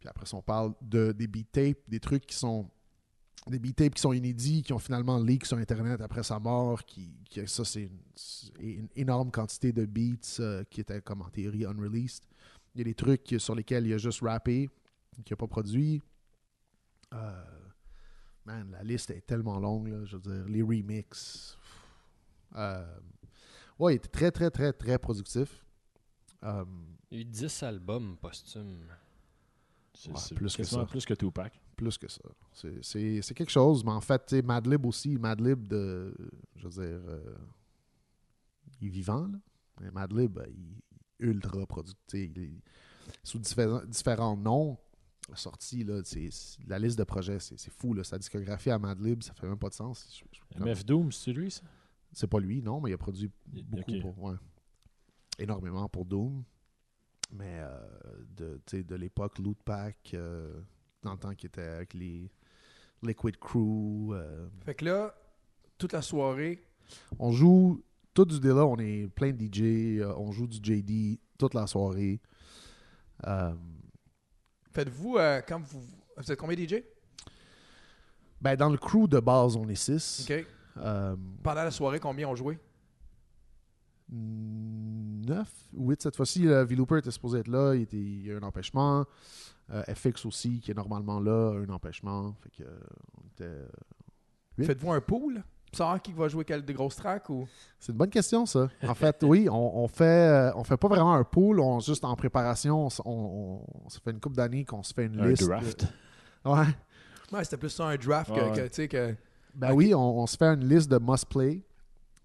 D: Puis après, ça, on parle de, des beat tapes, des trucs qui sont. Des beat tapes qui sont inédits, qui ont finalement leak sur Internet après sa mort, qui, qui- ça, c'est une, c'est une énorme quantité de beats euh, qui étaient comme en théorie unreleased. Il y a des trucs sur lesquels il a juste rappé, qu'il n'a pas produit. Euh, man, la liste est tellement longue, là, je veux dire, les remixes. Euh, ouais, il était très, très, très, très productif. Euh,
C: Il y a eu 10 albums posthumes.
A: C'est
D: Ouais,
A: c'est
D: plus que
A: quasiment
D: ça.
A: Plus que Tupac.
D: plus que ça. C'est- C'est c'est quelque chose, mais en fait, tu sais, Madlib aussi, Madlib de. Je veux dire. euh, il est vivant, là. Mais Madlib, ben, il est ultra productif. Il est- sous différents, différents noms, la sortie, là, c'est- c'est- la liste de projets, c'est c'est fou, là. Sa discographie à Madlib, ça fait même pas de sens. Je- je- comme-
A: MF Doom, c'est lui, ça?
D: C'est pas lui, non, mais il a produit
A: Il-
D: beaucoup
A: ok.
D: pour. ouais. Énormément pour Doom. Mais euh, de, tu sais, de l'époque Loot Pack, euh, dans le temps qu'il était avec les Liquid Crew. euh,
B: Fait que là, toute la soirée,
D: on joue tout du délai, on est plein de DJ, euh, on joue du JD toute la soirée. Euh,
B: faites-vous, euh, quand vous. Vous êtes combien DJ?
D: ben, dans le crew de base, on est six.
B: OK.
D: Euh,
B: Pendant la soirée, combien ont joué?
D: neuf, huit cette fois-ci. là, V-Looper était supposé être là, il, était, il y a eu un empêchement. Euh, FX aussi, qui est normalement là, a eu un empêchement. Fait que, euh, on était- Huit.
B: Faites-vous un pool? Pour Savoir qui va jouer quelle des grosses tracks ou.
D: C'est une bonne question, ça. En fait, oui, on, on fait euh, on fait pas vraiment un pool, on juste en préparation, on, s- on- on- on se fait une couple d'années qu'on se fait une
A: Un
D: liste.
A: draft.
D: de- Ouais.
B: Ouais, c'était plus ça un draft que-
A: Ouais, ouais.
B: que, tu sais, que.
D: Ben oui, on, on se fait une liste de must play,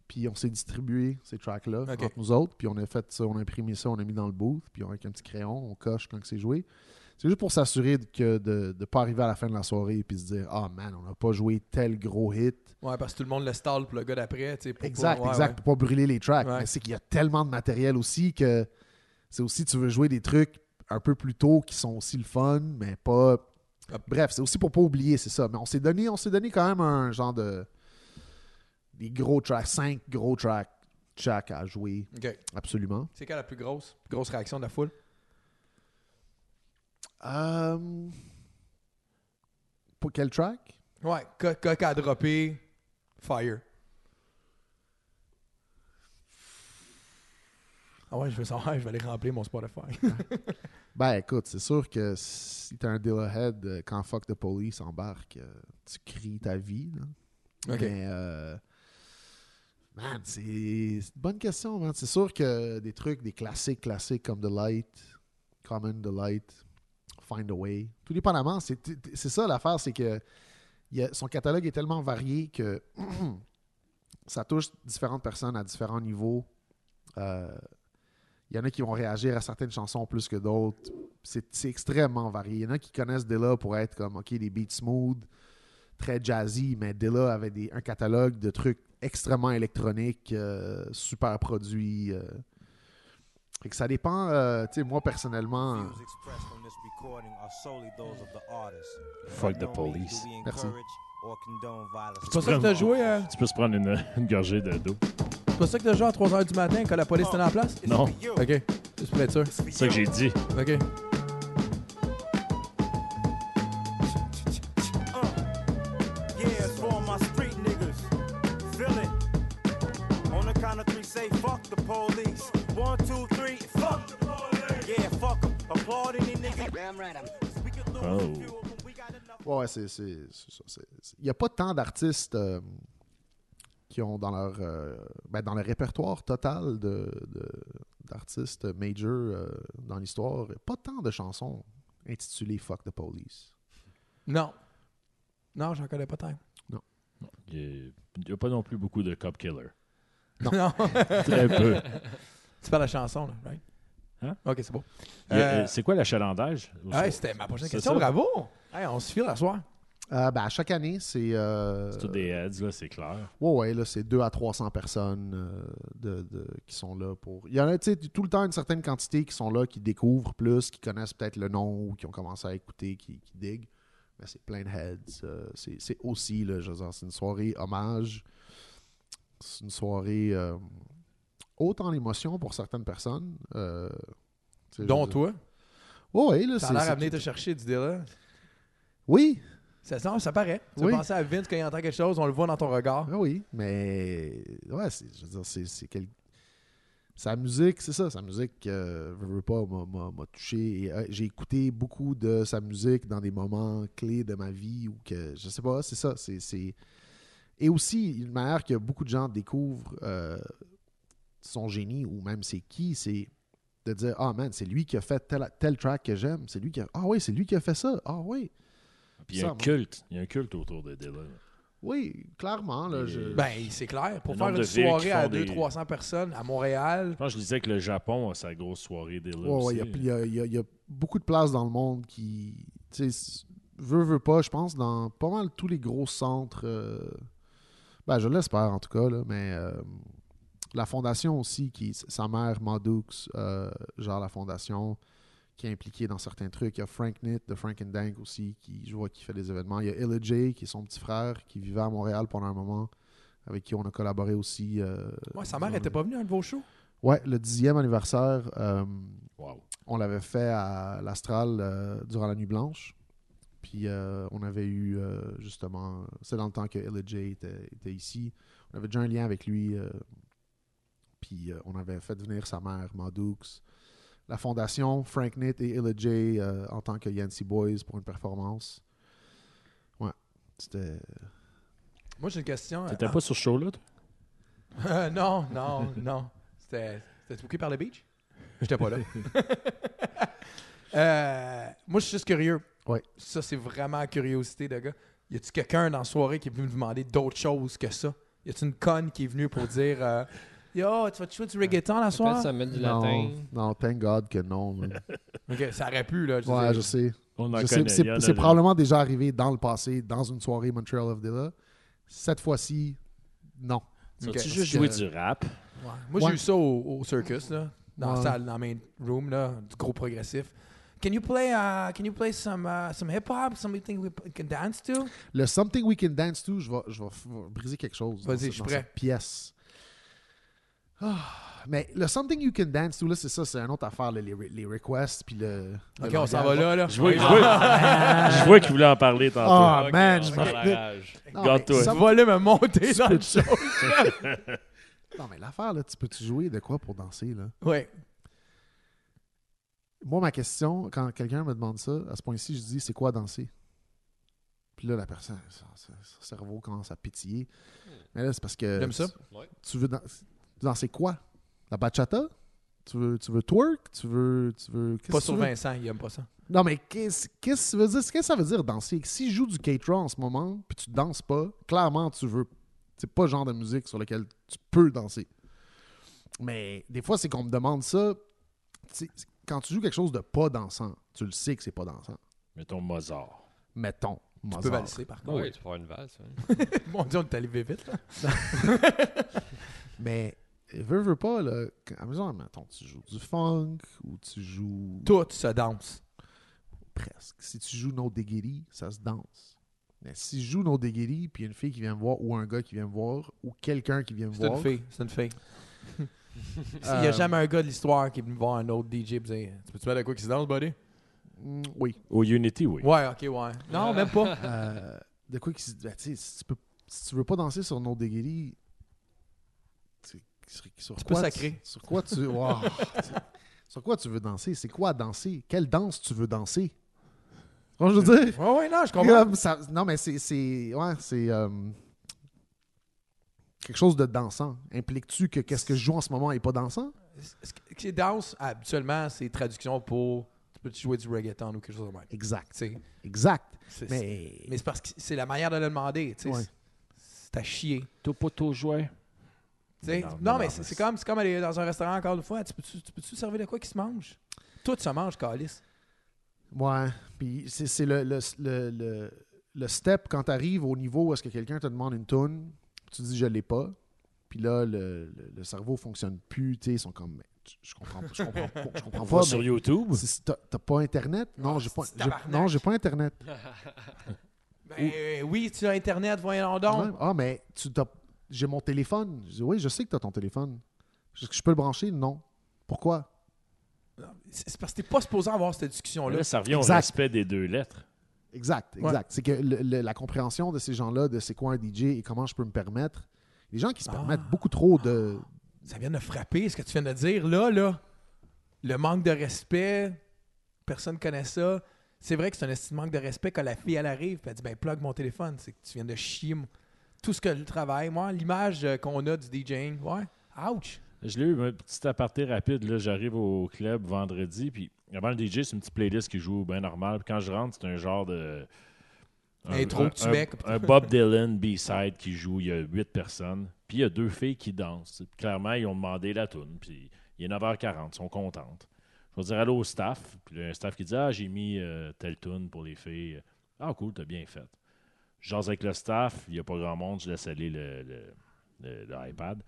D: puis on s'est distribué ces tracks-là
B: Ok.
D: entre nous autres, puis on a fait ça, on a imprimé ça, on a mis dans le booth, puis on- avec un petit crayon, on coche quand que c'est joué. C'est juste pour s'assurer que de ne pas arriver à la fin de la soirée et puis se dire ah man, on n'a pas joué tel gros hit.
B: Ouais, parce que tout le monde le stall pour le gars d'après, tu sais. pour-
D: Exact,
B: pour- ouais,
D: exact, pour pas brûler les tracks.
B: Ouais.
D: Mais c'est qu'il y a tellement de matériel aussi que c'est aussi tu veux jouer des trucs un peu plus tôt qui sont aussi le fun, mais pas.
B: Hop.
D: Bref, c'est aussi pour pas oublier, c'est ça. Mais on s'est donné, on s'est donné quand même un genre de des gros tracks, cinq gros tracks chaque à jouer,
B: ouais. OK.
D: absolument.
B: C'est quand la plus grosse, plus grosse réaction de la foule? Hum.
D: Euh, Pour quel track?
B: Ouais, co- coq à dropper, fire. Ah ouais, je veux savoir, je vais aller remplir mon Spotify.
D: Ben écoute, c'est sûr que si t'es un Dillahead, euh, quand Fuck the Police embarque, euh, tu cries ta vie. là.
B: OK.
D: Mais, euh, man, c'est c'est une bonne question, man. C'est sûr que des trucs, des classiques, classiques comme The Light, Common The Light, Find a Way, tout dépendamment, c'est c'est ça l'affaire, c'est que il y a- son catalogue est tellement varié que ça touche différentes personnes à différents niveaux. Euh, Il y en a qui vont réagir à certaines chansons plus que d'autres. C'est c'est extrêmement varié. Il y en a qui connaissent Della pour être comme, OK, des beats smooth, très jazzy, mais Della avait des, un catalogue de trucs extrêmement électroniques, euh, super produits. euh. Fait que ça dépend, euh, tu sais, moi personnellement. euh,
E: views expressed on this recording are solely those of the artist.
A: Fuck the
E: By no means
A: police.
E: do we
D: Merci.
E: encourage or condone violence.
B: C'est pas ça que t'as joué, euh,
A: Tu peux se prendre une, une gorgée de dos.
B: c'est pas ça que t'as joué à 3h du matin quand la police était en place?
E: It's
A: Non.
E: for you.
B: Ah. OK. Juste pour être sûr.
E: It's for
A: C'est ça que
E: you.
A: j'ai dit.
B: OK.
E: Uh, yeah, it's for all my street niggas. Feel it. On the count of three, say fuck the police. One, two, three, fuck the police. Yeah, fuck 'em. Applaud any nigga. Damn right, I'm. We could lose
A: Oh.
E: a few of 'em. We got enough.
D: Ouais, ouais, c'est c'est- c'est ça, c'est- c'est- Il n'y a pas tant d'artistes euh, qui ont dans leur euh, ben, dans le répertoire total de de- d'artistes major euh, dans l'histoire, pas tant de chansons intitulées Fuck the Police.
B: Non. Non, j'en connais pas tant.
A: Il n'y a pas non plus beaucoup de Cop Killer.
D: Non.
A: Très peu.
B: tu parles la chanson, là, right?
A: Hein?
B: OK, c'est beau.
A: Il y a-
B: Euh,
A: C'est quoi l'achalandage?
D: Ah,
B: ouais, c'était ma prochaine
A: c'est
B: question.
A: ça.
B: Bravo! Hey, on se file à soir.
D: Euh, ben, à chaque année, c'est euh,
A: C'est tous des heads, là, c'est clair.
D: Ouais, ouais, là, c'est 2 à 300 personnes euh, de, de- qui sont là pour. Il y en a, tu sais, tout le temps une certaine quantité qui sont là, qui découvrent plus, qui connaissent peut-être le nom ou qui ont commencé à écouter, qui, qui diguent. Mais c'est plein de heads. euh, c'est c'est aussi, là, je veux dire, c'est une soirée hommage. C'est une soirée. euh, autant l'émotion pour certaines personnes. euh, tu sais, je
B: Dont
D: veux dire-
B: toi.
D: Ouais, là,
B: Ça
D: c'est-
B: a l'air
D: c'est-
B: à venir te chercher, dis là.
D: Oui,
B: Ça, non, ça paraît. Tu
D: Oui.
B: vas penser à Vince quand il entend quelque chose, on le voit dans ton regard.
D: Ah oui, mais ouais, c'est, je veux dire, c'est, c'est quel- sa musique, c'est ça, sa musique, euh, veux, veux pas, m'a, m'a- m'a touché. Et, euh, j'ai écouté beaucoup de sa musique dans des moments clés de ma vie ou que, je sais pas, c'est ça, c'est, c'est- Et aussi, une manière que beaucoup de gens découvrent euh, son génie ou même c'est qui, c'est de dire, ah man, c'est lui qui a fait tel, tel track que j'aime, c'est lui qui a, ah oui, c'est lui qui a fait ça, ah oui,
A: Puis il y a
D: Ça,
A: un
D: moi.
A: culte. Il y a un culte autour de Dylan.
D: oui, clairement, là, je...
B: Ben, c'est clair. Pour
A: Le
B: faire
A: nombre
B: une
A: de villes qui
B: soirée à
A: font des-
B: 200-300 personnes à Montréal,
A: Je pense que je disais que le Japon a sa grosse soirée Dylan.
D: Ouais, ouais,
A: aussi.
D: il y a- il y, a- il y a- il y a beaucoup de places dans le monde qui. Tu sais, s- veut, veut pas, je pense, dans pas mal tous les gros centres. euh, ben, je l'espère en tout cas, là, mais euh, la fondation aussi, qui, s- sa mère, Madux, euh, genre la fondation, qui est impliquée dans certains trucs. Il y a Frank Knitt de Frank and Dank aussi, qui, je vois, qui fait des événements. Il y a Ella J, qui est son petit frère, qui vivait à Montréal pendant un moment, avec qui on a collaboré aussi. euh,
B: moi, sa mère
D: disons,
B: était
A: Mm.
B: pas venue à un de vos shows.
D: Ouais, le dixième anniversaire. euh,
A: Wow.
D: on l'avait fait à l'Astral euh, durant la Nuit Blanche. Puis euh, on avait eu, euh, justement, euh, c'est dans le temps que LJ était, était ici. On avait déjà un lien avec lui. euh, puis euh, on avait fait venir sa mère, Madux, la fondation, Frank Knitt et LJ euh, en tant que Yancy Boys pour une performance. Ouais, c'était.
B: Moi, j'ai une question.
A: T'étais pas sur ce show-là, toi?
B: Euh, non, non, non. C'était c'était booké par le beach? J'étais pas là. Euh, moi, je suis juste curieux.
D: Ouais.
B: Ça, c'est vraiment la curiosité de gars. Y a-tu quelqu'un dans la soirée qui est venu me demander d'autres choses que ça? Y a-tu une conne qui est venue pour dire euh, Yo, tu vas te jouer du reggaeton la
C: Peut-être
B: soirée?
C: ça met du latin.
D: Non, non, thank God que non. là.
B: Ok, ça aurait pu, là. je
D: ouais,
B: veux
D: je
B: dire.
D: sais.
A: On en
D: Je sais
A: connaît.
D: que c'est-
A: il y en a
D: C'est
A: des-
D: probablement déjà arrivé dans le passé, dans une soirée Montreal of Dilla. Cette fois-ci, non.
A: Tu
B: Ok.
A: as-tu
D: Parce
A: juste
D: que-
A: joué du rap?
B: Ouais. Moi, j'ai
D: Ouais.
B: eu ça au, au circus, là, dans la
D: Ouais.
B: salle, dans la main room, là, du gros progressif. Can you play, uh, can you play some, uh, some hip-hop, something we p- can dance to?
D: Le Something We Can Dance To, je vais, je vais f- briser quelque chose. dans
B: Vas-y,
D: ce-
B: je suis
D: dans
B: prêt.
D: cette pièce. Ah, mais le Something You Can Dance To, là, c'est ça, c'est une autre affaire, là, les, re- les requests, puis le. le
B: Ok, on s'en va
D: langage.
B: là, là.
A: Je vois, je vois- je vois qu'il voulait en parler tantôt.
D: Ah,
C: Ok,
D: man,
C: on
D: je
C: prend
D: me-
C: la rage.
D: Non, mais
A: Garde-toi.
D: ça-
B: Le volume a monté dans le show.
D: Non, mais l'affaire, là, tu peux-tu jouer de quoi pour danser, là?
B: Ouais.
D: Moi, ma question, quand quelqu'un me demande ça, à ce point-ci, je dis c'est quoi danser Puis là, la personne, son, son- son cerveau commence à pétiller. Mais là, c'est parce que.
B: J'aime ça.
D: tu-
C: Ouais.
D: Tu veux dans- danser quoi La bachata tu veux, tu veux twerk Tu veux. Tu veux qu'est-ce
B: Pas
D: que tu
B: sur
D: veux?
B: Vincent, il aime pas
A: Ah,
B: ça.
D: Non, mais qu'est-ce qu'est-ce que ça veut dire Qu'est-ce que ça veut dire danser Si je joue du k en ce moment, puis tu danses pas, clairement, tu veux. C'est pas le genre de musique sur lequel tu peux danser. Mais des fois, c'est qu'on me demande ça. Tu sais, Quand tu joues quelque chose de pas dansant, tu le sais que c'est pas dansant.
A: Mettons Mozart.
D: Mettons.
B: Tu peux
D: Mozart.
B: valser, par contre.
C: Oui, tu peux avoir une valse. hein. ouais.
B: Mon Dieu, on est allé vite, là.
D: Mais veux, veux pas, là. quand- À mesure, mettons, tu joues du funk ou tu joues.
B: Tout se danse.
D: Presque. Si tu joues No Diggity, ça se danse. Mais si je joue No Diggity, puis une fille qui vient me voir, ou un gars qui vient me voir, ou quelqu'un qui vient me
B: C'est
D: voir.
B: une fille, c'est une fille. Il
D: Euh,
B: y a jamais un gars de l'histoire qui est venu voir un autre DJ et dire Tu peux-tu mettre de quoi qui se danse, buddy
D: Mm, oui.
A: Au Unity, oui.
B: Ouais, ok, ouais. Non, même pas.
D: Euh, de quoi qui se. ben, tu sais, si tu peux. Si tu veux pas danser sur No Diggity, tu- sur, sur
B: C'est
D: quoi
B: pas
D: tu-
B: sacré.
D: Sur quoi tu. wow, tu- sur quoi tu veux danser? C'est quoi danser? Quelle danse tu veux danser? Tu vois ce que je veux dire?
B: Ouais, ouais, non, je comprends.
D: Comme ça- non, mais c'est. c'est- Ouais, c'est. euh, quelque chose de dansant. Impliques-tu que qu'est-ce que je joue en ce moment est pas dansant?
B: Ce qui- ce qui danse, habituellement, c'est traduction pour Tu peux-tu jouer du reggaeton ou quelque chose de même. Tu
D: Exact.
B: sais,
D: Exact.
B: c'est-
D: Mais.
B: Mais c'est parce que c'est la manière de le demander. tu sais.
D: Ouais.
B: C'est- C'est à chier.
A: T'as pas tout joué?
B: Tu sais,
A: Non,
B: non,
A: non,
B: mais
A: non,
B: c'est
A: mais
B: c'est
A: c'est-
B: comme, c'est comme aller dans un restaurant encore une fois. Tu peux-tu tu peux-tu servir de quoi qui se mange? Tout se mange, Calis.
D: Ouais, puis c'est c'est le, le, le, le, le step quand t'arrives au niveau où est-ce que quelqu'un te demande une toune, tu dis je l'ai pas, puis là le, le, le cerveau fonctionne plus, tu sais, ils sont comme Mais tu- je comprends, je comprends, pas- je comprends
A: Va
D: pas.
A: sur
D: mais
A: YouTube.
D: c'est- c'est- T'as t'as pas internet Non,
B: Ah,
D: j'ai pas,
B: c'est
D: j'ai-
B: tabarnak.
D: non, j'ai pas internet.
B: Ben oui, tu as Internet, voyons donc.
D: Ouais, Ah mais tu t'as- j'ai mon téléphone. Je dis, oui, je sais que t'as ton téléphone. Est-ce que je peux le brancher? Non. Pourquoi?
B: C'est c'est parce que t'es pas supposé avoir cette discussion-là.
A: Là, ça revient au
D: Exact.
A: respect des deux lettres.
D: Exact,
B: Ouais.
D: exact. C'est que le- le- la compréhension de ces gens-là, de c'est quoi un DJ et comment je peux me permettre. Les gens qui se
B: Ah.
D: permettent beaucoup trop de.
B: Ça vient de frapper ce que tu viens de dire. Là, là, le manque de respect, personne connaît ça. C'est vrai que c'est un esti de manque de respect quand la fille, elle arrive et elle dit ben, plug mon téléphone. C'est que tu viens de chier mon- tout ce que le travail, moi, l'image euh, qu'on a du DJing. Ouais, ouch.
A: Je l'ai eu, un petit aparté rapide. Là, j'arrive au club vendredi, puis avant le DJ, c'est une petite playlist qui joue bien normal. Puis quand je rentre, c'est un genre de.
B: Intro que tu
A: un-
B: mets.
A: un Bob Dylan B-side qui joue, il y a huit personnes, puis il y a deux filles qui dansent. Clairement, ils ont demandé la tune, puis il est 9h40, ils sont contentes. Je vais dire allô au staff, puis le staff qui dit Ah, j'ai mis euh, telle tune pour les filles. Ah, cool, t'as bien fait. Je jase avec le staff, il n'y a pas grand monde, je laisse aller le, le- le- le iPad.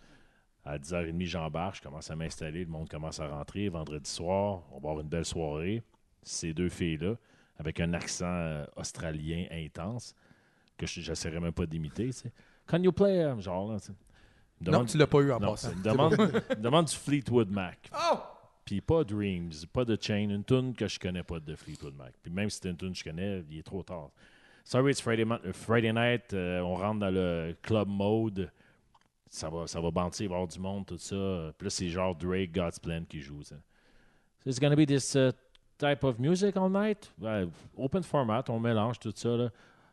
A: À 10h30, j'embarque, je commence à m'installer, le monde commence à rentrer. Vendredi soir, on va avoir une belle soirée. Ces deux filles-là, avec un accent euh, australien intense que je- j'essaierai même pas d'imiter. tu sais. Can you play? euh, Genre, là, tu sais. Il me
B: Non,
A: demande-
B: tu l'as pas eu en
A: Non,
B: passant.
A: il me demande, il me demande du Fleetwood Mac.
B: Oh!
A: Puis pas Dreams, pas de Chain, une tune que je connais pas de Fleetwood Mac. Puis même si c'est une tune que je connais, il est trop tard. Sorry, it's Friday, mon- euh, Friday night, euh, on rentre dans le club mode. Ça va, ça va bantir, il va y avoir du monde, tout ça. Puis là, c'est genre Drake, God's Plan qui joue. ça. So it's gonna be this uh, type of music all night. Ouais, open format, on mélange tout ça. Là.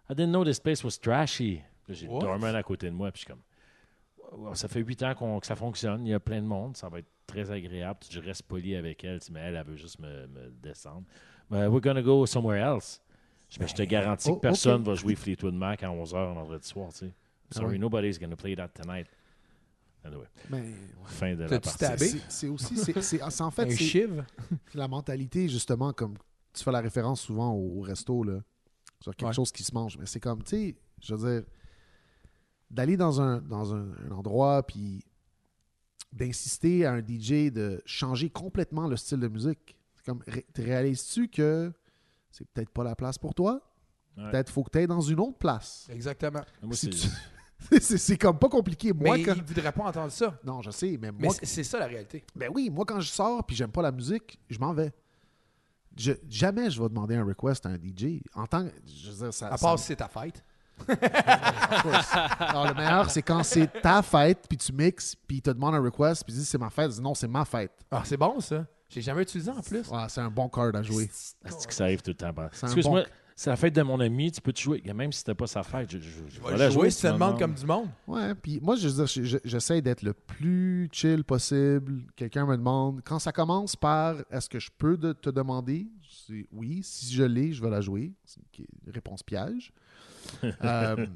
A: I didn't know this place was trashy. Là, j'ai
B: What?
A: Dorman à côté de moi, puis je suis comme. Wow, ça fait huit ans qu'on- que ça fonctionne, il y a plein de monde, ça va être très agréable. Je reste poli avec elle, tu sais, mais elle, elle veut juste me, me descendre. Mais we're gonna go somewhere else. Je, mais je te garantis
D: Oh,
A: que personne
D: ok.
A: va jouer Fleetwood Mac à 11h vendredi soir, tu sais. Sorry,
D: oui.
A: nobody's gonna play that tonight. Anyway,
D: Mais
A: fin de la
B: T'as-tu
A: partie.
B: tabé?
D: c'est c'est aussi. c'est- c'est- c'est- en fait,
B: un
D: c'est-
B: chiv.
D: Puis la mentalité, justement, comme tu fais la référence souvent au, au resto, là, sur quelque
B: Ouais.
D: chose qui se mange, mais c'est comme, tu sais, je veux dire, d'aller dans un, dans un, un endroit, puis d'insister à un DJ de changer complètement le style de musique. C'est comme, ré- te réalises-tu que c'est peut-être pas la place pour toi?
A: Ouais.
D: Peut-être faut que tu ailles dans une autre place.
B: Exactement.
A: Moi,
D: Si
A: c'est-
D: tu- c'est c'est comme pas compliqué. Moi,
B: mais
D: quand-
B: il voudrait pas entendre ça.
D: Non, je sais, mais
B: Mais
D: moi,
B: c'est c'est ça la réalité.
D: ben oui, moi quand je sors puis j'aime pas la musique, je m'en vais. Je- jamais je vais demander un request à un DJ. En tant que- je veux dire, ça,
B: À
D: ça-
B: part si c'est ta fête.
D: of course. Alors, le meilleur, c'est quand c'est ta fête, puis tu mixes, puis il te demande un request, puis il dit c'est ma fête. Il dit, non, c'est ma fête.
B: Ah, c'est bon ça. J'ai jamais utilisé en plus.
D: Ouais, c'est un bon card à jouer.
A: Est-ce que ça arrive tout le temps? bah.
D: C'est un
A: Excuse-moi,
D: bon-
A: c'est la fête de mon ami, tu peux te jouer. Même si c'était pas sa fête, je, je, je,
B: Tu
A: vais
B: vas
A: la
B: le jouer si
A: tu
B: tu
A: me
B: demandes
A: demandes.
B: comme du monde.
D: Ouais, puis moi, je veux dire, je- je- j'essaie d'être le plus chill possible. Quelqu'un me demande. Quand ça commence par est-ce que je peux de- te demander Je dis, Oui, si je l'ai, je vais la jouer. C'est une qui- réponse piège. Euh,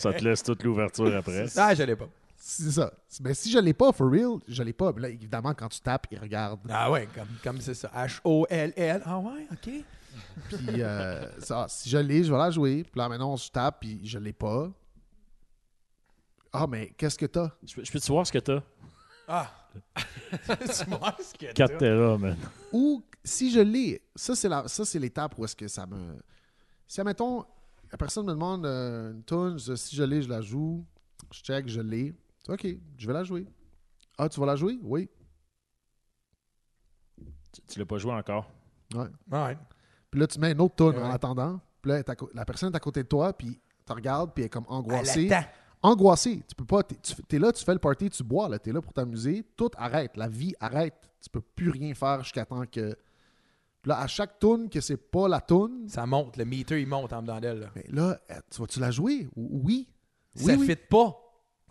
A: Ça te laisse toute l'ouverture après.
B: Ah, j'allais pas.
D: C'est ça. Mais si je l'ai pas, for real, je l'ai pas. Mais Là, évidemment, quand tu tapes, il regarde.
B: Ah ouais, comme comme c'est ça. H-O-L-L. Ah ouais, ok.
D: Puis, euh, ça, si je l'ai, je vais la jouer. Puis là, maintenant, je tape, puis je l'ai pas. Ah, mais qu'est-ce que t'as?
A: Je, peux- je peux-tu voir ce que t'as?
B: Ah. tu vois ce que t'as.
A: 4 Tera, man.
D: Ou si je l'ai, ça, c'est la- ça, c'est l'étape où est-ce que ça me. Si, admettons, la personne me demande euh, une tune, si je l'ai, je la joue. Je check, je l'ai. Ok, je vais la jouer. Ah, tu vas la jouer? Oui.
A: Tu, tu l'as pas joué encore.
D: Ouais.
B: Ouais.
D: Puis là, tu mets une autre tune en
B: Ouais.
D: attendant. Puis là, elle est à cô- la personne est à côté de toi, puis tu regardes, puis elle est comme angoissée.
B: Elle attend.
D: angoissé. Tu peux pas. T'es, tu- t'es là, tu fais le party, tu bois, là, t'es là pour t'amuser. Tout arrête. La vie arrête. Tu peux plus rien faire jusqu'à temps que. Puis Là, à chaque tune que c'est pas la tune,
B: Ça monte, le meter il monte en dedans d'elle. là.
D: mais là, eh, tu vas-tu la jouer? Ou- Oui. Oui,
B: ça
D: oui.
B: fit pas.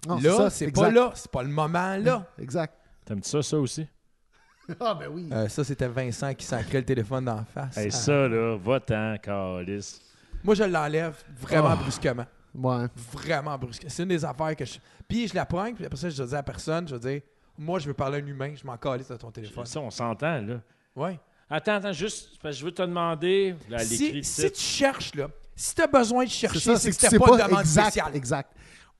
D: Non,
B: là,
D: ça,
B: c'est
D: exact,
B: pas là, c'est pas le moment là.
D: Exact.
A: T'aimes-tu ça, ça aussi?
D: Ah, ben oui.
B: Euh, ça, c'était Vincent qui s'ancrait le téléphone d'en face.
A: Hey,
B: Ah.
A: ça, là, va-t'en, Calis.
B: Moi, je l'enlève vraiment
D: Oh.
B: brusquement.
D: Ouais.
B: Vraiment brusquement. C'est une des affaires que je. Puis je la prends, puis après ça, je dis à la personne, je dis, moi, je veux parler à un humain, je m'en calisse de ton téléphone.
A: Ça, on s'entend, là.
B: Ouais.
A: Attends, attends, juste, parce que je veux te demander. Là, elle écrit
B: Si,
A: ici.
B: si tu cherches, là, si t'as besoin de chercher,
D: C'est ça,
B: c'est
D: c'est
B: que
D: que tu
B: c'était
D: sais
B: pas, une
D: pas
B: demande
D: exact,
B: spéciale.
D: exact.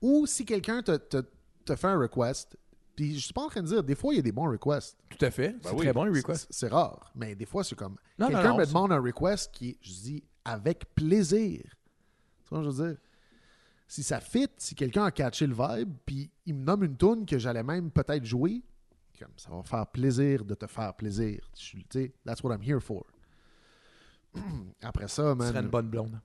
D: Ou si quelqu'un te, te- te fait un request, puis je suis pas en train de dire, des fois, il y a des bons requests.
B: Tout à fait. c'est
A: oui.
B: très bon, les requests.
D: C'est rare, mais des fois, c'est comme.
B: Non, non,
D: Quelqu'un
B: non,
D: me
B: c'est-
D: demande un request qui est, je dis, avec plaisir. Tu vois, je veux dire. si ça fit, si quelqu'un a catché le vibe, puis il me nomme une tune que j'allais même peut-être jouer, comme ça va faire plaisir de te faire plaisir. Je suis- Tu sais, that's what I'm here for. Après ça,
B: Tu
D: man.
B: serais une bonne blonde.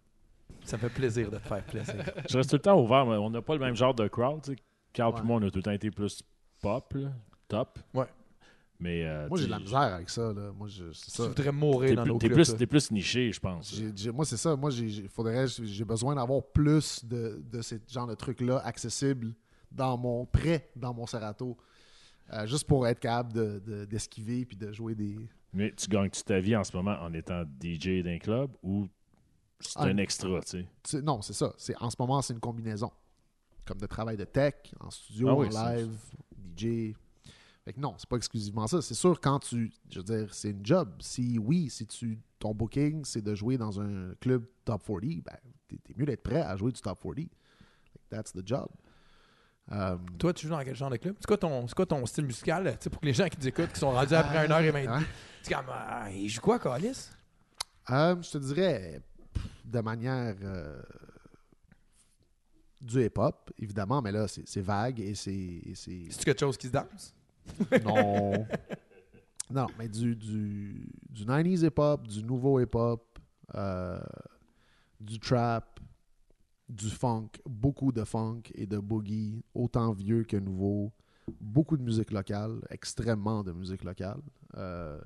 B: Ça fait plaisir de te faire plaisir.
A: Je reste tout le temps ouvert, mais on n'a pas le même genre de crowd. tu sais. Carl
D: Ouais.
A: puis moi, on a tout le temps été plus pop, là, top.
B: Ouais.
A: Mais euh,
D: Moi, j'ai
A: tu-
D: de la misère avec ça. Là. Moi, je, c'est
B: tu
D: ça.
B: voudrais
A: T'es
B: mourir dans
A: plus,
B: nos
A: t'es
B: clubs.
A: plus,
B: toi.
A: t'es plus niché, je pense.
D: J'ai- j'ai- moi, c'est ça. Moi, j'ai, j'ai- faudrait, j'ai besoin d'avoir plus de, de ce genre de trucs-là accessibles dans mon prêt, dans mon Serato. Euh, juste pour être capable de, de- d'esquiver puis de jouer des.
A: Mais tu gagnes-tu ta vie en ce moment en étant DJ d'un club ou c'est
D: Ah,
A: un
D: non.
A: extra, tu sais?
D: tu sais, non, c'est ça. C'est, en ce moment, c'est une combinaison. Comme de travail de tech, en studio,
A: Ah oui,
D: en
A: c'est-
D: live, DJ. Fait que non, c'est pas exclusivement ça. C'est sûr, quand tu. Je veux dire, c'est une job. Si oui, si tu ton booking, c'est de jouer dans un club top 40, ben, t'es, t'es mieux d'être prêt à jouer du top 40. Like, that's the job. Euh,
B: Toi, tu joues dans quel genre de club? C'est quoi ton, c'est quoi ton style musical? là? Tu sais, pour que les gens qui t'écoutent, qui sont rendus après 1h20,
D: ouais.
B: c'est comme, ah, il joue quoi, Calis?
D: Euh, je te dirais pff, de manière euh, du hip-hop, évidemment, mais là, c'est, c'est vague et c'est- et c'est
B: C'est-tu quelque chose qui se danse?
D: Non. non, mais du, du, du 90s hip-hop, du nouveau hip-hop, euh, du trap, du funk, beaucoup de funk et de boogie, autant vieux que nouveau, beaucoup de musique locale, extrêmement de musique locale, euh,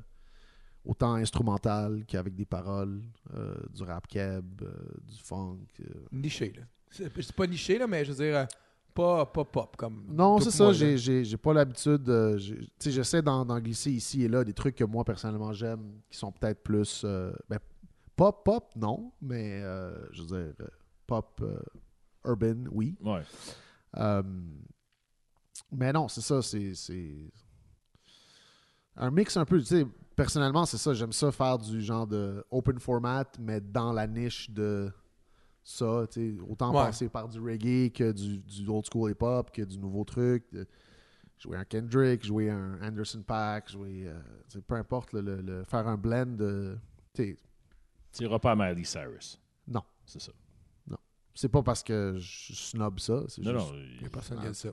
D: autant instrumentale qu'avec des paroles, euh, du rap keb, euh, du funk. euh,
B: Niché, là. C'est c'est pas niché, là, mais je veux dire, euh, pas, pas pop comme.
D: Non,
B: toi
D: c'est
B: pis
D: ça.
B: moi,
D: J'ai,
B: là.
D: j'ai, j'ai pas l'habitude. euh, j'ai- tu sais, j'essaie d'en, d'en glisser ici et là des trucs que moi personnellement j'aime, qui sont peut-être plus euh, ben, pop, pop, non, mais euh, je veux dire euh, pop euh, urban, oui.
A: Ouais.
D: Euh, mais non, c'est ça. C'est, c'est un mix un peu. Tu sais, personnellement, c'est ça. J'aime ça faire du genre de open format, mais dans la niche de ça. tu sais, autant
B: Ouais.
D: passer par du reggae que du, du old school hip-hop, que du nouveau truc. de- jouer un Kendrick, jouer un Anderson Paak, jouer. euh, tu sais, peu importe, le, le- le- faire un blend de. tu sais,
A: Tu iras pas à Miley Cyrus.
D: Non.
A: C'est ça.
D: C'est pas parce que je snob ça. C'est
A: Non,
D: juste-
A: non.
B: Il y a
A: il-
B: personne qui a dit ça.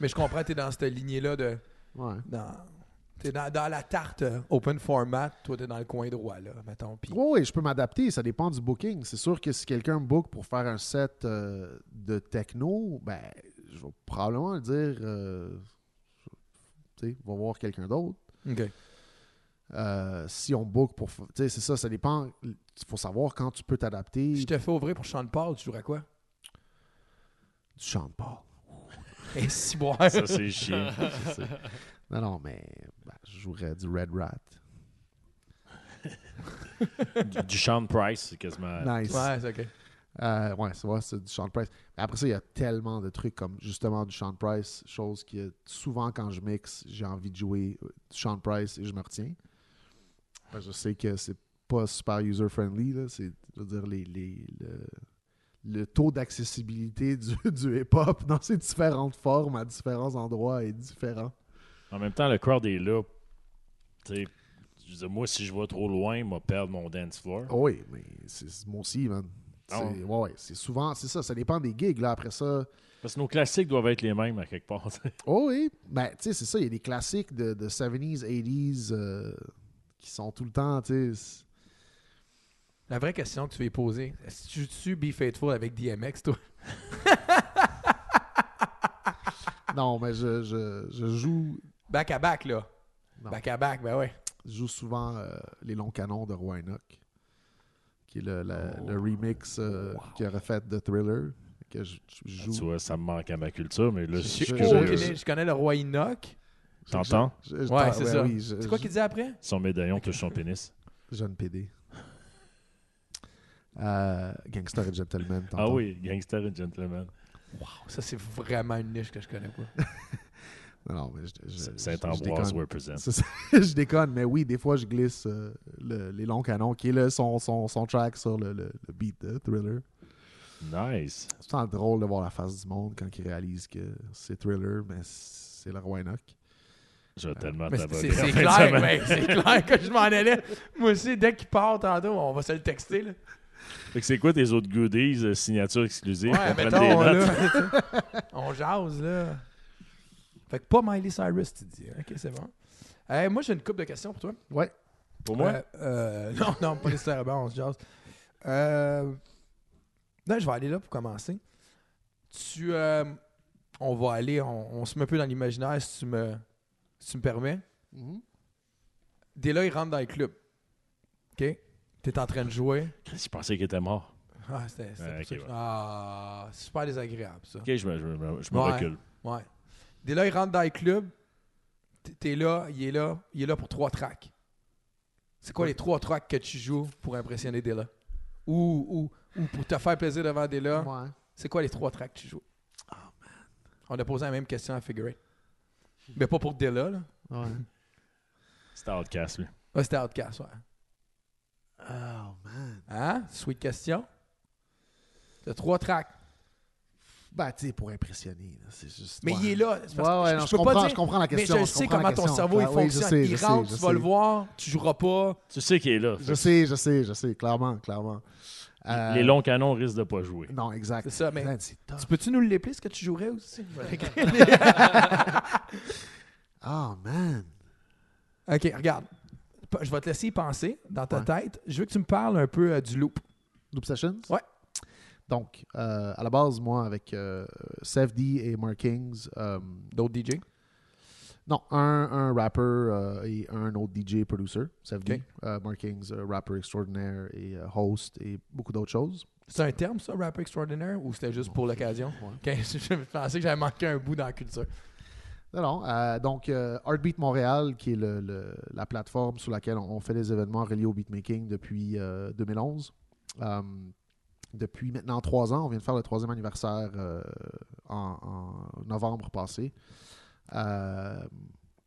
B: Mais je comprends, t'es dans cette lignée-là de.
D: Ouais.
B: Dans, t'es dans, dans la tarte euh, open format, toi, t'es dans le coin droit, là, mettons. Pis,
D: Oui, je peux m'adapter. Ça dépend du booking. C'est sûr que si quelqu'un me book pour faire un set euh, de techno, ben, je vais probablement dire, euh, tu sais, va voir quelqu'un d'autre.
B: Ok.
D: Euh, si on book pour, f- tu sais, c'est ça, ça dépend. Il faut savoir quand tu peux t'adapter.
B: Je te fais ouvrir pour Sean Paul, tu jouerais quoi?
D: Tu chantes pas.
B: Et si bon.
A: Ça, c'est chiant.
D: Je sais. non, non, mais ben, je jouerais du Red Rat.
A: du, du Sean Price, c'est quasiment.
D: Nice.
B: Ouais, c'est ok.
D: Euh, ouais, c'est vrai, c'est du Sean Price. Mais après ça, il y a tellement de trucs comme justement du Sean Price, chose que souvent quand je mixe, j'ai envie de jouer euh, du Sean Price et je me retiens. Parce que je sais que c'est pas super user-friendly, là. C'est, je veux dire, les, les- le, le taux d'accessibilité du, du hip-hop dans ses différentes formes à différents endroits est différent.
A: En même temps, le crowd est là. Tu sais, je veux dire, moi, si je vais trop loin, il va perdre mon dance floor.
D: Ah Oui, mais c'est c'est- moi aussi, man.
A: Ah
D: C'est- ouais, ouais, c'est souvent, c'est ça, ça dépend des gigs, là. Après ça,
A: Parce que nos classiques doivent être les mêmes à quelque part. tu sais.
D: Oh oui, ben tu sais, c'est ça, il y a des classiques de, de 70s, 80s euh, qui sont tout le temps, tu sais. c'est-
B: La vraie question que tu veux poser, est-ce que tu joues Be Faithful avec DMX, toi?
D: Non, mais je, je, je joue,
B: Back à back, là.
D: Non.
B: Back à back, ben ouais.
D: je joue souvent euh, les longs canons de Roy Enoch, qui est le, la-
A: Oh.
D: le remix euh, qu'il aurait fait de Thriller, que je, je
A: Tu
D: joue.
A: vois, ça me manque à ma culture, mais là,
D: Je-
A: c'est
D: je-
A: que
B: Oh,
A: je-
B: ok,
D: je-
B: je connais le roi Enoch.
A: T'entends?
D: Je- je-
B: Ouais,
D: t'en-
B: c'est ça.
D: oui, je-
B: C'est quoi
D: je-
B: qu'il dit après?
A: Son médaillon touche son pénis.
D: Jeune PD. Euh, Gangster et Gentleman.
A: Ah
D: t'entends?
A: oui, Gangster et Gentleman.
B: Oh, Ça, c'est vraiment une niche que je connais pas.
D: Non, non, mais je- je- je- je
A: Saint-Ambroise
D: déconne.
A: represent.
D: C'est ça, je déconne, mais oui, des fois je glisse euh, le- les longs canons, qui est le, son, son, son track sur le, le- le beat de Thriller.
A: Nice.
D: C'est tout le temps drôle de voir la face du monde quand ils réalisent que c'est Thriller, mais c'est le roi Enoch.
A: Je vais tellement
B: Mais c'est-
A: t'aboguer.
B: c'est c'est clair, mais c'est clair que je m'en allais. Moi aussi, dès qu'il part tantôt, on va se le texter. Là.
A: Fait que c'est quoi tes autres goodies, euh, signatures exclusives?
B: Ouais,
A: qu'on prenne
B: mettons,
A: des notes?
B: là. on jase, là. Fait que pas Miley Cyrus, tu dis. Ok, c'est bon. Euh, moi, j'ai une couple de questions pour toi.
D: Ouais.
A: Pour moi?
B: Euh, euh, non, non, pas nécessairement, on se jase. Euh, non, je vais aller là pour commencer. Tu, euh, on va aller, on, on se met un peu dans l'imaginaire, si tu me, si tu me permets.
D: Mhm.
B: Dès là, il rentre dans le club. OK? T'es en train de jouer.
A: Chris, je pensais qu'il était mort.
B: Ah, c'était c'était
A: Ouais,
B: pour ça
A: Euh, ok,
B: que-
A: ouais.
B: Ah, super désagréable, ça.
A: Ok, je me, je me- je me
B: Ouais.
A: recule.
B: Ouais. Dès là, il rentre dans le club. T- T'es là, il est là, il est là pour trois tracks. C'est quoi les trois tracks que tu joues pour impressionner Della? Ou, ou, ou pour te faire plaisir devant Della?
D: Ouais.
B: C'est quoi les trois tracks que tu joues?
A: Ah,
B: On a posé la même question à Figure Eight. Mais pas pour Della, là.
D: Ouais.
A: C'était Outcast, lui.
B: Ouais, c'était Outcast, ouais.
D: Oh, man.
B: Hein? Sweet question. T'as trois tracks.
D: Bah, tu sais, pour impressionner, là, c'est juste.
B: Mais
D: ouais.
B: il est là. C'est parce
D: Ouais,
B: que
D: ouais,
B: je-
D: non,
B: je
D: je
B: peux pas
D: comprends,
B: dire-
D: je comprends la question.
B: Mais je,
D: je
B: sais
D: comprends la
B: comment ton
D: question.
B: cerveau il
D: Ouais, oui, je
B: fonctionne.
D: sais,
B: il
D: je sais,
B: rentre,
D: je
B: tu vas
D: sais.
B: le voir, tu joueras pas.
A: Tu sais qu'il est là.
D: Je sais, je sais, je sais, clairement, clairement. Euh,
A: Les longs canons risquent de pas jouer.
D: Non, exact.
B: C'est ça, mais-
D: Man, c'est tough.
B: Tu peux-tu nous l'épeler, ce que tu jouerais aussi?
D: Oh, man.
B: OK, regarde. P- Je vais te laisser y penser dans ta
D: Ouais.
B: tête. Je veux que tu me parles un peu euh, du loop.
D: Loop Sessions?
B: Ouais.
D: Donc, euh, à la base, moi, avec euh, Safdie et Markings, euh,
B: D'autres DJ.
D: non, un, un rapper euh, et un autre DJ producer, Safdie,
B: Ok.
D: euh, Markings, euh, rapper extraordinaire et euh, host et beaucoup d'autres choses.
B: C'est un terme, ça, rapper extraordinaire, ou c'était juste pour l'occasion?
D: Ouais.
B: Ok, je pensais que j'avais manqué un bout dans la culture.
D: Non, non, euh, donc, euh, Heartbeat Montréal, qui est le- le- la plateforme sur laquelle on, on fait des événements reliés au beatmaking depuis euh, 2011. Euh, depuis maintenant trois ans, on vient de faire le troisième anniversaire euh, en, en novembre passé. Euh,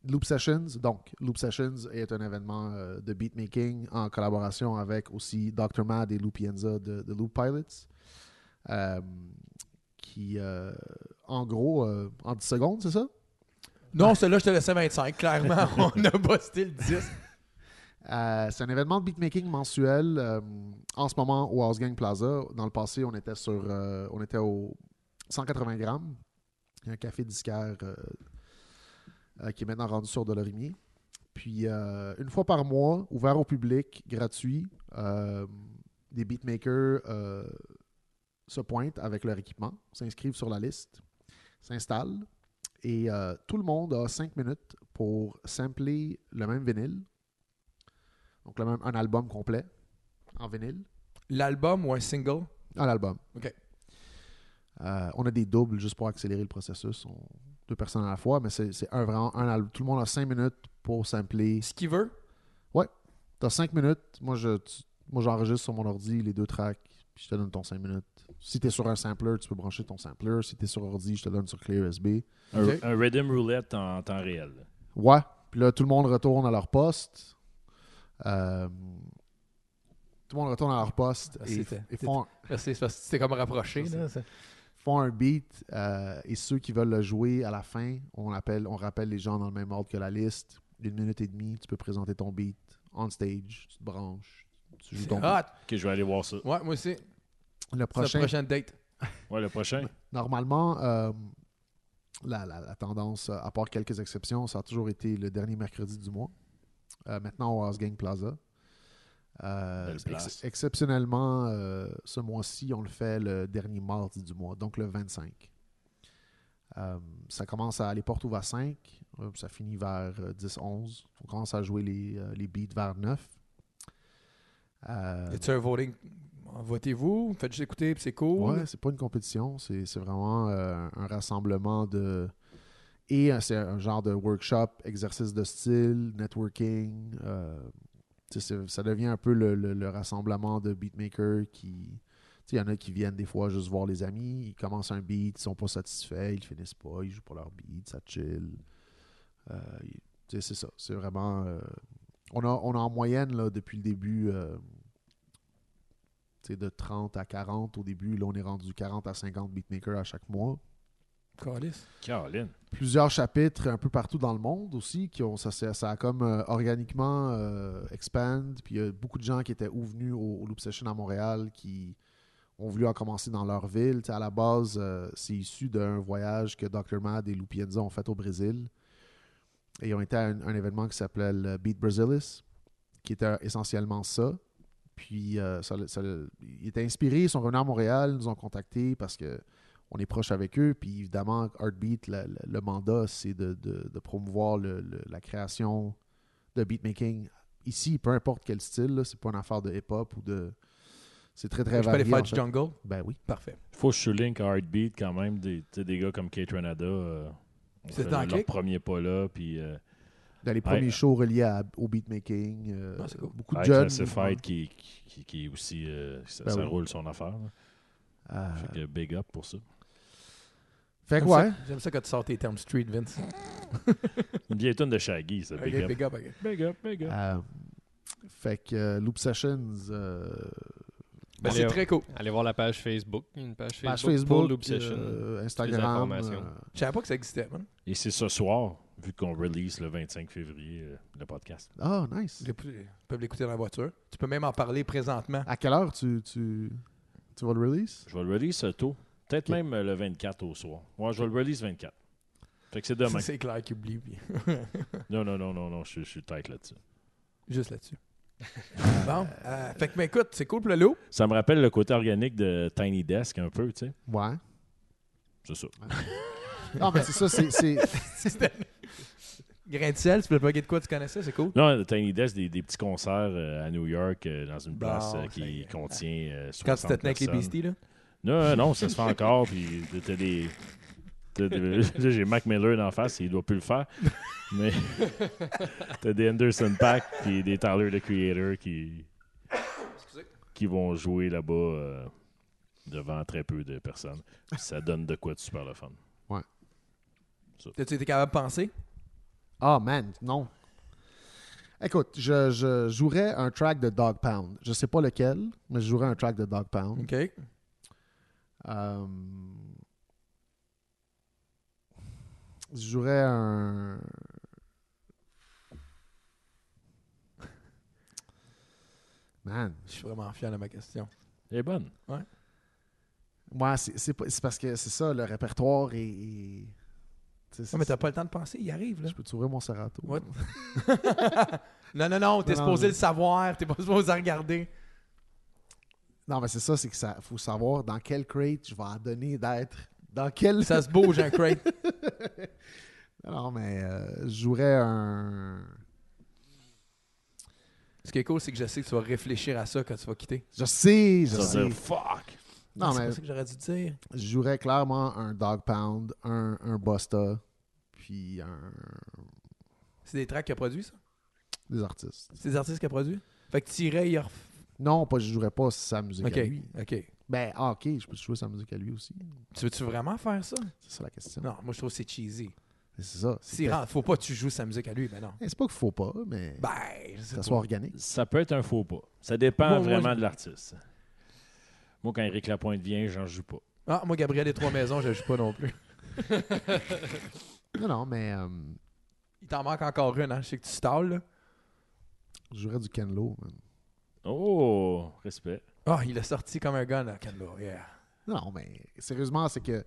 D: Loop Sessions, donc, Loop Sessions est un événement euh, de beatmaking en collaboration avec aussi Dr. Mad et Loopienza de, de Loop Pilots. Euh, qui, euh, en gros, euh, en 10 secondes, c'est ça?
B: Non, celui-là, je te laissais 25. Clairement, on a busté le 10.
D: Euh, c'est un événement de beatmaking mensuel euh, en ce moment au House Gang Plaza. Dans le passé, on était sur euh, on était au 180 grammes. Il y a un café disquaire euh, euh, qui est maintenant rendu sur Dolorimier. Puis euh, une fois par mois, ouvert au public, gratuit, euh, des beatmakers euh, se pointent avec leur équipement, s'inscrivent sur la liste, s'installent et euh, tout le monde a 5 minutes pour sampler le même vinyle. Donc, le même, un album complet en vinyle.
B: L'album ou un single?
D: Un album.
B: OK.
D: Euh, on a des doubles juste pour accélérer le processus. On- deux personnes à la fois, mais c'est c'est un, vraiment un album. Tout le monde a cinq minutes pour sampler.
B: Ce qu'il veut.
D: T'as cinq minutes. Moi, je, tu- moi, j'enregistre sur mon ordi les deux tracks. Puis je te donne ton cinq minutes. Si t'es sur un sampler, tu peux brancher ton sampler. Si t'es sur ordi, je te donne sur clé USB.
A: Un,
B: Ok.
A: un Rhythm Roulette en temps réel.
D: Ouais. Puis là, tout le monde retourne à leur poste. Euh, tout le monde retourne à leur poste
B: Ah,
D: et,
B: c'était-
D: et font,
B: Merci, c'est parce que c'était comme rapproché.
D: Ça,
B: Là, ça.
D: font un beat euh, et ceux qui veulent le jouer à la fin, on, appelle, on rappelle les gens dans le même ordre que la liste. D'une minute et demie, tu peux présenter ton beat on stage, tu te branches, tu joues
B: C'est
D: ton
B: hot.
A: Ok, je vais aller voir ça.
B: Ouais, moi aussi.
D: beat. Le
B: C'est
D: prochain,
B: la prochaine date.
A: Ouais, le prochain.
D: normalement, euh, la, la- la tendance, euh, à part quelques exceptions, ça a toujours été le dernier mercredi du mois. Euh, maintenant au House Gang Plaza. Euh,
A: Belle place.
D: ex- exceptionnellement, euh, ce mois-ci, on le fait le dernier mardi du mois, donc le 25. Euh, ça commence à les portes ouvrent à 5, euh, ça finit vers 10-11. On commence à jouer les, euh, les beats vers 9. Euh,
B: Y a-tu un voting? Votez-vous, faites juste écouter, puis c'est cool.
D: Ouais, c'est pas une compétition, c'est c'est vraiment euh, un rassemblement de. Et euh, c'est un genre de workshop, exercice de style, networking. euh, tu sais, c'est- ça devient un peu le, le- le rassemblement de beatmakers qui. tu sais, Il y en a qui viennent des fois juste voir les amis, ils commencent un beat, ils sont pas satisfaits, ils le finissent pas, ils jouent pas leur beat, ça chill. Euh, ils- tu sais, c'est ça. C'est vraiment. euh, on, a, on a en moyenne, là, depuis le début, euh, tu sais, de 30 à 40 au début. Là, on est rendu 40 à 50 beatmakers à chaque mois.
B: Calice.
A: Caroline.
D: plusieurs chapitres un peu partout dans le monde aussi qui ont ça, s'est- ça a comme euh, organiquement euh, expand puis il y a beaucoup de gens qui étaient ou venus au, au Loop Session à Montréal qui ont voulu en commencer dans leur ville Tu sais, à la base euh, c'est issu d'un voyage que Dr Mad et Lou Pienza ont fait au Brésil et ils ont été à un, un événement qui s'appelait le Beat Brasilis qui était essentiellement ça puis euh, ça, ça- ils étaient inspirés ils sont revenus à Montréal ils nous ont contactés parce que on est proche avec eux. Puis évidemment, Heartbeat, la- la- le mandat, c'est de, de- de promouvoir le- le- la création de beatmaking ici, peu importe quel style. là, C'est pas une affaire de hip-hop ou de. C'est très, très
B: Je peux aller
D: varié.
B: faire
D: en
B: du
D: fait.
B: jungle.
D: Ben oui.
B: Parfait.
A: Faut que je souligne qu'à Heartbeat, quand même, des, tu sais, des gars comme Kate Renada, euh, ont
B: C'était
A: fait
B: en
A: leur
B: clic?
A: premier pas là, puis euh,
D: Dans les premiers
A: Ouais.
D: shows reliés à- au beatmaking, euh,
B: Ah, c'est cool.
D: beaucoup de
A: High
D: jeunes.
A: Classified qui, qui, qui- qui est aussi, euh, ça,
D: Ben
A: ça
D: oui.
A: roule son affaire. là.
D: Ah.
A: Fait que big up pour ça.
D: Fait que
B: J'aime
D: ouais.
B: ça- J'aime ça quand tu sors tes termes street, Vince.
A: Une vieille tonne de Shaggy, ça,
B: Ok,
A: big up.
B: big up, ok.
A: Big up, big up.
D: Euh, fait que euh, Loop Sessions, euh,
B: Ben,
C: Allez,
B: c'est
C: euh,
B: très cool.
C: Allez voir la page Facebook. Une page Facebook,
D: page
C: pour
D: Facebook,
C: l'Obsession.
D: euh, Instagram.
C: informations.
D: euh,
B: Je savais pas que ça existait, man.
A: Et c'est ce soir, vu qu'on release le 25 février euh, le podcast.
D: Ah, nice.
B: Tu peux l'écouter dans la voiture. Tu peux même en parler présentement.
A: Ah,
D: À quelle heure tu, tu, tu vas le release?
A: Je vais le release euh, tôt. Peut-être
D: Ok.
A: même euh, le 24 au soir. Moi, je vais le release 24. Fait que c'est demain.
B: C'est clair qu'il oublie. puis-
A: Non, non, non, non, non, je, je suis tight là-dessus.
B: Juste là-dessus. bon. euh, fait que, mais écoute, c'est cool pour le loup.
A: Ça me rappelle le côté organique de Tiny Desk un peu, tu sais.
D: Ouais.
A: C'est ça.
D: Non, mais c'est ça, c'est- c'est.
B: Grain de sel, tu peux pas de quoi tu connaissais, c'est cool.
A: Non, le Tiny Desk, des, des petits concerts euh, à New York, euh, dans une
B: Bon,
A: place euh,
B: ça y
A: qui
B: est.
A: contient euh, 60
B: Quand tu te tenais avec les
A: personnes.
B: beasties, là.
A: Non, non, ça se fait encore. Puis t'as des. t'as des- Là, j'ai Mac Miller d'en face, il doit plus le faire. Mais t'as des Anderson Pack puis des Tyler the Creator qui. qui vont jouer là-bas euh, devant très peu de personnes. Ça donne de quoi de super le fun.
B: T'as-tu été capable de penser?
D: Ah, man, non. Écoute, je, je jouerais un track de Dog Pound. Je sais pas lequel, mais je jouerais un track de Dog Pound.
B: OK.
D: Euh, Je jouerais un. Man.
B: Je suis vraiment fier de ma question.
A: Elle est bonne.
D: Ouais, c'est c'est pas- c'est parce que c'est ça, le répertoire est. est- tu sais, c'est-
B: Non, mais t'as pas le temps de penser, il arrive, là.
D: Je peux t'ouvrir mon Serato.
B: What? non, non, non, t'es
D: Non, non,
B: supposé
D: je-
B: le savoir, t'es pas supposé regarder.
D: Non, mais c'est ça, c'est que ça faut savoir dans quel crate je vais en donner d'être. Dans quel.
B: Ça se bouge, hein, un crate.
D: Non, mais euh, je jouerais un.
B: Ce qui est cool, c'est que je sais que tu vas réfléchir à ça quand tu vas quitter.
D: Je sais, je
A: Ça
D: sais.
A: veut dire fuck.
D: Non,
B: c'est
D: mais
B: pas ça que j'aurais dû dire.
D: je jouerais clairement un Dog Pound, un, un Busta, puis un.
B: C'est des tracks qu'il a produit, ça?
D: des artistes.
B: C'est des artistes qu'il a produit? Fait que t'irais, il ref...
D: Non, pas, je jouerais pas sa musique
B: OK,
D: à lui.
B: OK.
D: Ben, ah, ok, je peux jouer sa musique à lui aussi.
B: Tu veux-tu vraiment faire ça?
D: C'est ça la question.
B: Non, moi, je trouve que c'est cheesy.
D: C'est ça. C'est
B: Si, rentre, faut pas que tu joues sa musique à lui, ben non.
D: Eh, c'est pas qu'il faut pas, mais.
B: Ben, je
D: que
B: sais
D: ça
B: pas.
D: soit organique.
A: Ça peut être un faux pas. Ça dépend
B: Moi, moi,
A: vraiment
B: je-
A: de l'artiste. Moi, quand Eric Lapointe vient, j'en joue pas.
B: Ah, moi, Gabriel des Trois Maisons, je joue pas non plus.
D: Non, non, mais. euh,
B: Il t'en manque encore une, hein? Je sais que tu stalles, là.
D: je jouerais du Ken Lo, man.
A: Oh, respect.
B: Ah, il a sorti comme un gun, là, Kenlo, yeah.
D: Non, mais sérieusement, c'est que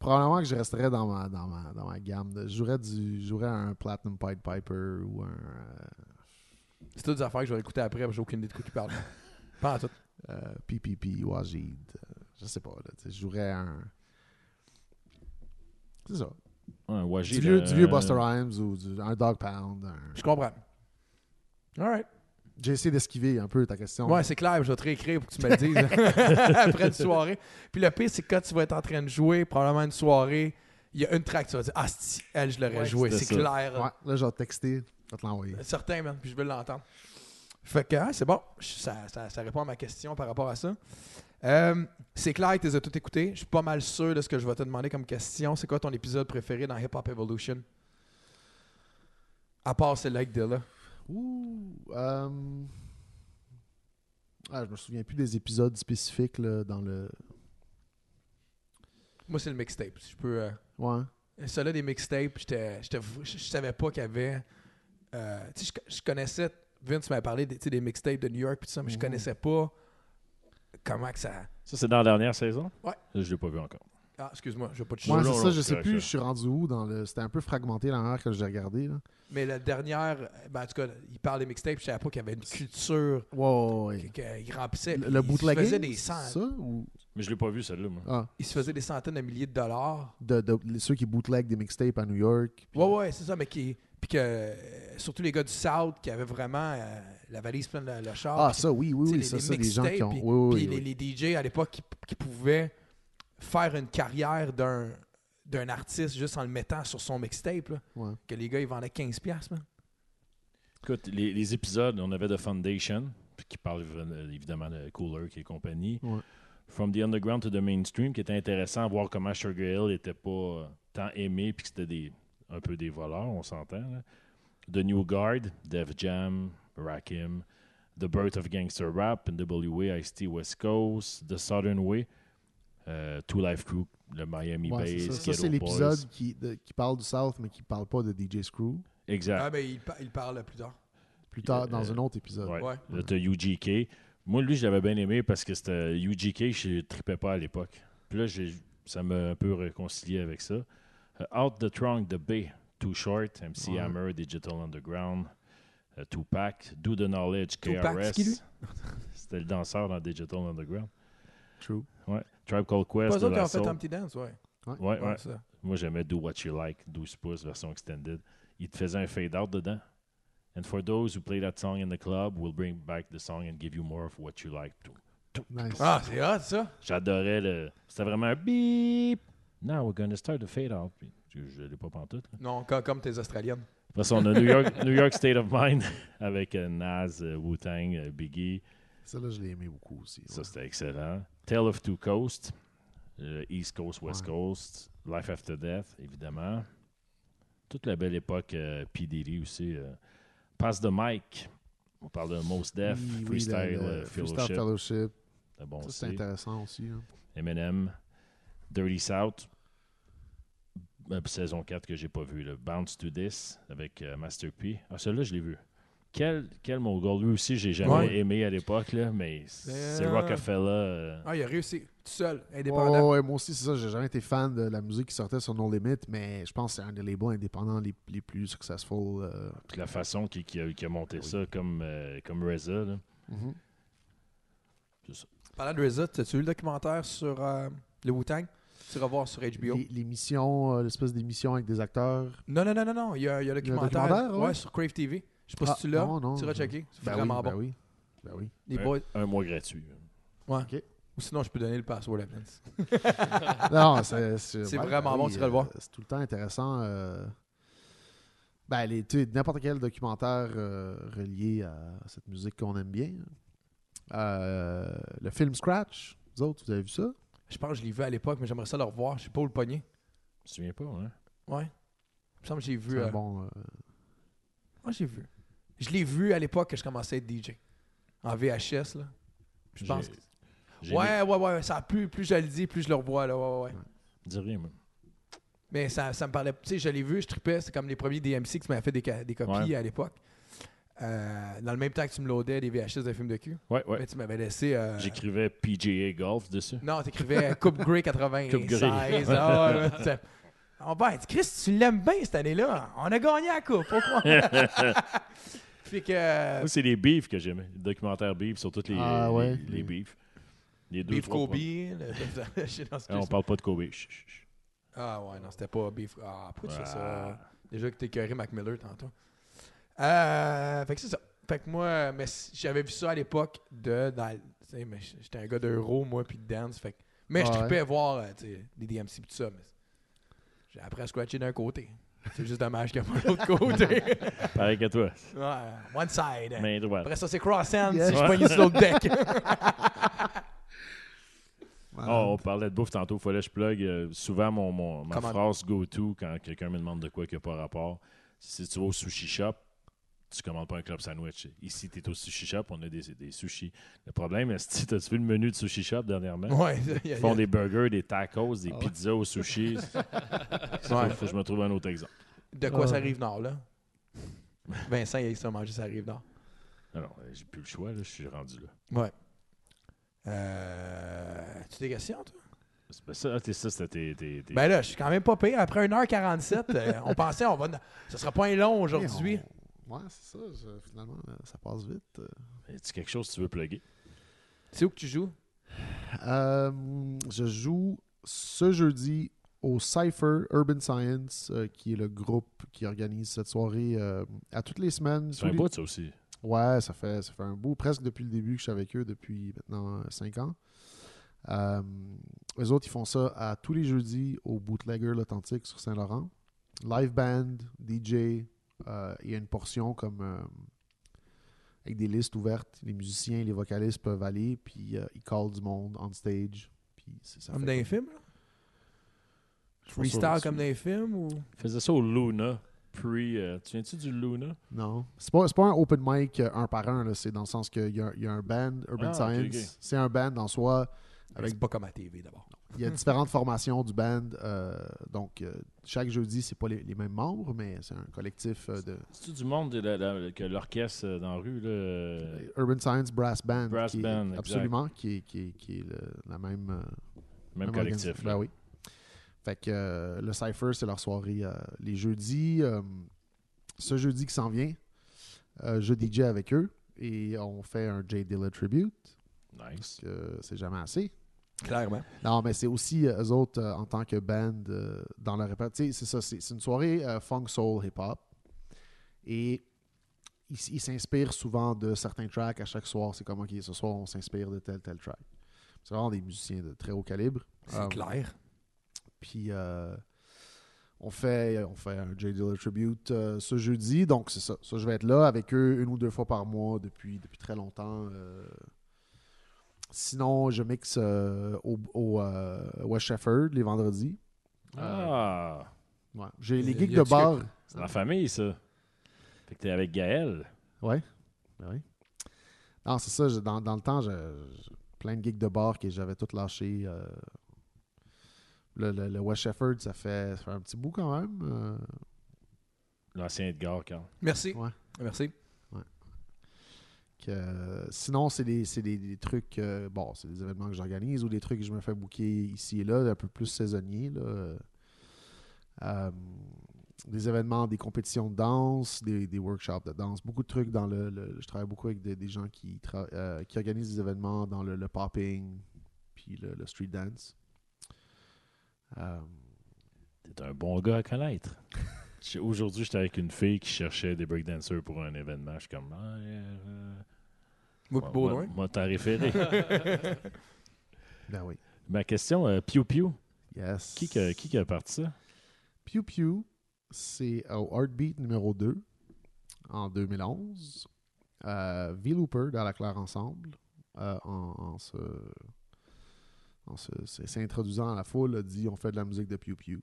D: probablement que je resterais dans ma, dans ma, dans ma gamme. de- Je jouerais, du, je jouerais un Platinum Pied Piper ou un. euh,
B: C'est toutes des affaires que je vais écouter après, parce que j'ai aucune idée de quoi tu parles. Pas en tout.
D: euh, PPP, Wajid. euh, je sais pas. Là, tu sais, je jouerais un. C'est ça.
A: Un
D: Du
A: Wajid,
D: vieux, du vieux
A: euh,
D: Buster Rhymes ou du- un Dog Pound. un-
B: Je comprends. All right.
D: J'ai essayé d'esquiver un peu ta question.
B: Ouais, c'est clair, je vais te réécrire pour que tu me le dises après une soirée. Puis le pire, c'est que quand tu vas être en train de jouer, probablement une soirée, il y a une track, tu vas dire Ah, si, elle, je l'aurais
D: Ouais,
B: joué.
A: c'était
B: C'est
A: ça.
B: clair.
D: Ouais, là, je vais te texter. Je vais te l'envoyer.
B: Certain, man, puis je veux l'entendre. Fait que, ah, c'est bon, Je- ça, ça- ça répond à ma question par rapport à ça. Euh, c'est clair que tu les as tout écouté. Je suis pas mal sûr de ce que je vais te demander comme question. C'est quoi ton épisode préféré dans Hip Hop Evolution À part celui-là avec Dilla.
D: Ouh. euh, Ah, je me souviens plus des épisodes spécifiques là, dans le.
B: Moi, c'est le mixtape. Si je peux. euh,
D: Ouais.
B: Ça là, des mixtapes, j'étais- j'étais- je je savais pas qu'il y avait. euh, tu sais, je, je connaissais. Vince m'avait parlé des, tu sais, des mixtapes de New York pis tout ça, mais je
D: Mhm.
B: connaissais pas comment que ça.
A: Ça, c'est dans la dernière saison?
B: Ouais.
A: Je l'ai pas vu encore.
B: Ah, excuse-moi, je vais pas te
D: Ouais,
A: Non,
D: c'est
A: non,
D: ça,
A: non,
D: je
A: c'est
D: sais
A: correct,
D: plus,
A: ça.
D: je suis rendu où dans le. C'était un peu fragmenté la dernière que j'ai regardé. Là.
B: Mais la dernière, ben, en tout cas, il parle des mixtapes, je savais pas qu'il y avait une culture
D: Ouais, ouais, ouais.
B: qu'il remplissait.
D: Le,
B: puis
D: le
B: il se faisait
D: bootlegging,
B: des
D: c'est
B: centaines.
D: ça ou
A: Mais je l'ai pas vu, celle-là, moi.
D: ah,
B: Il se faisait des centaines de milliers de dollars.
D: de, de- les- ceux qui bootleg des mixtapes à New York. puis-
B: Ouais, ouais, c'est ça, mais qui. Puis que. euh, Surtout les gars du South qui avaient vraiment euh, la valise pleine de le char.
D: Ah,
B: puis
D: ça, oui, oui,
B: Tu sais,
D: oui,
B: les-
D: ça,
B: les
D: c'est des gens qui ont.
B: mixtapes,
D: oui,
B: Puis
D: oui, oui.
B: les, les DJ à l'époque qui, qui pouvaient faire une carrière d'un d'un artiste juste en le mettant sur son mixtape, là,
D: Ouais.
B: que les gars ils vendaient 15$. piastres, man.
A: Écoute, les, les épisodes, on avait The Foundation, puis qui parle euh, évidemment de Cooler et compagnie.
D: Ouais.
A: From the Underground to the Mainstream, qui était intéressant à voir comment Sugar Hill n'était pas euh, tant aimé, puis que c'était des, un peu des voleurs, on s'entend. là. The New Guard, Def Jam, Rakim, The Birth of Gangster Rap, NWA, Ice-T West Coast, The Southern Way, euh, Two Life Crew, le Miami
D: Ouais,
A: Bass,
D: c'est ça. Ça,
A: Ghetto
D: c'est
A: Boys.
D: l'épisode qui, de- qui parle du South, mais qui parle pas de DJ Screw.
A: Exact.
B: Ah, mais il, pa- il parle plus tard.
D: Plus tard, dans
A: Euh,
D: un autre épisode.
A: Ouais.
B: Ouais.
A: Là, t'as UGK. Moi, lui, je l'avais bien aimé parce que c'était UGK, je tripais pas à l'époque. Puis là, j'ai- ça m'a un peu réconcilié avec ça. Euh, Out the Trunk, The Bay, Too Short, MC
D: Ouais.
A: Hammer, Digital Underground, euh, Tupac, Do the Knowledge, KRS.
B: Tupac, c'est qui, lui?
A: c'était le danseur dans Digital Underground.
D: True.
A: Ouais. Tribe Called
B: Pas
A: Quest,
B: eux
A: De
B: qui ont
A: La
B: fait
A: Soul.
B: un petit dance, ouais.
A: Ouais,
B: Ouais,
A: ouais.
B: ça.
A: Moi, j'aimais Do What You Like, 12 pouces, version extended. Il te faisait un fade-out dedans. And for those who play that song in the club, we'll bring back the song and give you more of what you like. Tout.
D: Nice.
B: Ah, c'est hot ça.
A: J'adorais le. C'était vraiment un beep. Now we're gonna start the fade-out. Puis, Je, je l'ai pas pantoute. là.
B: Non, co- comme tes Australiennes.
A: Après ça, on a New York, New York State of Mind avec euh, Nas, euh, Wu-Tang, euh, Biggie.
D: Ça, là, je l'ai aimé beaucoup aussi.
A: Ça,
D: ouais.
A: c'était excellent. Tale of Two Coasts. euh, East Coast, West
D: Ouais.
A: Coast. Life After Death, évidemment. Toute la belle époque euh, P. Diddy aussi. euh. Pass the Mic. On parle de Most Def,
D: Oui, oui, le-
A: Freestyle
D: le
A: euh,
D: Freestyle
A: Fellowship.
D: Fellowship.
A: c'était bon
D: Ça,
A: aussi.
D: c'est intéressant aussi. hein.
A: Eminem. Dirty South. Euh, Saison 4 que j'ai pas vu. Le Bounce to This avec euh, Master P. Ah, celui-là, je l'ai vu. Quel, quel Mongol. Lui aussi, j'ai jamais
B: Ouais.
A: aimé à l'époque, là, mais c'est
B: Euh,
A: Rockefeller. euh,
B: Ah, il a réussi tout seul,
D: Ouais,
B: indépendant.
D: ouais, ouais, moi aussi, c'est ça. J'ai jamais été fan de la musique qui sortait sur No Limit, mais je pense que c'est un des labels indépendants les, les plus successful. euh,
A: Puis la façon qu'il qu'il a, qu'il a monté ça comme, euh, comme RZA, là.
D: mhm.
B: Parlant de RZA, as-tu vu le documentaire sur euh, le Wu-Tang? Tu revoir sur HBO.
D: Les, les missions, euh, l'espèce d'émission avec des acteurs.
B: Non, non, non, non, non. Il y a, il y a un
D: Il y a un
B: documentaire,
D: documentaire,
B: ouais.
D: ouais.
B: sur Crave TV. Je sais pas
D: Ah,
B: si tu l'as.
D: non, non,
B: tu vas
D: je-
B: checker. C'est
D: Ben oui,
B: vraiment
D: ben
B: bon.
D: oui. Ben oui.
B: Les
A: Ouais.
B: boys.
A: Un mois gratuit.
B: Ouais.
D: Ok.
B: Ou sinon, je peux donner le password à Vince.
D: Non, c'est c'est-
B: C'est
D: ouais,
B: vraiment
D: ben
B: bon,
D: oui,
B: tu iras le voir.
D: euh, C'est tout le temps intéressant. euh, ben, les- tu sais, n'importe quel documentaire euh, relié à cette musique qu'on aime bien. Euh, le film Scratch, vous autres, vous avez vu ça?
B: Je pense que je l'ai vu à l'époque, mais j'aimerais ça le revoir. Je sais pas où le pogner.
A: Je me souviens pas, hein?
B: Ouais. Il me semble que j'ai vu.
D: C'est un
B: euh,
D: bon, euh,
B: Moi, j'ai vu. Je l'ai vu à l'époque que je commençais à être DJ. En VHS, là. Je
A: J'ai-
B: pense que-
A: j'ai
B: Ouais, ouais, ouais, ouais, Ça, plus, plus je le dis, plus je le revois, là. Ouais, ouais, ouais.
A: Dis rien, moi.
B: Mais ça, ça me parlait. Tu sais, je l'ai vu, je tripais. C'est comme les premiers DMC que tu m'avais fait des, ca- des copies
A: Ouais.
B: à l'époque. Euh, dans le même temps que tu me loadais des VHS de films de cul.
A: Ouais, ouais.
B: Mais tu m'avais laissé. euh,
A: J'écrivais PGA Golf dessus.
B: Non, t'écrivais euh, Coupe Grey 96.
A: Coupe Grey.
B: Ah ouais, ouais, t'sais. Oh ben, Chris, tu l'aimes bien cette année-là. On a gagné la coupe, on croit. Fait que euh,
A: Moi, c'est les beefs que j'aimais. Le documentaire beef sur toutes les,
D: Ah,
A: les-
D: ouais.
A: les, beefs. Les deux,
B: Beef
A: trois
B: Kobe,
A: points.
B: le- je sais, non,
A: Ah, on
B: excuse.
A: parle pas de Kobe. Chut, chut, chut.
B: Ah ouais, non, c'était pas Beef. Ah, pourquoi tu fais ça?
A: Ah.
B: Déjà que t'écœurais Mac Miller tantôt. Euh, fait que c'est ça. Fait que moi, mais si- j'avais vu ça à l'époque de. dans le- tu sais, mais j- j'étais un gars d'euro, moi, puis de dance. Fait que- mais je
D: Ouais.
B: tripais voir euh, tu sais, des DMC pis tout ça. Mais j'ai appris à scratcher d'un côté. C'est juste dommage qu'il n'y a pas l'autre côté.
A: Pareil que toi.
B: ouais, euh, one side.
A: Main droite.
B: Après ça, c'est cross-hand
D: Yes.
B: si je pognais sur l'autre deck.
D: Ah,
A: Oh, on parlait de bouffe tantôt, fallait que je plug. euh, souvent, mon, mon- ma
B: Comment-
A: phrase go-to quand quelqu'un me demande de quoi qui n'a pas rapport, si tu vas au sushi shop, Tu commandes pas un club sandwich. Ici, tu es au sushi shop, on a des, des sushis. Le problème, est tu as vu le menu de sushi shop dernièrement?
B: Ouais, il y a-
A: Ils font des burgers, des tacos, des
C: Ah ouais.
A: pizzas au sushi.
B: Ouais.
A: Faut que je me trouve un autre exemple.
B: De quoi
C: Ah.
B: ça arrive nord, là? Vincent, il a ça manger, ça arrive nord.
A: Alors, j'ai plus le choix, là, je suis rendu là.
B: Ouais. Euh, tu des questions, toi?
A: C'est pas ça, ah, t'es ça, c'était tes- tes. tes-
B: Ben là, je suis quand même pas payé. Après 1h47, euh, on pensait, on va, ce sera pas un long aujourd'hui.
D: On- Ouais, c'est ça. je- Finalement, là, ça passe vite. Euh,
A: As-tu quelque chose que tu veux plugger?
B: C'est où que tu joues?
D: Euh, je joue ce jeudi au Cypher Urban Science, euh, qui est le groupe qui organise cette soirée euh, à toutes les semaines.
A: C'est un
D: tous les-
A: bout, ça aussi.
D: Ouais, ça fait, ça fait un bout, presque depuis le début que je suis avec eux, depuis maintenant 5 ans. Euh, eux autres, ils font ça à tous les jeudis au Bootlegger l'Authentique sur Saint-Laurent. Live band, DJ, euh, il y a une portion comme euh, avec des listes ouvertes. Les musiciens et les vocalistes peuvent aller, puis euh, ils callent du monde on stage. Puis c'est- ça
B: Comme
D: fait
B: dans les films, là? Freestyle comme dans les films ou.
A: Ils faisaient ça au Luna. Puis, tu viens-tu du Luna?
D: Non. C'est pas, c'est pas un open mic euh, un par un, là. c'est dans le sens qu'il y, a- il y a un band,
A: Ah,
D: Urban
A: ok,
D: Science.
A: ok.
D: C'est un band en soi. Avec-
B: C'est pas comme à TV d'abord.
D: Il y a différentes formations du band. euh, donc, euh, chaque jeudi, c'est pas les, les mêmes membres, mais c'est un collectif euh, de
A: C'est-tu du monde de la- la- que l'orchestre euh, dans la rue, là? euh,
D: Urban Science Brass Band.
A: Brass
D: qui est-
A: Band, exact.
D: absolument, qui est, qui est- qui est le- la même. euh,
A: Même
D: même
A: collectif,
D: organisme.
A: là.
D: Ben oui. Fait que euh, le Cypher, c'est leur soirée euh, les jeudis. Euh, ce jeudi qui s'en vient, euh, je DJ avec eux et on fait un J. Dilla tribute.
A: Nice.
D: que c'est jamais assez.
B: Clairement.
D: Non, mais c'est aussi euh, eux autres euh, en tant que band euh, dans leur répertoire. Tu sais, c'est ça, c'est c'est une soirée euh, funk, soul, hip-hop. Et ils s- ils s'inspirent souvent de certains tracks à chaque soir. C'est comme, OK, ce soir, on s'inspire de tel, tel track. C'est vraiment des musiciens de très haut calibre.
B: C'est
D: Euh,
B: clair.
D: Puis euh, on, fait, on fait un J. Dilla Tribute euh, ce jeudi. Donc, c'est ça. Ça, je vais être là avec eux une ou deux fois par mois depuis, depuis très longtemps. euh. Sinon, je mixe euh, au, au, euh, West Shefford les vendredis. Euh,
A: Ah!
D: Ouais. J'ai
B: Y
D: les
B: a-
D: geeks
B: y a
D: de
B: du
D: bar. Euh,
A: C'est la famille, ça. Fait que t'es avec Gaël.
D: Ouais. Ben oui. Non, c'est ça. je- dans, dans le temps, je, je- plein de gigs de bar que j'avais tout lâché. euh, le, le, le West Shefford, ça fait, ça fait un petit bout quand même. euh.
A: L'ancien Edgar, quand.
B: Merci.
D: Ouais.
B: Merci.
D: Que, euh, sinon, c'est des, c'est des- des trucs, euh, bon, c'est des événements que j'organise ou des trucs que je me fais booker ici et là, un peu plus saisonnier. là. Euh, euh, des événements, des compétitions de danse, des, des workshops de danse, beaucoup de trucs dans le. le- je travaille beaucoup avec des, des gens qui, tra- euh, qui organisent des événements dans le, le popping, puis le, le street dance. Euh,
A: T'es un bon gars à connaître. J'ai- Aujourd'hui, j'étais avec une fille qui cherchait des breakdancers pour un événement. Je suis comme, ah, euh, euh,
B: Moi,
A: moi-
B: puis Baudouin.
A: moi- moi, t'as référé.
D: ben oui.
A: Ma question, euh, Piu Piu,
D: Yes.
A: qui, que- qui qui a parti ça?
D: Pew Pew, c'est au Heartbeat numéro 2 en 2011. Euh, V-Looper dans la Claire Ensemble, euh, en, en se, en se- se- s'introduisant à la foule, a dit on fait de la musique de Pew Pew.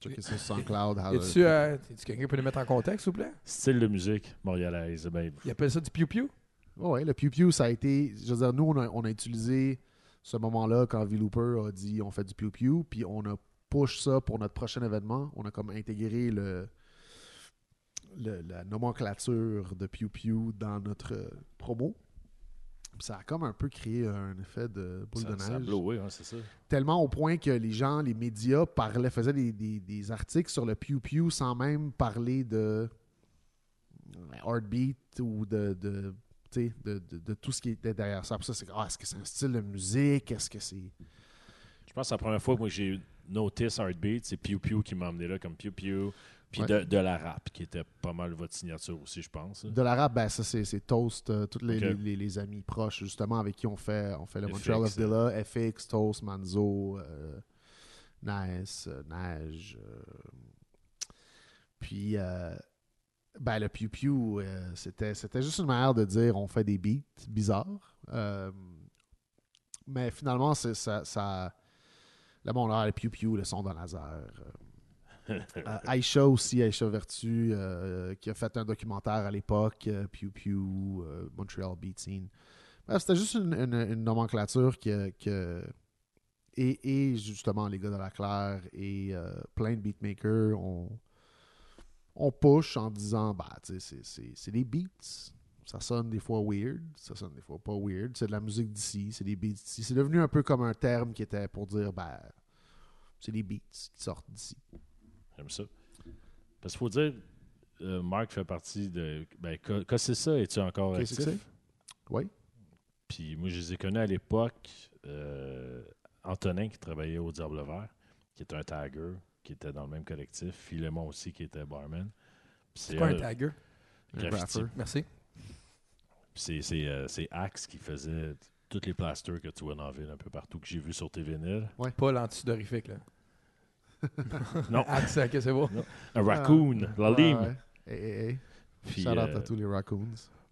D: Checkez ça sur SoundCloud.
B: Y
D: Howler.
B: a-tu euh, y a-tu quelqu'un qui peut nous mettre en contexte, s'il vous plaît?
A: Style de musique montréalaise. Ben,
B: Il appelle ça du piou-piou?
D: Ouais, ouais, le Pew Pew, ça a été. Je veux dire, nous, on a, on a utilisé ce moment-là quand V-Looper a dit on fait du Pew Pew, puis on a push ça pour notre prochain événement. On a comme intégré le, le- la nomenclature de Pew Pew dans notre euh, promo. Puis Ça a comme un peu créé un effet de boule
A: ça,
D: de
A: ça a
D: neige.
A: blowé, hein, c'est ça.
D: Tellement au point que les gens, les médias parlaient, faisaient des, des- des articles sur le Pew Pew sans même parler de heartbeat ou de, de, tu sais, de, de- de tout ce qui était derrière ça. Puis ça, c'est Ah, est-ce que c'est un style de musique? Est-ce que c'est.
A: Je pense que c'est la première fois que moi, j'ai notice Heartbeat, c'est Piu Piu qui m'a emmené là comme Piu Piu. Puis
D: Ouais.
A: de, de la rap, qui était pas mal votre signature aussi, je pense. hein.
D: De l'arabe, ben, ça, c'est, c'est Toast, euh, tous les,
A: Ok.
D: les- les- les amis proches, justement, avec qui on fait, on fait le
A: FX,
D: Montreal of
A: euh.
D: Dilla, FX, Toast, Manzo, euh, Nice, euh, Nage. euh, puis, euh, ben, le Pew Pew, euh, c'était, c'était juste une manière de dire on fait des beats bizarres. euh, mais finalement, c'est, ça. ça là, bon, là, le Pew Pew, le son dans laser. euh,
B: Ah.
D: Euh, Aisha aussi, Aisha Vertu, euh, qui a fait un documentaire à l'époque, euh, Pew Pew, euh, Montreal Beat Scene. Bref, c'était juste une, une- une nomenclature que. que- et, et justement, les gars de la Claire et euh, plein de beatmakers, on, on push en disant bah, tu sais, c'est- c'est c'est des beats. Ça sonne des fois weird, ça sonne des fois pas weird. C'est de la musique d'ici, c'est des beats d'ici. C'est devenu un peu comme un terme qui était pour dire bah, c'est des beats qui sortent d'ici.
A: J'aime ça. Parce qu'il faut dire, euh, Marc fait partie de. Ben, Ca- Cassessa, es-tu encore
D: Qu'est-ce que
A: actif?
D: c'est? Oui.
A: Puis moi, je les ai connus à l'époque. euh, Antonin, qui travaillait au Diable Vert, qui est un tagger, qui était dans le même collectif. Philemon aussi, qui était barman. Puis
B: C'est pas un
A: elle,
B: tagger.
A: graffiti.
D: rapper.
B: Merci.
A: Puis c'est- c'est euh, c'est Axe qui faisait t- toutes les plasters que tu vois dans la ville, un peu partout, que j'ai vu sur tes vinyles.
B: Pas l'antidorifique, là.
A: Non.
B: Ah, c'est ok, c'est beau.
A: Un raccoon, la lime.
D: Ah, Ouais, ouais. Hey, hey, hey.
A: Puis,
D: Shout out
A: euh,
D: à tous les raccoons.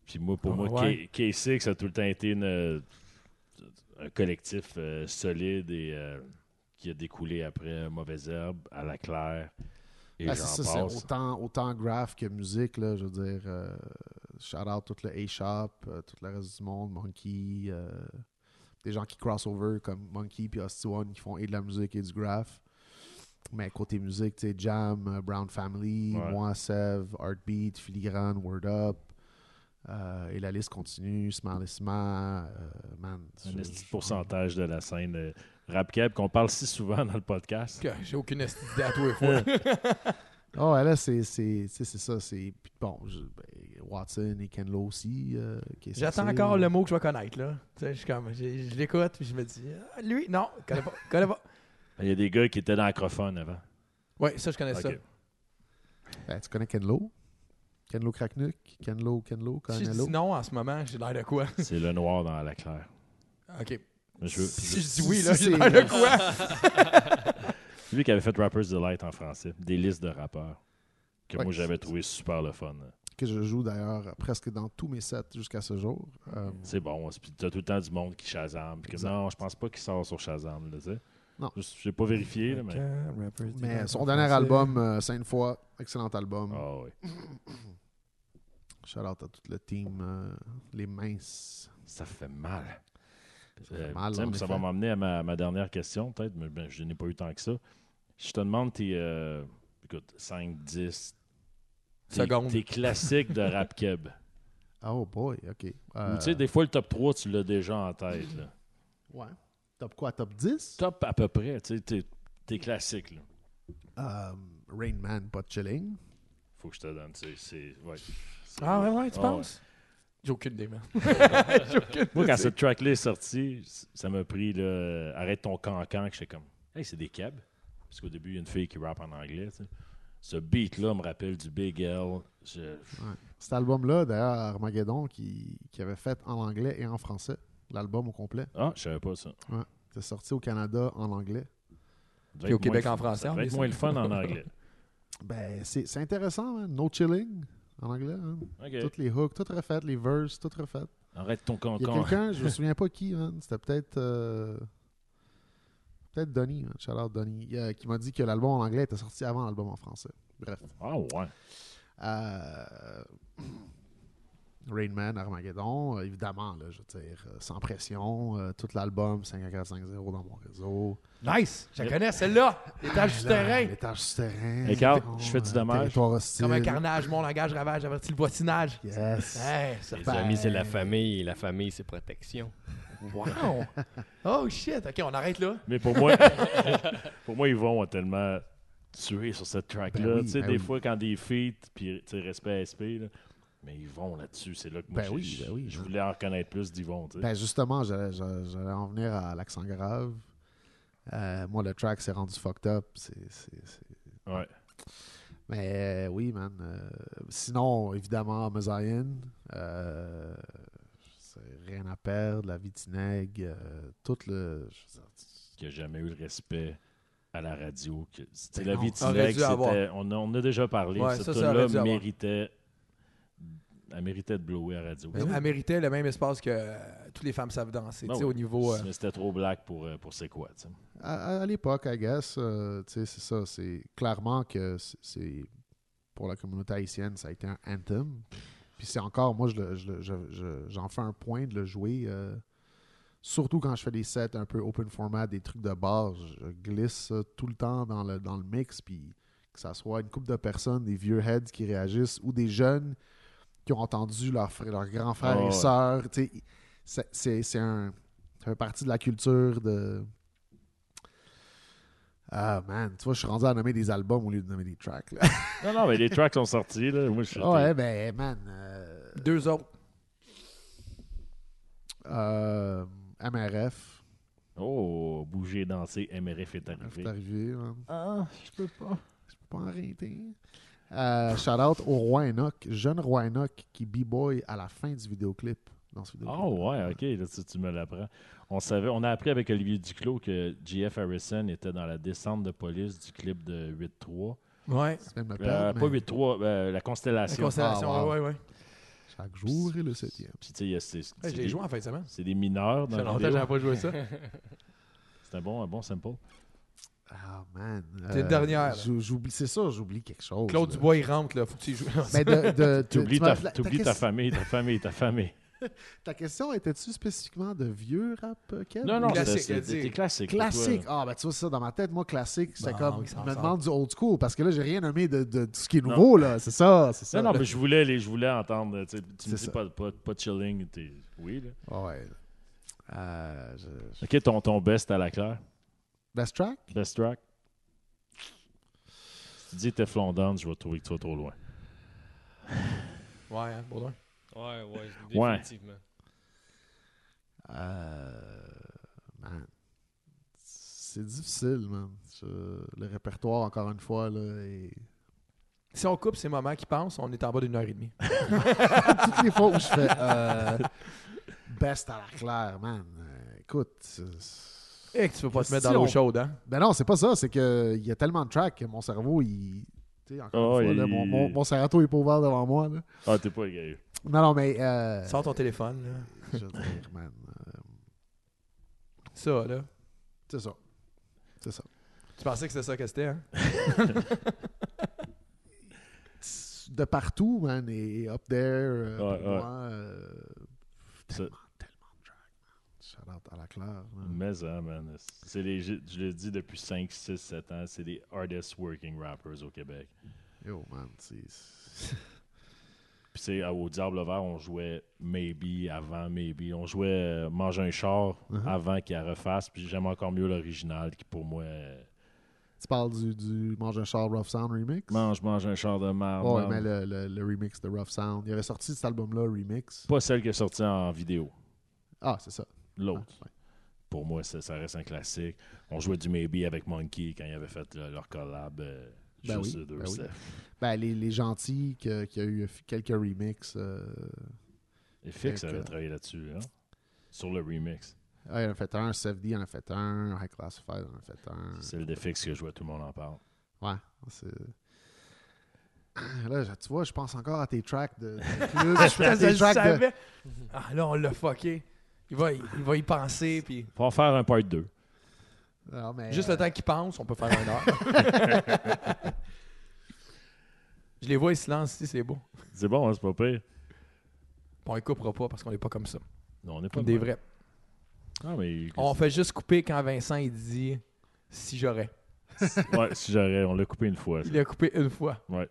A: Puis moi, pour
B: Ah,
A: moi,
B: ouais.
A: K- K6 ça a tout le temps été une, euh, un collectif euh, solide et euh, qui a découlé après Mauvaise Herbe, à la claire. Et
D: Ah,
A: j'en
D: c'est ça, c'est
A: passe.
D: autant, autant graph que musique, là, je veux dire. euh, shout out tout le A-Shop, euh, tout le reste du monde, Monkey, euh, des gens qui crossover comme Monkey puis Hosty One qui font et de la musique et du graph. Mais côté musique, tu sais, Jam, euh, Brown Family,
A: Ouais.
D: moi, Sev, Heartbeat, Filigrane, Word Up. euh, et la liste continue, Smiley Sma, euh, man.
A: Un
D: je-
A: esti de pourcentage de la scène euh, rap cab qu'on parle si souvent dans le podcast.
B: Que J'ai aucune esti d'idée à tous les fois.
D: Ah ouais, là, c'est c'est- tu sais, c'est ça. c'est puis Bon, je- ben, Watson et Ken Lo aussi. euh, qui est
B: J'attends
D: sorti.
B: encore le mot que je vais connaître, là. Tu sais, je suis comme, je, je l'écoute, puis je me dis, Ah, lui, non, connais pas, connais pas.
A: Il y a des gars qui étaient dans l'acrophone avant.
B: Oui, ça, je connais
A: Ok.
D: Ben, tu connais Ken Lo? Ken Lo Kraknuk? Ken Lo, Ken Lo,
B: ça. Si je
D: Canelo?
B: dis non en ce moment, j'ai l'air de quoi?
A: C'est le noir dans la claire.
B: OK.
A: Je veux- je-
B: Si je dis oui,
D: si
B: là, j'ai
D: c'est-
B: l'air de quoi?
A: C'est lui qui avait fait Rappers Delight en français, des listes de rappeurs que
D: Ouais,
A: moi j'avais
D: c'est-
A: trouvé super le fun.
D: Que je joue d'ailleurs presque dans tous mes sets jusqu'à ce jour. Euh,
A: C'est bon, hein, c'est- puis t'as tout le temps du monde qui Shazam. Puis que
D: Exact.
A: non, je pense pas qu'il sort sur Shazam, là, tu sais.
D: Non.
A: Juste, J'ai pas vérifié, là, mais.
D: mais son dernier album, euh, Sainte Foi, excellent album.
A: Ah oui.
D: Shout out à tout le team, euh, les minces.
A: Ça fait mal.
D: fait
A: Euh,
D: mal,
A: tiens,
D: en
A: mais ça
D: effet.
A: va m'emmener à ma, ma dernière question, peut-être, mais ben, je n'ai pas eu tant que ça. Je te demande tes. euh, écoute, 5, 10. tes-
B: Secondes.
A: Tes classiques de rap keb.
D: Oh boy, ok.
A: Ou
D: Euh,
A: tu sais, des fois, le top 3, tu l'as déjà en tête. là.
D: ouais. Top quoi? Top 10?
A: Top à peu près, tu sais, tes- tes classiques. Là.
D: Euh, Rain Man, pas de chilling.
A: Faut que je te donne, tu sais. c'est- ouais. C'est-
B: Ah ouais, ouais, tu
A: Ah,
B: penses? J'ai aucune idée, man.
A: Moi, quand cette track-là est sortie, c- ça m'a pris le Arrête ton cancan, que j'étais comme Hey, c'est des cabs. Parce qu'au début, il y a une fille qui rappe en anglais. tu sais. Ce beat-là me rappelle du Big L. Je-
D: Cet album-là, d'ailleurs, Armageddon, qui, qui avait fait en anglais et en français, l'album au complet.
A: Ah, je savais pas ça.
D: C'est sorti au Canada en anglais.
A: Ça devait
B: Puis au
A: être moins
B: Québec
A: le-
B: en français,
A: Ça
B: on
A: devait
B: est
A: être moins le fun en anglais.
D: Ben, c'est c'est intéressant, hein? No chilling en anglais. hein.
A: OK.
D: Toutes les hooks, toutes refaites, les verses, toutes refaites.
A: Arrête ton
D: Il y a
A: cancan.
D: quelqu'un, je me souviens pas qui, man, c'était peut-être. euh, Peut-être Donny, man, shout out Donny, euh, qui m'a dit que l'album en anglais était sorti avant l'album en français. Bref.
A: Ah ouais.
D: Euh, Rain Man, Armageddon, euh, évidemment, là, je veux dire, euh, sans pression, euh, tout l'album 5450 dans mon réseau.
B: Nice! Je la connais celle-là! L'étage du
D: Ah, Là,
B: terrain!
D: L'étage souterrain.
A: Hey, Carl,
D: Territoire,
A: je fais du
D: euh,
A: dommage.
D: territoire hostile.
B: Comme un carnage, Hein? mon langage ravage, avertit le voisinage.
D: Yes.
B: Hey, ça
C: Les
D: Ben-
C: amis, c'est la famille. La famille, c'est protection.
B: Wow! Oh shit! Ok, on arrête là.
A: Mais pour moi, pour moi, ils vont tellement tuer sur cette track-là.
D: Ben oui,
A: tu sais,
D: ben
A: des
D: oui.
A: fois, quand des feats, puis tu sais, respect à SP, là, mais ils vont là-dessus. C'est là que moi,
D: Ben
A: j'ai-
D: oui, ben oui,
A: je
D: hein.
A: voulais en reconnaître plus d'Yvon. tu sais.
D: Ben justement, j'allais j'allais- j'allais en venir à l'accent grave. Euh, moi, le track s'est rendu fucked up. C'est- c'est- c'est-
A: Ouais.
D: Mais euh, oui, man. euh, sinon, évidemment, Mazayan, euh, c'est rien à perdre, la Vitineg, euh, tout le. je veux dire,
A: qui a jamais eu le respect à la radio. Que, c'était
D: Ben
A: la
D: non.
A: vie
B: Aurait dû avoir.
A: on, a- on a déjà parlé.
B: Ouais,
A: ce
B: ça, ça
A: tune-là
B: aurait dû avoir.
A: méritait Elle méritait de blower à radio.
B: Ben
D: Ben
B: Elle elle méritait le même espace que euh, toutes les femmes savent danser,
A: Ben
B: tu sais,
A: oui.
B: au niveau... euh,
A: Mais c'était trop black pour, euh, pour c'est quoi, tu sais.
D: À, à- à l'époque, I guess, euh, tu sais, c'est ça. C'est clairement que c'est- c'est pour la communauté haïtienne, ça a été un anthem. Puis c'est encore, moi, je le- je le- je- je- j'en fais un point de le jouer. euh, surtout quand je fais des sets un peu open format, des trucs de bar, je, je glisse ça tout le temps dans le, dans le mix. Puis que ça soit une couple de personnes, des vieux heads qui réagissent ou des jeunes qui ont entendu leurs frères, leurs grands frères
A: Ah
D: et
A: ouais.
D: sœurs. tu sais, c'est- C'est c'est un. Ça fait partie de la culture de. Ah man, tu vois, je suis rendu à nommer des albums au lieu de nommer des tracks. là.
A: Non, non, mais les tracks sont sortis, là. Moi, je suis-
D: ouais, ben man. euh,
B: Deux autres.
D: euh, MRF,
A: Oh, bouger, danser, MRF est
D: c'est
A: arrivé.
D: arrivé, man.
A: Ah, je peux pas.
D: Je peux pas arrêter. Euh, shout out au Roi Enoch, jeune Roi Enoch qui b-boy à la fin du vidéoclip. Dans ce vidéoclip.
A: Oh, ouais, ok, là, tu, tu me l'apprends. On, savait, on a appris avec Olivier Duclos que J.F. Harrison était dans la descente de police du clip de 8-3.
B: Ouais.
D: Tu viens de me
A: Euh,
D: perdre,
A: pas
D: mais
A: 8-3, euh, la
B: La
A: constellation.
B: constellation,
D: Ah, wow.
B: ouais, ouais, ouais.
D: Chaque jour est le septième.
A: Puis, tu sais, il y a- c'est- c'est
B: Hey, J'ai
A: des-
B: joué en fin de semaine.
A: c'est des mineurs dans
B: Ça fait
A: la
B: longtemps que
A: vidéo.
B: j'avais pas joué ça.
A: C'est un bon, un bon
D: Euh,
A: sample.
D: Ah man.
B: C'est le dernier, là.
D: j'ou- j'oublie- C'est ça, j'oublie quelque chose.
B: Claude
D: là.
B: Dubois, il rentre, là. Faut que tu y joues.
D: Ben, de- de-
A: Tu oublies
D: tu m'as-
A: ta, t'oublies ta
D: question-
A: famille, ta famille, ta famille.
D: Ta question était-tu spécifiquement de vieux rap, euh, Ken?
A: Non, non,
D: Ou-
B: Classique,
A: c'est-
B: elle
A: c'est
B: dit.
A: c'est classique. pour toi,
D: Classique. Ah, ben tu vois ça, dans ma tête, moi, classique, c'était
B: Bon,
D: comme.
B: oui,
D: Je
B: ça
D: me
B: ensemble.
D: demande du old school parce que là, j'ai rien nommé de, de, de ce qui est
A: Non.
D: nouveau, là. C'est ça, c'est ça.
A: Non, non, mais je voulais, les, je voulais entendre. Tu sais, tu me
D: C'est
A: dis
D: ça.
A: pas, pas, pas de chilling. t'es- Oui, là.
D: Ouais. Euh, je- je-
A: OK, ton, ton best à la claire.
D: Best track?
A: Best track. Si tu dis Teflon Down, je vais trouver que tu vas trop loin.
B: Ouais, hein, Baudouin.
C: Ouais, ouais,
A: Ouais.
C: définitivement.
D: Euh, man. C'est difficile, man. Je- Le répertoire, encore une fois, là. est-
B: Si on coupe ces moments qui pensent, on est en bas d'une heure et demie.
D: Toutes les fois où je fais euh, best à la claire, man. Euh, Écoute. c'est-
B: Et que Eh, tu peux pas te
D: Si
B: mettre dans l'eau
D: on-
B: chaude, hein?
D: Ben non, c'est pas ça. C'est qu'il y a tellement de tracks que mon cerveau, il. Tu sais, encore
A: Oh,
D: une fois,
A: il-
D: là, mon, mon, mon Serato est pas ouvert devant moi. Là.
A: Ah, t'es pas gay.
D: Non, non, mais. euh,
B: Sors ton téléphone, là.
D: je veux dire, man. euh,
B: Ça, là.
D: c'est ça. C'est ça.
B: Tu pensais que c'était ça que c'était, hein?
D: De partout, man. Et up there, euh,
A: Ouais,
D: pour
A: ouais.
D: moi. euh,
A: Ça-
D: tellement, tellement de tracks, man. Shout out à la claire. man.
A: Mais ça, man. C'est les, je le dis depuis 5, 6, 7 ans, c'est les hardest working rappers au Québec.
D: Yo, man. C'est.
A: Puis c'est à- au Diable Vert, on jouait Maybe avant Maybe. On jouait euh, Mange un char
D: Mhm.
A: avant qu'il la refasse. Puis j'aime encore mieux l'original qui pour moi. euh,
D: Tu parles du, du Mange un char Rough Sound remix?
A: mange, mange un char de marde.
D: Ouais,
A: mange-
D: mais le, le- le remix de Rough Sound. Il avait sorti cet album-là, remix.
A: Pas celle qui est sortie en vidéo.
D: Ah, c'est ça.
A: L'autre.
D: Ah, ouais.
A: Pour moi, ça, ça reste un classique. On jouait du Maybe avec Monkey quand ils avaient fait là, leur collab. euh,
D: Ben
A: juste
D: oui,
A: eux deux,
D: ben oui.
A: c'était
D: Ben, les, les gentils que- qui a eu quelques remixes. euh,
A: Et Fix
D: Fait que-
A: avait travaillé là-dessus, hein? Sur le remix.
D: ah, il en a fait un, SFD en a fait un, High Classified en a fait un.
A: C'est le de Fix que je vois, tout le monde en parle.
D: Ouais, c'est. Là, je- tu vois, je pense encore à tes tracks de, de club. je pense à
B: Je
D: tes
B: le
D: tracks de...
B: savais. Ah, là, on l'a fucké. Il va, y- il va y penser, puis
A: Faut en faire un part 2.
D: Non, mais,
B: juste
D: euh,
B: le temps qu'il pense, on peut faire un heure. Je les vois, ils se lancent ici, c'est beau.
A: C'est bon, hein, c'est pas pire.
B: On les coupera pas parce qu'on est pas comme ça.
A: Non, on n'est pas
B: Comme des
A: mal.
B: vrais.
A: Ah, mais.
B: On fait juste couper quand Vincent, il dit « si j'aurais
A: ouais, si j'aurais, on l'a coupé une fois. ». ça.
B: Il a coupé une fois.
A: Ouais.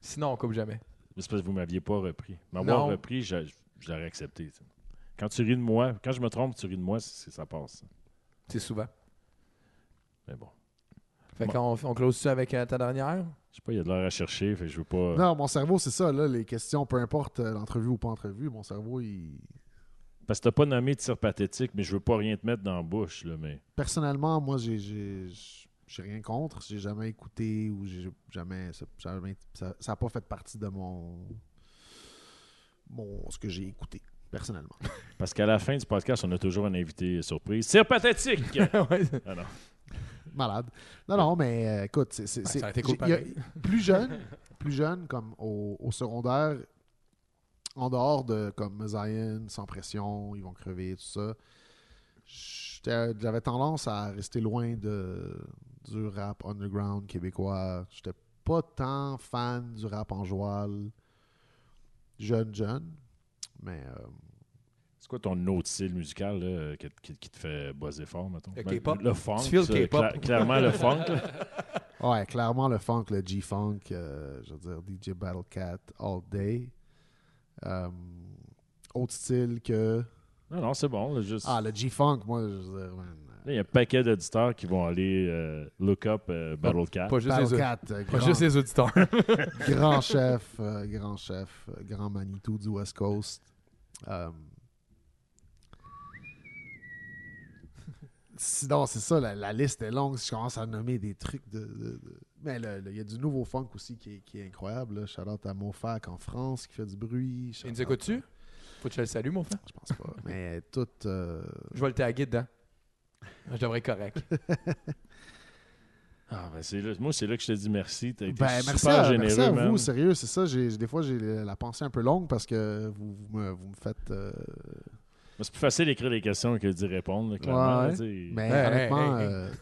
B: Sinon, on coupe jamais.
A: Mais C'est parce que vous m'aviez pas repris. M'avoir
B: Non.
A: repris, j'a- j'aurais accepté. tu sais. Quand tu ris de moi, quand je me trompe, tu ris de moi, c'est- ça passe.
B: C'est souvent.
A: Mais bon.
B: Fait
A: Bon.
B: qu'on on close ça avec euh, ta dernière.
A: Je sais pas, il y a de l'heure à chercher, fait que je veux pas.
D: Non, mon cerveau, c'est ça, là, les questions, peu importe euh, l'entrevue ou pas entrevue, mon cerveau, il.
A: Parce que t'as pas nommé de tir pathétique, mais je veux pas rien te mettre dans la bouche, là, mais.
D: personnellement, moi, j'ai- j'ai j'ai rien contre. J'ai jamais écouté ou j'ai jamais. Ça n'a ça, ça a pas fait partie de mon. mon ce que j'ai écouté, personnellement.
A: Parce qu'à la fin du podcast, on a toujours un invité surprise. Tir pathétique!
B: Ouais.
A: Ah non.
D: Malade. Non, non, mais euh, écoute, c'est. c'est-
B: Ouais,
D: c'est-
B: ça aurait été cool
D: j'ai- il y a-
B: pareil.
D: plus jeune, plus jeune, comme au, au secondaire, en dehors de comme Zion, sans pression, ils vont crever, tout ça, j'étais- j'avais tendance à rester loin de, du rap underground québécois. J'étais pas tant fan du rap en joual jeune, jeune, mais euh,
A: C'est quoi ton autre style musical là, qui, qui- qui te fait buzzer fort, mettons?
B: Le
A: Ben,
B: K-pop.
A: Le funk.
B: Tu feels
A: ça,
B: le K-pop.
A: cla- clairement, le funk. là.
D: ouais, clairement le funk, le G-funk, euh, je veux dire DJ Battlecat all day. Euh, autre style que.
A: Non, non, c'est bon. là, juste...
D: Ah, le G-funk, moi, je veux dire, man,
A: Là, Il y a un paquet d'auditeurs qui vont aller euh, look up euh,
D: Ah,
A: Battle Cat.
B: Pas juste, les, au-
D: Battlecat, euh,
B: pas
D: grand,
B: juste les auditeurs.
D: grand chef, euh, grand chef, euh, grand Manitou du West Coast. Euh, Sinon, c'est ça, la, la liste est longue. Si je commence à nommer des trucs de. de- de- Mais le- le- il y a du nouveau funk aussi qui est, qui est incroyable. là. Shout out à Mofac en France qui fait du bruit. Shout
B: Il nous
D: out-
B: écoutes-tu? Faut que je le salue, mon frère.
D: Je pense pas. Mais tout. euh,
B: Je vais le taguer dedans. Je devrais être correct.
A: Ah, ben, c'est là- moi, c'est là que je te dis merci. T'as été
D: Ben,
A: super
D: merci, à,
A: généreux,
D: merci à
A: man.
D: vous, sérieux, c'est ça. j'ai- des fois, j'ai la pensée un peu longue parce que vous, vous me, vous me faites. euh,
A: Mais C'est plus facile d'écrire des questions que d'y répondre, là, clairement.
D: Ouais. Ben,
A: là, tu sais.
D: mais
B: Ben, Hey,
D: honnêtement,
B: hey, hey, hey.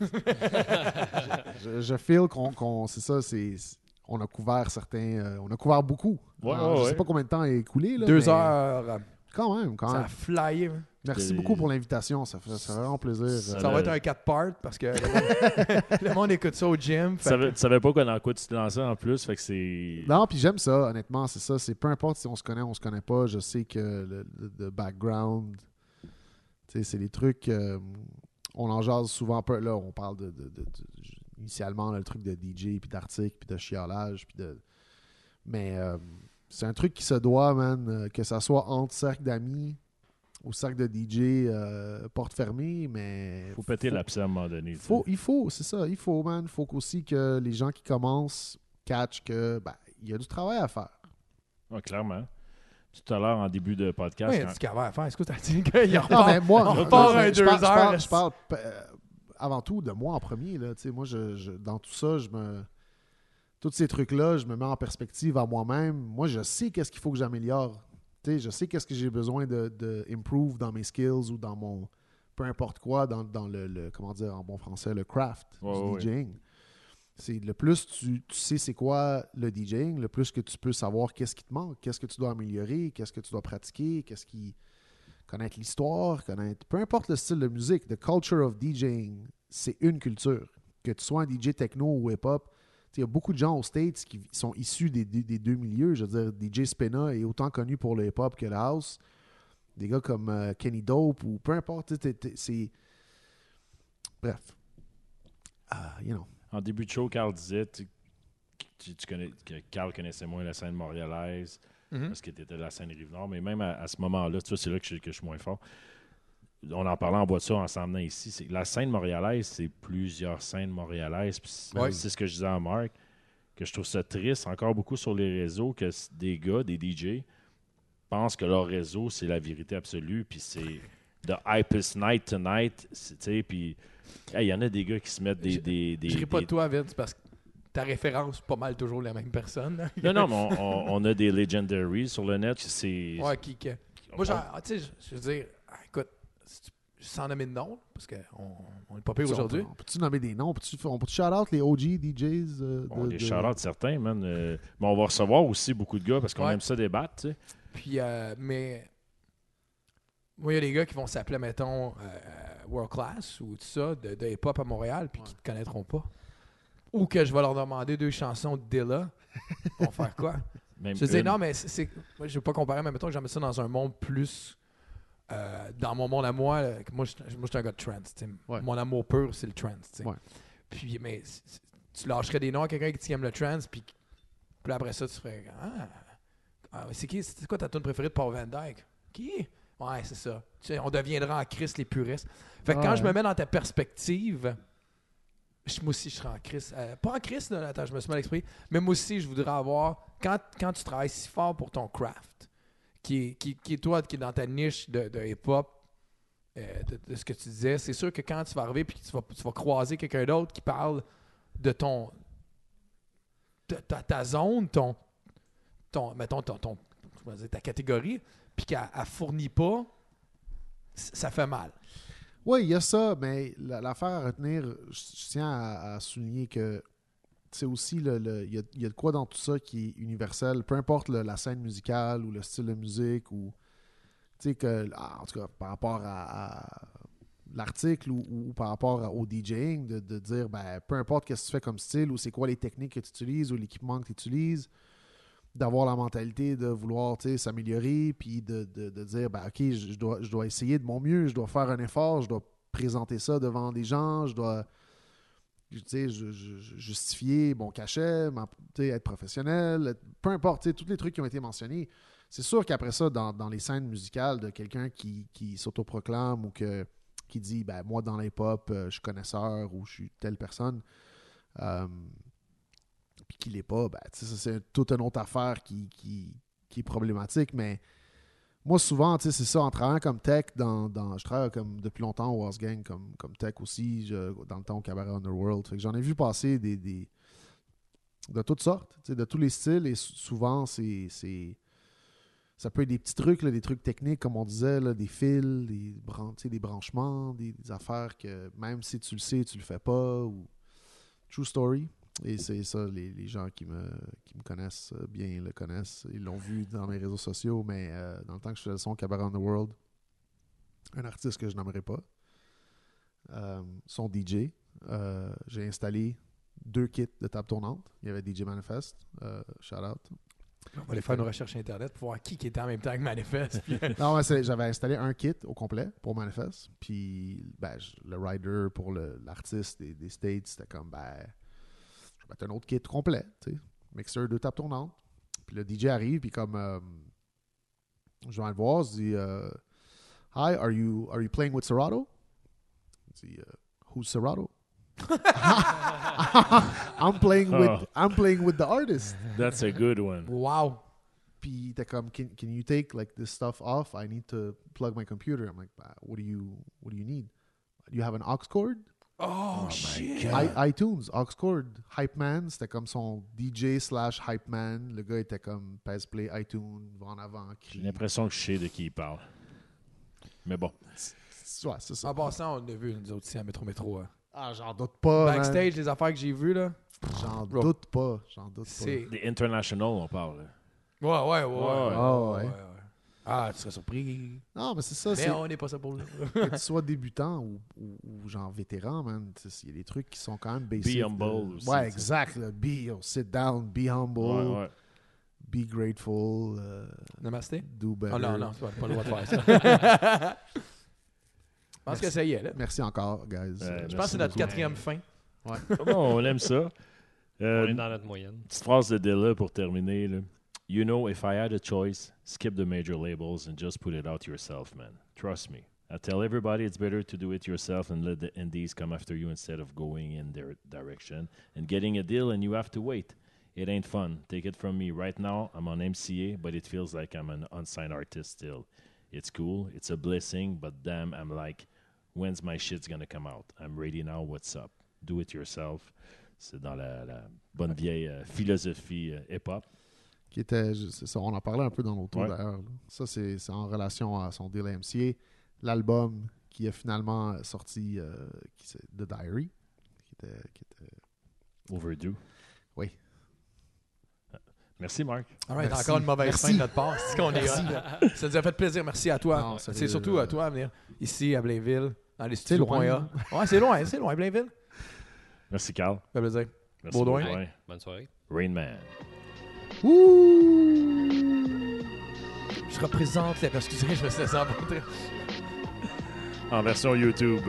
D: euh, je, je feel qu'on. qu'on- c'est ça, c'est. c'est- On a couvert certains. euh, on a couvert beaucoup.
A: Ouais,
D: Alors,
A: ouais,
D: je sais
A: ouais.
D: pas combien de temps est écoulé. Là,
B: Deux
D: mais
B: heures. euh,
D: Quand même, quand
B: Ça
D: même.
B: a flyé. hein.
D: Merci
A: C'est-
D: beaucoup pour l'invitation. Ça fait ça fait vraiment plaisir.
A: Ça
D: Euh,
B: Ça
A: le-
B: va être un 4 part parce que le monde, le monde écoute ça au gym.
A: Tu
B: fait
A: savais, tu savais pas quoi, dans quoi tu te lançais en plus, fait que c'est...
D: Non, puis j'aime ça, honnêtement, c'est ça. C'est peu importe si on se connaît ou on se connaît pas, je sais que le, le- le background, tu sais, c'est des trucs. euh, on en jase souvent un peu. Là, on parle de. de- de- de- initialement, là, le truc de DJ, puis d'article, puis de chiolage, puis de. Mais euh, c'est un truc qui se doit, man, euh, que ça soit entre cercle d'amis ou cercle de DJ, euh, porte fermée, mais.
A: Faut péter l'abcès à un moment donné. tu sais.
D: Faut- il faut, c'est ça, il faut, man. Il faut aussi que les gens qui commencent catchent que ben, il y a du travail à faire.
A: Ouais, clairement. Tout à l'heure, en début de podcast,
B: Oui, il y a
A: quand-
B: du cavard à faire. Est-ce que t'as dit qu'il
D: Non,
B: repart?
D: mais moi,
B: on
D: je-
B: repart
D: je-
B: à
D: je
B: deux
D: parle- je parle-
B: heures.
D: Je parle, euh, avant tout de moi en premier. Là, Tu sais, moi, je, je- dans tout ça, je me. Tous ces trucs-là, je me mets en perspective à moi-même. Moi, je sais qu'est-ce qu'il faut que j'améliore. Tu sais, je sais qu'est-ce que j'ai besoin de, de improve dans mes skills ou dans mon. Peu importe quoi, dans, dans le, le- Comment dire en bon français, le craft
A: Ouais, ouais, ouais.
D: du DJing. C'est le plus tu, tu sais c'est quoi le DJing, le plus que tu peux savoir qu'est-ce qui te manque, qu'est-ce que tu dois améliorer, qu'est-ce que tu dois pratiquer, qu'est-ce qui connaître l'histoire, connaître peu importe le style de musique, the culture of DJing, c'est une culture. Que tu sois un DJ techno ou hip-hop, tu sais, il y a beaucoup de gens aux States qui sont issus des, des- des deux milieux. Je veux dire, DJ Spena est autant connu pour le hip-hop que le house. Des gars comme euh, Kenny Dope ou peu importe, tu sais, t'es- t'es- c'est bref, Ah, you know.
A: en début de show, Carl disait tu, tu- tu connais, que Carl connaissait moins la scène montréalaise
B: Mhm.
A: parce qu'il était de la scène Rive-Nord, mais même à, à ce moment-là, tu vois, c'est là que je, que je suis moins fort. On en parlait en voiture en s'emmenant ici. c'est que La scène montréalaise, c'est plusieurs scènes montréalaises. puis C'est
B: Ouais.
A: c'est ce que je disais à Marc, que je trouve ça triste encore beaucoup sur les réseaux que c- des gars, des DJ, pensent que leur réseau, c'est la vérité absolue, puis c'est the hypest night tonight. c'est- Tu sais, puis hey, il y en a des gars qui se mettent des.
B: Je-
A: des, des-
B: Je ris pas
A: des-
B: de toi, Vince, parce que ta référence, c'est pas mal toujours la même personne. hein.
A: Non, non, mais on, on- on a des legendaries sur le net. C'est.
B: Ouais, qui, que- Moi, j'en- ah, tu sais, je- je veux dire, ah, écoute, si tu- sans nommer de nom, parce qu'on on est pas pire aujourd'hui.
D: On peut-tu nommer des noms? Peux-tu- On peut-tu shout-out les OG DJs? euh,
A: On
D: de-
A: est
D: de-
A: shout-out certains, man. euh, mais on va recevoir aussi beaucoup de gars parce qu'on
B: Ouais.
A: aime ça débattre, tu sais.
B: Puis, euh, mais. Moi, il y a des gars qui vont s'appeler, mettons, euh, World Class ou tout ça, de, de hip-hop à Montréal, puis qui te connaîtront pas. Ou que je vais leur demander deux chansons de Dilla. Ils vont faire quoi?
A: Même
B: Je disais,
A: une.
B: non, mais c'est- c'est. Moi, je veux pas comparer, mais mettons que j'en mets ça dans un monde plus. euh, dans mon monde à moi, là, que moi, je moi, je suis un gars de trance. tu sais.
D: Ouais.
B: Mon amour pur, c'est le trance. tu sais.
D: Ouais.
B: Puis, mais c- c- tu lâcherais des noms à quelqu'un qui aime le trance, puis, puis là, après ça, tu ferais. Ah, ah, c'est qui C'est quoi ta tune préférée de Paul Van Dyke Qui Ouais, c'est ça. Tu sais, on deviendra en Christ les puristes. Fait que quand
D: Ouais.
B: je me mets dans ta perspective, je- moi aussi, je serais en crise. Euh, pas en crise, là, attends, je me suis mal exprimé. Mais moi aussi, je voudrais avoir. Quand, quand tu travailles si fort pour ton craft, qui est, qui, qui est toi, qui est dans ta niche de, de hip-hop, euh, de, de ce que tu disais, c'est sûr que quand tu vas arriver puis que tu vas, tu vas croiser quelqu'un d'autre qui parle de ton. de ta, ta zone, ton. ton mettons, ton. ton je vais dire, ta catégorie, puis qu'elle ne fournit pas, c- ça fait mal.
D: Oui, il y a ça, mais la- l'affaire à retenir, je je tiens à, à souligner que c'est aussi le- le- il y, a, il y a de quoi dans tout ça qui est universel, peu importe le- la scène musicale ou le style de musique ou tu sais que ah, en tout cas par rapport à, à l'article ou, ou par rapport à- au DJing de, de dire ben peu importe qu'est-ce que tu fais comme style ou c'est quoi les techniques que tu utilises ou l'équipement que tu utilises d'avoir la mentalité de vouloir tu sais, s'améliorer, puis de, de- de dire ben, OK, je je dois, je dois essayer de mon mieux, je dois faire un effort, je dois présenter ça devant des gens, je dois tu sais, je- je- je- justifier mon cachet, ma- tu sais, être professionnel, être- peu importe, tu sais, tous les trucs qui ont été mentionnés. C'est sûr qu'après ça, dans, dans les scènes musicales de quelqu'un qui, qui s'autoproclame ou que, qui dit ben, Moi, dans l'hip-hop, euh, je suis connaisseur ou je suis telle personne. euh, puis qu'il l'est pas, ben, tu sais, ça, c'est toute une autre affaire qui, qui, qui est problématique. Mais moi, souvent, tu sais, c'est ça, en travaillant comme tech, dans, dans- je travaille comme depuis longtemps au Wars Gang comme, comme tech aussi, je- dans le temps au Cabaret Underworld. Fait que j'en ai vu passer des, des- de toutes sortes, tu sais, de tous les styles, et sou- souvent, c'est. c'est- ça peut être des petits trucs, là, des trucs techniques, comme on disait, là, des fils, des, bran- tu sais, des branchements, des, des affaires que même si tu le sais, tu le fais pas. Ou... True story. Et c'est ça, les, les gens qui me, qui me connaissent euh, bien le connaissent. Ils l'ont vu dans mes réseaux sociaux, mais euh, dans le temps que je faisais le son Cabaret on the World, un artiste que je nommerai pas, euh, son DJ, euh, j'ai installé deux kits de table tournante. Il y avait DJ Manifest, euh, shout out.
B: On va aller faire une recherche Internet pour voir qui, qui était en même temps que Manifest. puis-
D: Non, ouais, c'est- j'avais installé un kit au complet pour Manifest. Puis ben, je- le rider pour le- l'artiste des, des States, c'était comme ben, je vais mettre un autre kit complet. tu sais. Mixer, deux tables tournantes. Puis le DJ arrive, puis comme euh, je vais le voir, je dis euh, Hi, are you, are you playing with Serato? Il dit euh, Who's Serato? I'm playing with I'm playing with the artist.
A: That's a good one.
B: wow!
D: Puis il était comme, can, can you take like this stuff off? I need to plug my computer. I'm like, "Bah, what do you what do you need? Do you have an aux cord?
B: Oh, shit!
D: I- iTunes, aux cord, hype man. C'était comme son DJ slash hype man. Le gars était comme pèse play iTunes, va en avant,
A: J'ai
D: crie.
A: l'impression que je sais de qui il parle. Mais bon.
D: Ouais, c'est ça.
B: En passant, on a vu nous autres ici à Métro Métro. hein.
D: Ah, j'en doute pas. man.
B: Backstage, les affaires que j'ai vues, là,
D: J'en
B: Bro.
D: doute pas. J'en doute pas.
B: c'est.
A: Les international, on parle. là.
B: Ouais, ouais, ouais.
A: ouais,
D: ouais.
B: Ah, tu serais surpris.
D: Non, mais c'est ça.
B: Mais
D: c'est-
B: on n'est pas ça pour le.
D: que tu sois débutant ou, ou- ou genre vétéran, man, tu sais, il y a des trucs qui sont quand même basiques.
A: humble
D: là.
A: aussi, tu
D: ouais,
A: sais.
D: exact. là. Be, oh, sit down, be humble,
A: Ouais, ouais.
D: be grateful, euh,
B: Namasté?
D: do better.
B: Oh non, non, tu n'as pas le droit de faire ça. Je pense que ça y est, là.
D: Merci encore, guys.
A: Ouais,
D: Euh,
B: Je pense que
A: merci
B: c'est notre
A: beaucoup.
B: quatrième fin.
A: Bon, on aime ça. Euh,
C: On est dans notre moyenne.
A: Petite phrase de Dilla pour terminer. là. You know, if I had a choice, skip the major labels and just put it out yourself, man. Trust me. I tell everybody it's better to do it yourself and let the indies come after you instead of going in their direction and getting a deal and you have to wait. It ain't fun. Take it from me. Right now, I'm on MCA, but it feels like I'm an unsigned artist still. It's cool. It's a blessing, but damn, I'm like, when's my shit's gonna come out? I'm ready now. What's up? Do it yourself. C'est dans la, la bonne vieille euh, philosophie euh, hip-hop.
D: Qui était, je- c'est ça, on en parlait un peu dans l'auto
A: Ouais.
D: d'ailleurs. là. Ça, c'est c'est en relation à son deal MCA, l'album qui a finalement sorti, euh, qui c'est The Diary, qui était, qui était
A: Overdue.
D: Oui.
A: Merci, Marc.
B: All right,
D: Merci.
B: encore une mauvaise
D: Merci.
B: fin de notre part. C'est ce qu'on est hot, là. Ça nous a fait plaisir. Merci à toi.
D: Non, ça
B: c'est
D: fait- euh,
B: surtout à toi à venir ici à Blainville, dans les studios.
D: loin, hein?
B: .A. Ouais, c'est loin, c'est loin, Blainville.
A: Merci, Carl.
B: Ça fait plaisir.
A: Merci,
B: Baudouin.
C: Bonne soirée.
A: Rain Man.
B: Je représente la excusez, je me suis laissé emporter.
A: En version YouTube.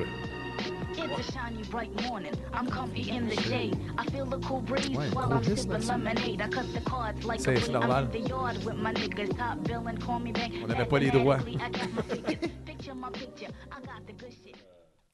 F: It's a shiny bright morning. I'm comfy in the shade. I feel the cool breeze
D: Ouais,
F: while
D: gros
F: I'm
D: business,
F: sipping
D: ça.
F: lemonade. I cut the cards like
B: C'est-
F: a
B: c'est
F: blade.
B: normal.
F: I'm in the yard with my niggas. Top villain, call me back.
B: On n'avait pas les droits.
F: Mathematically, I got my figures. Picture my picture. I got the good shit.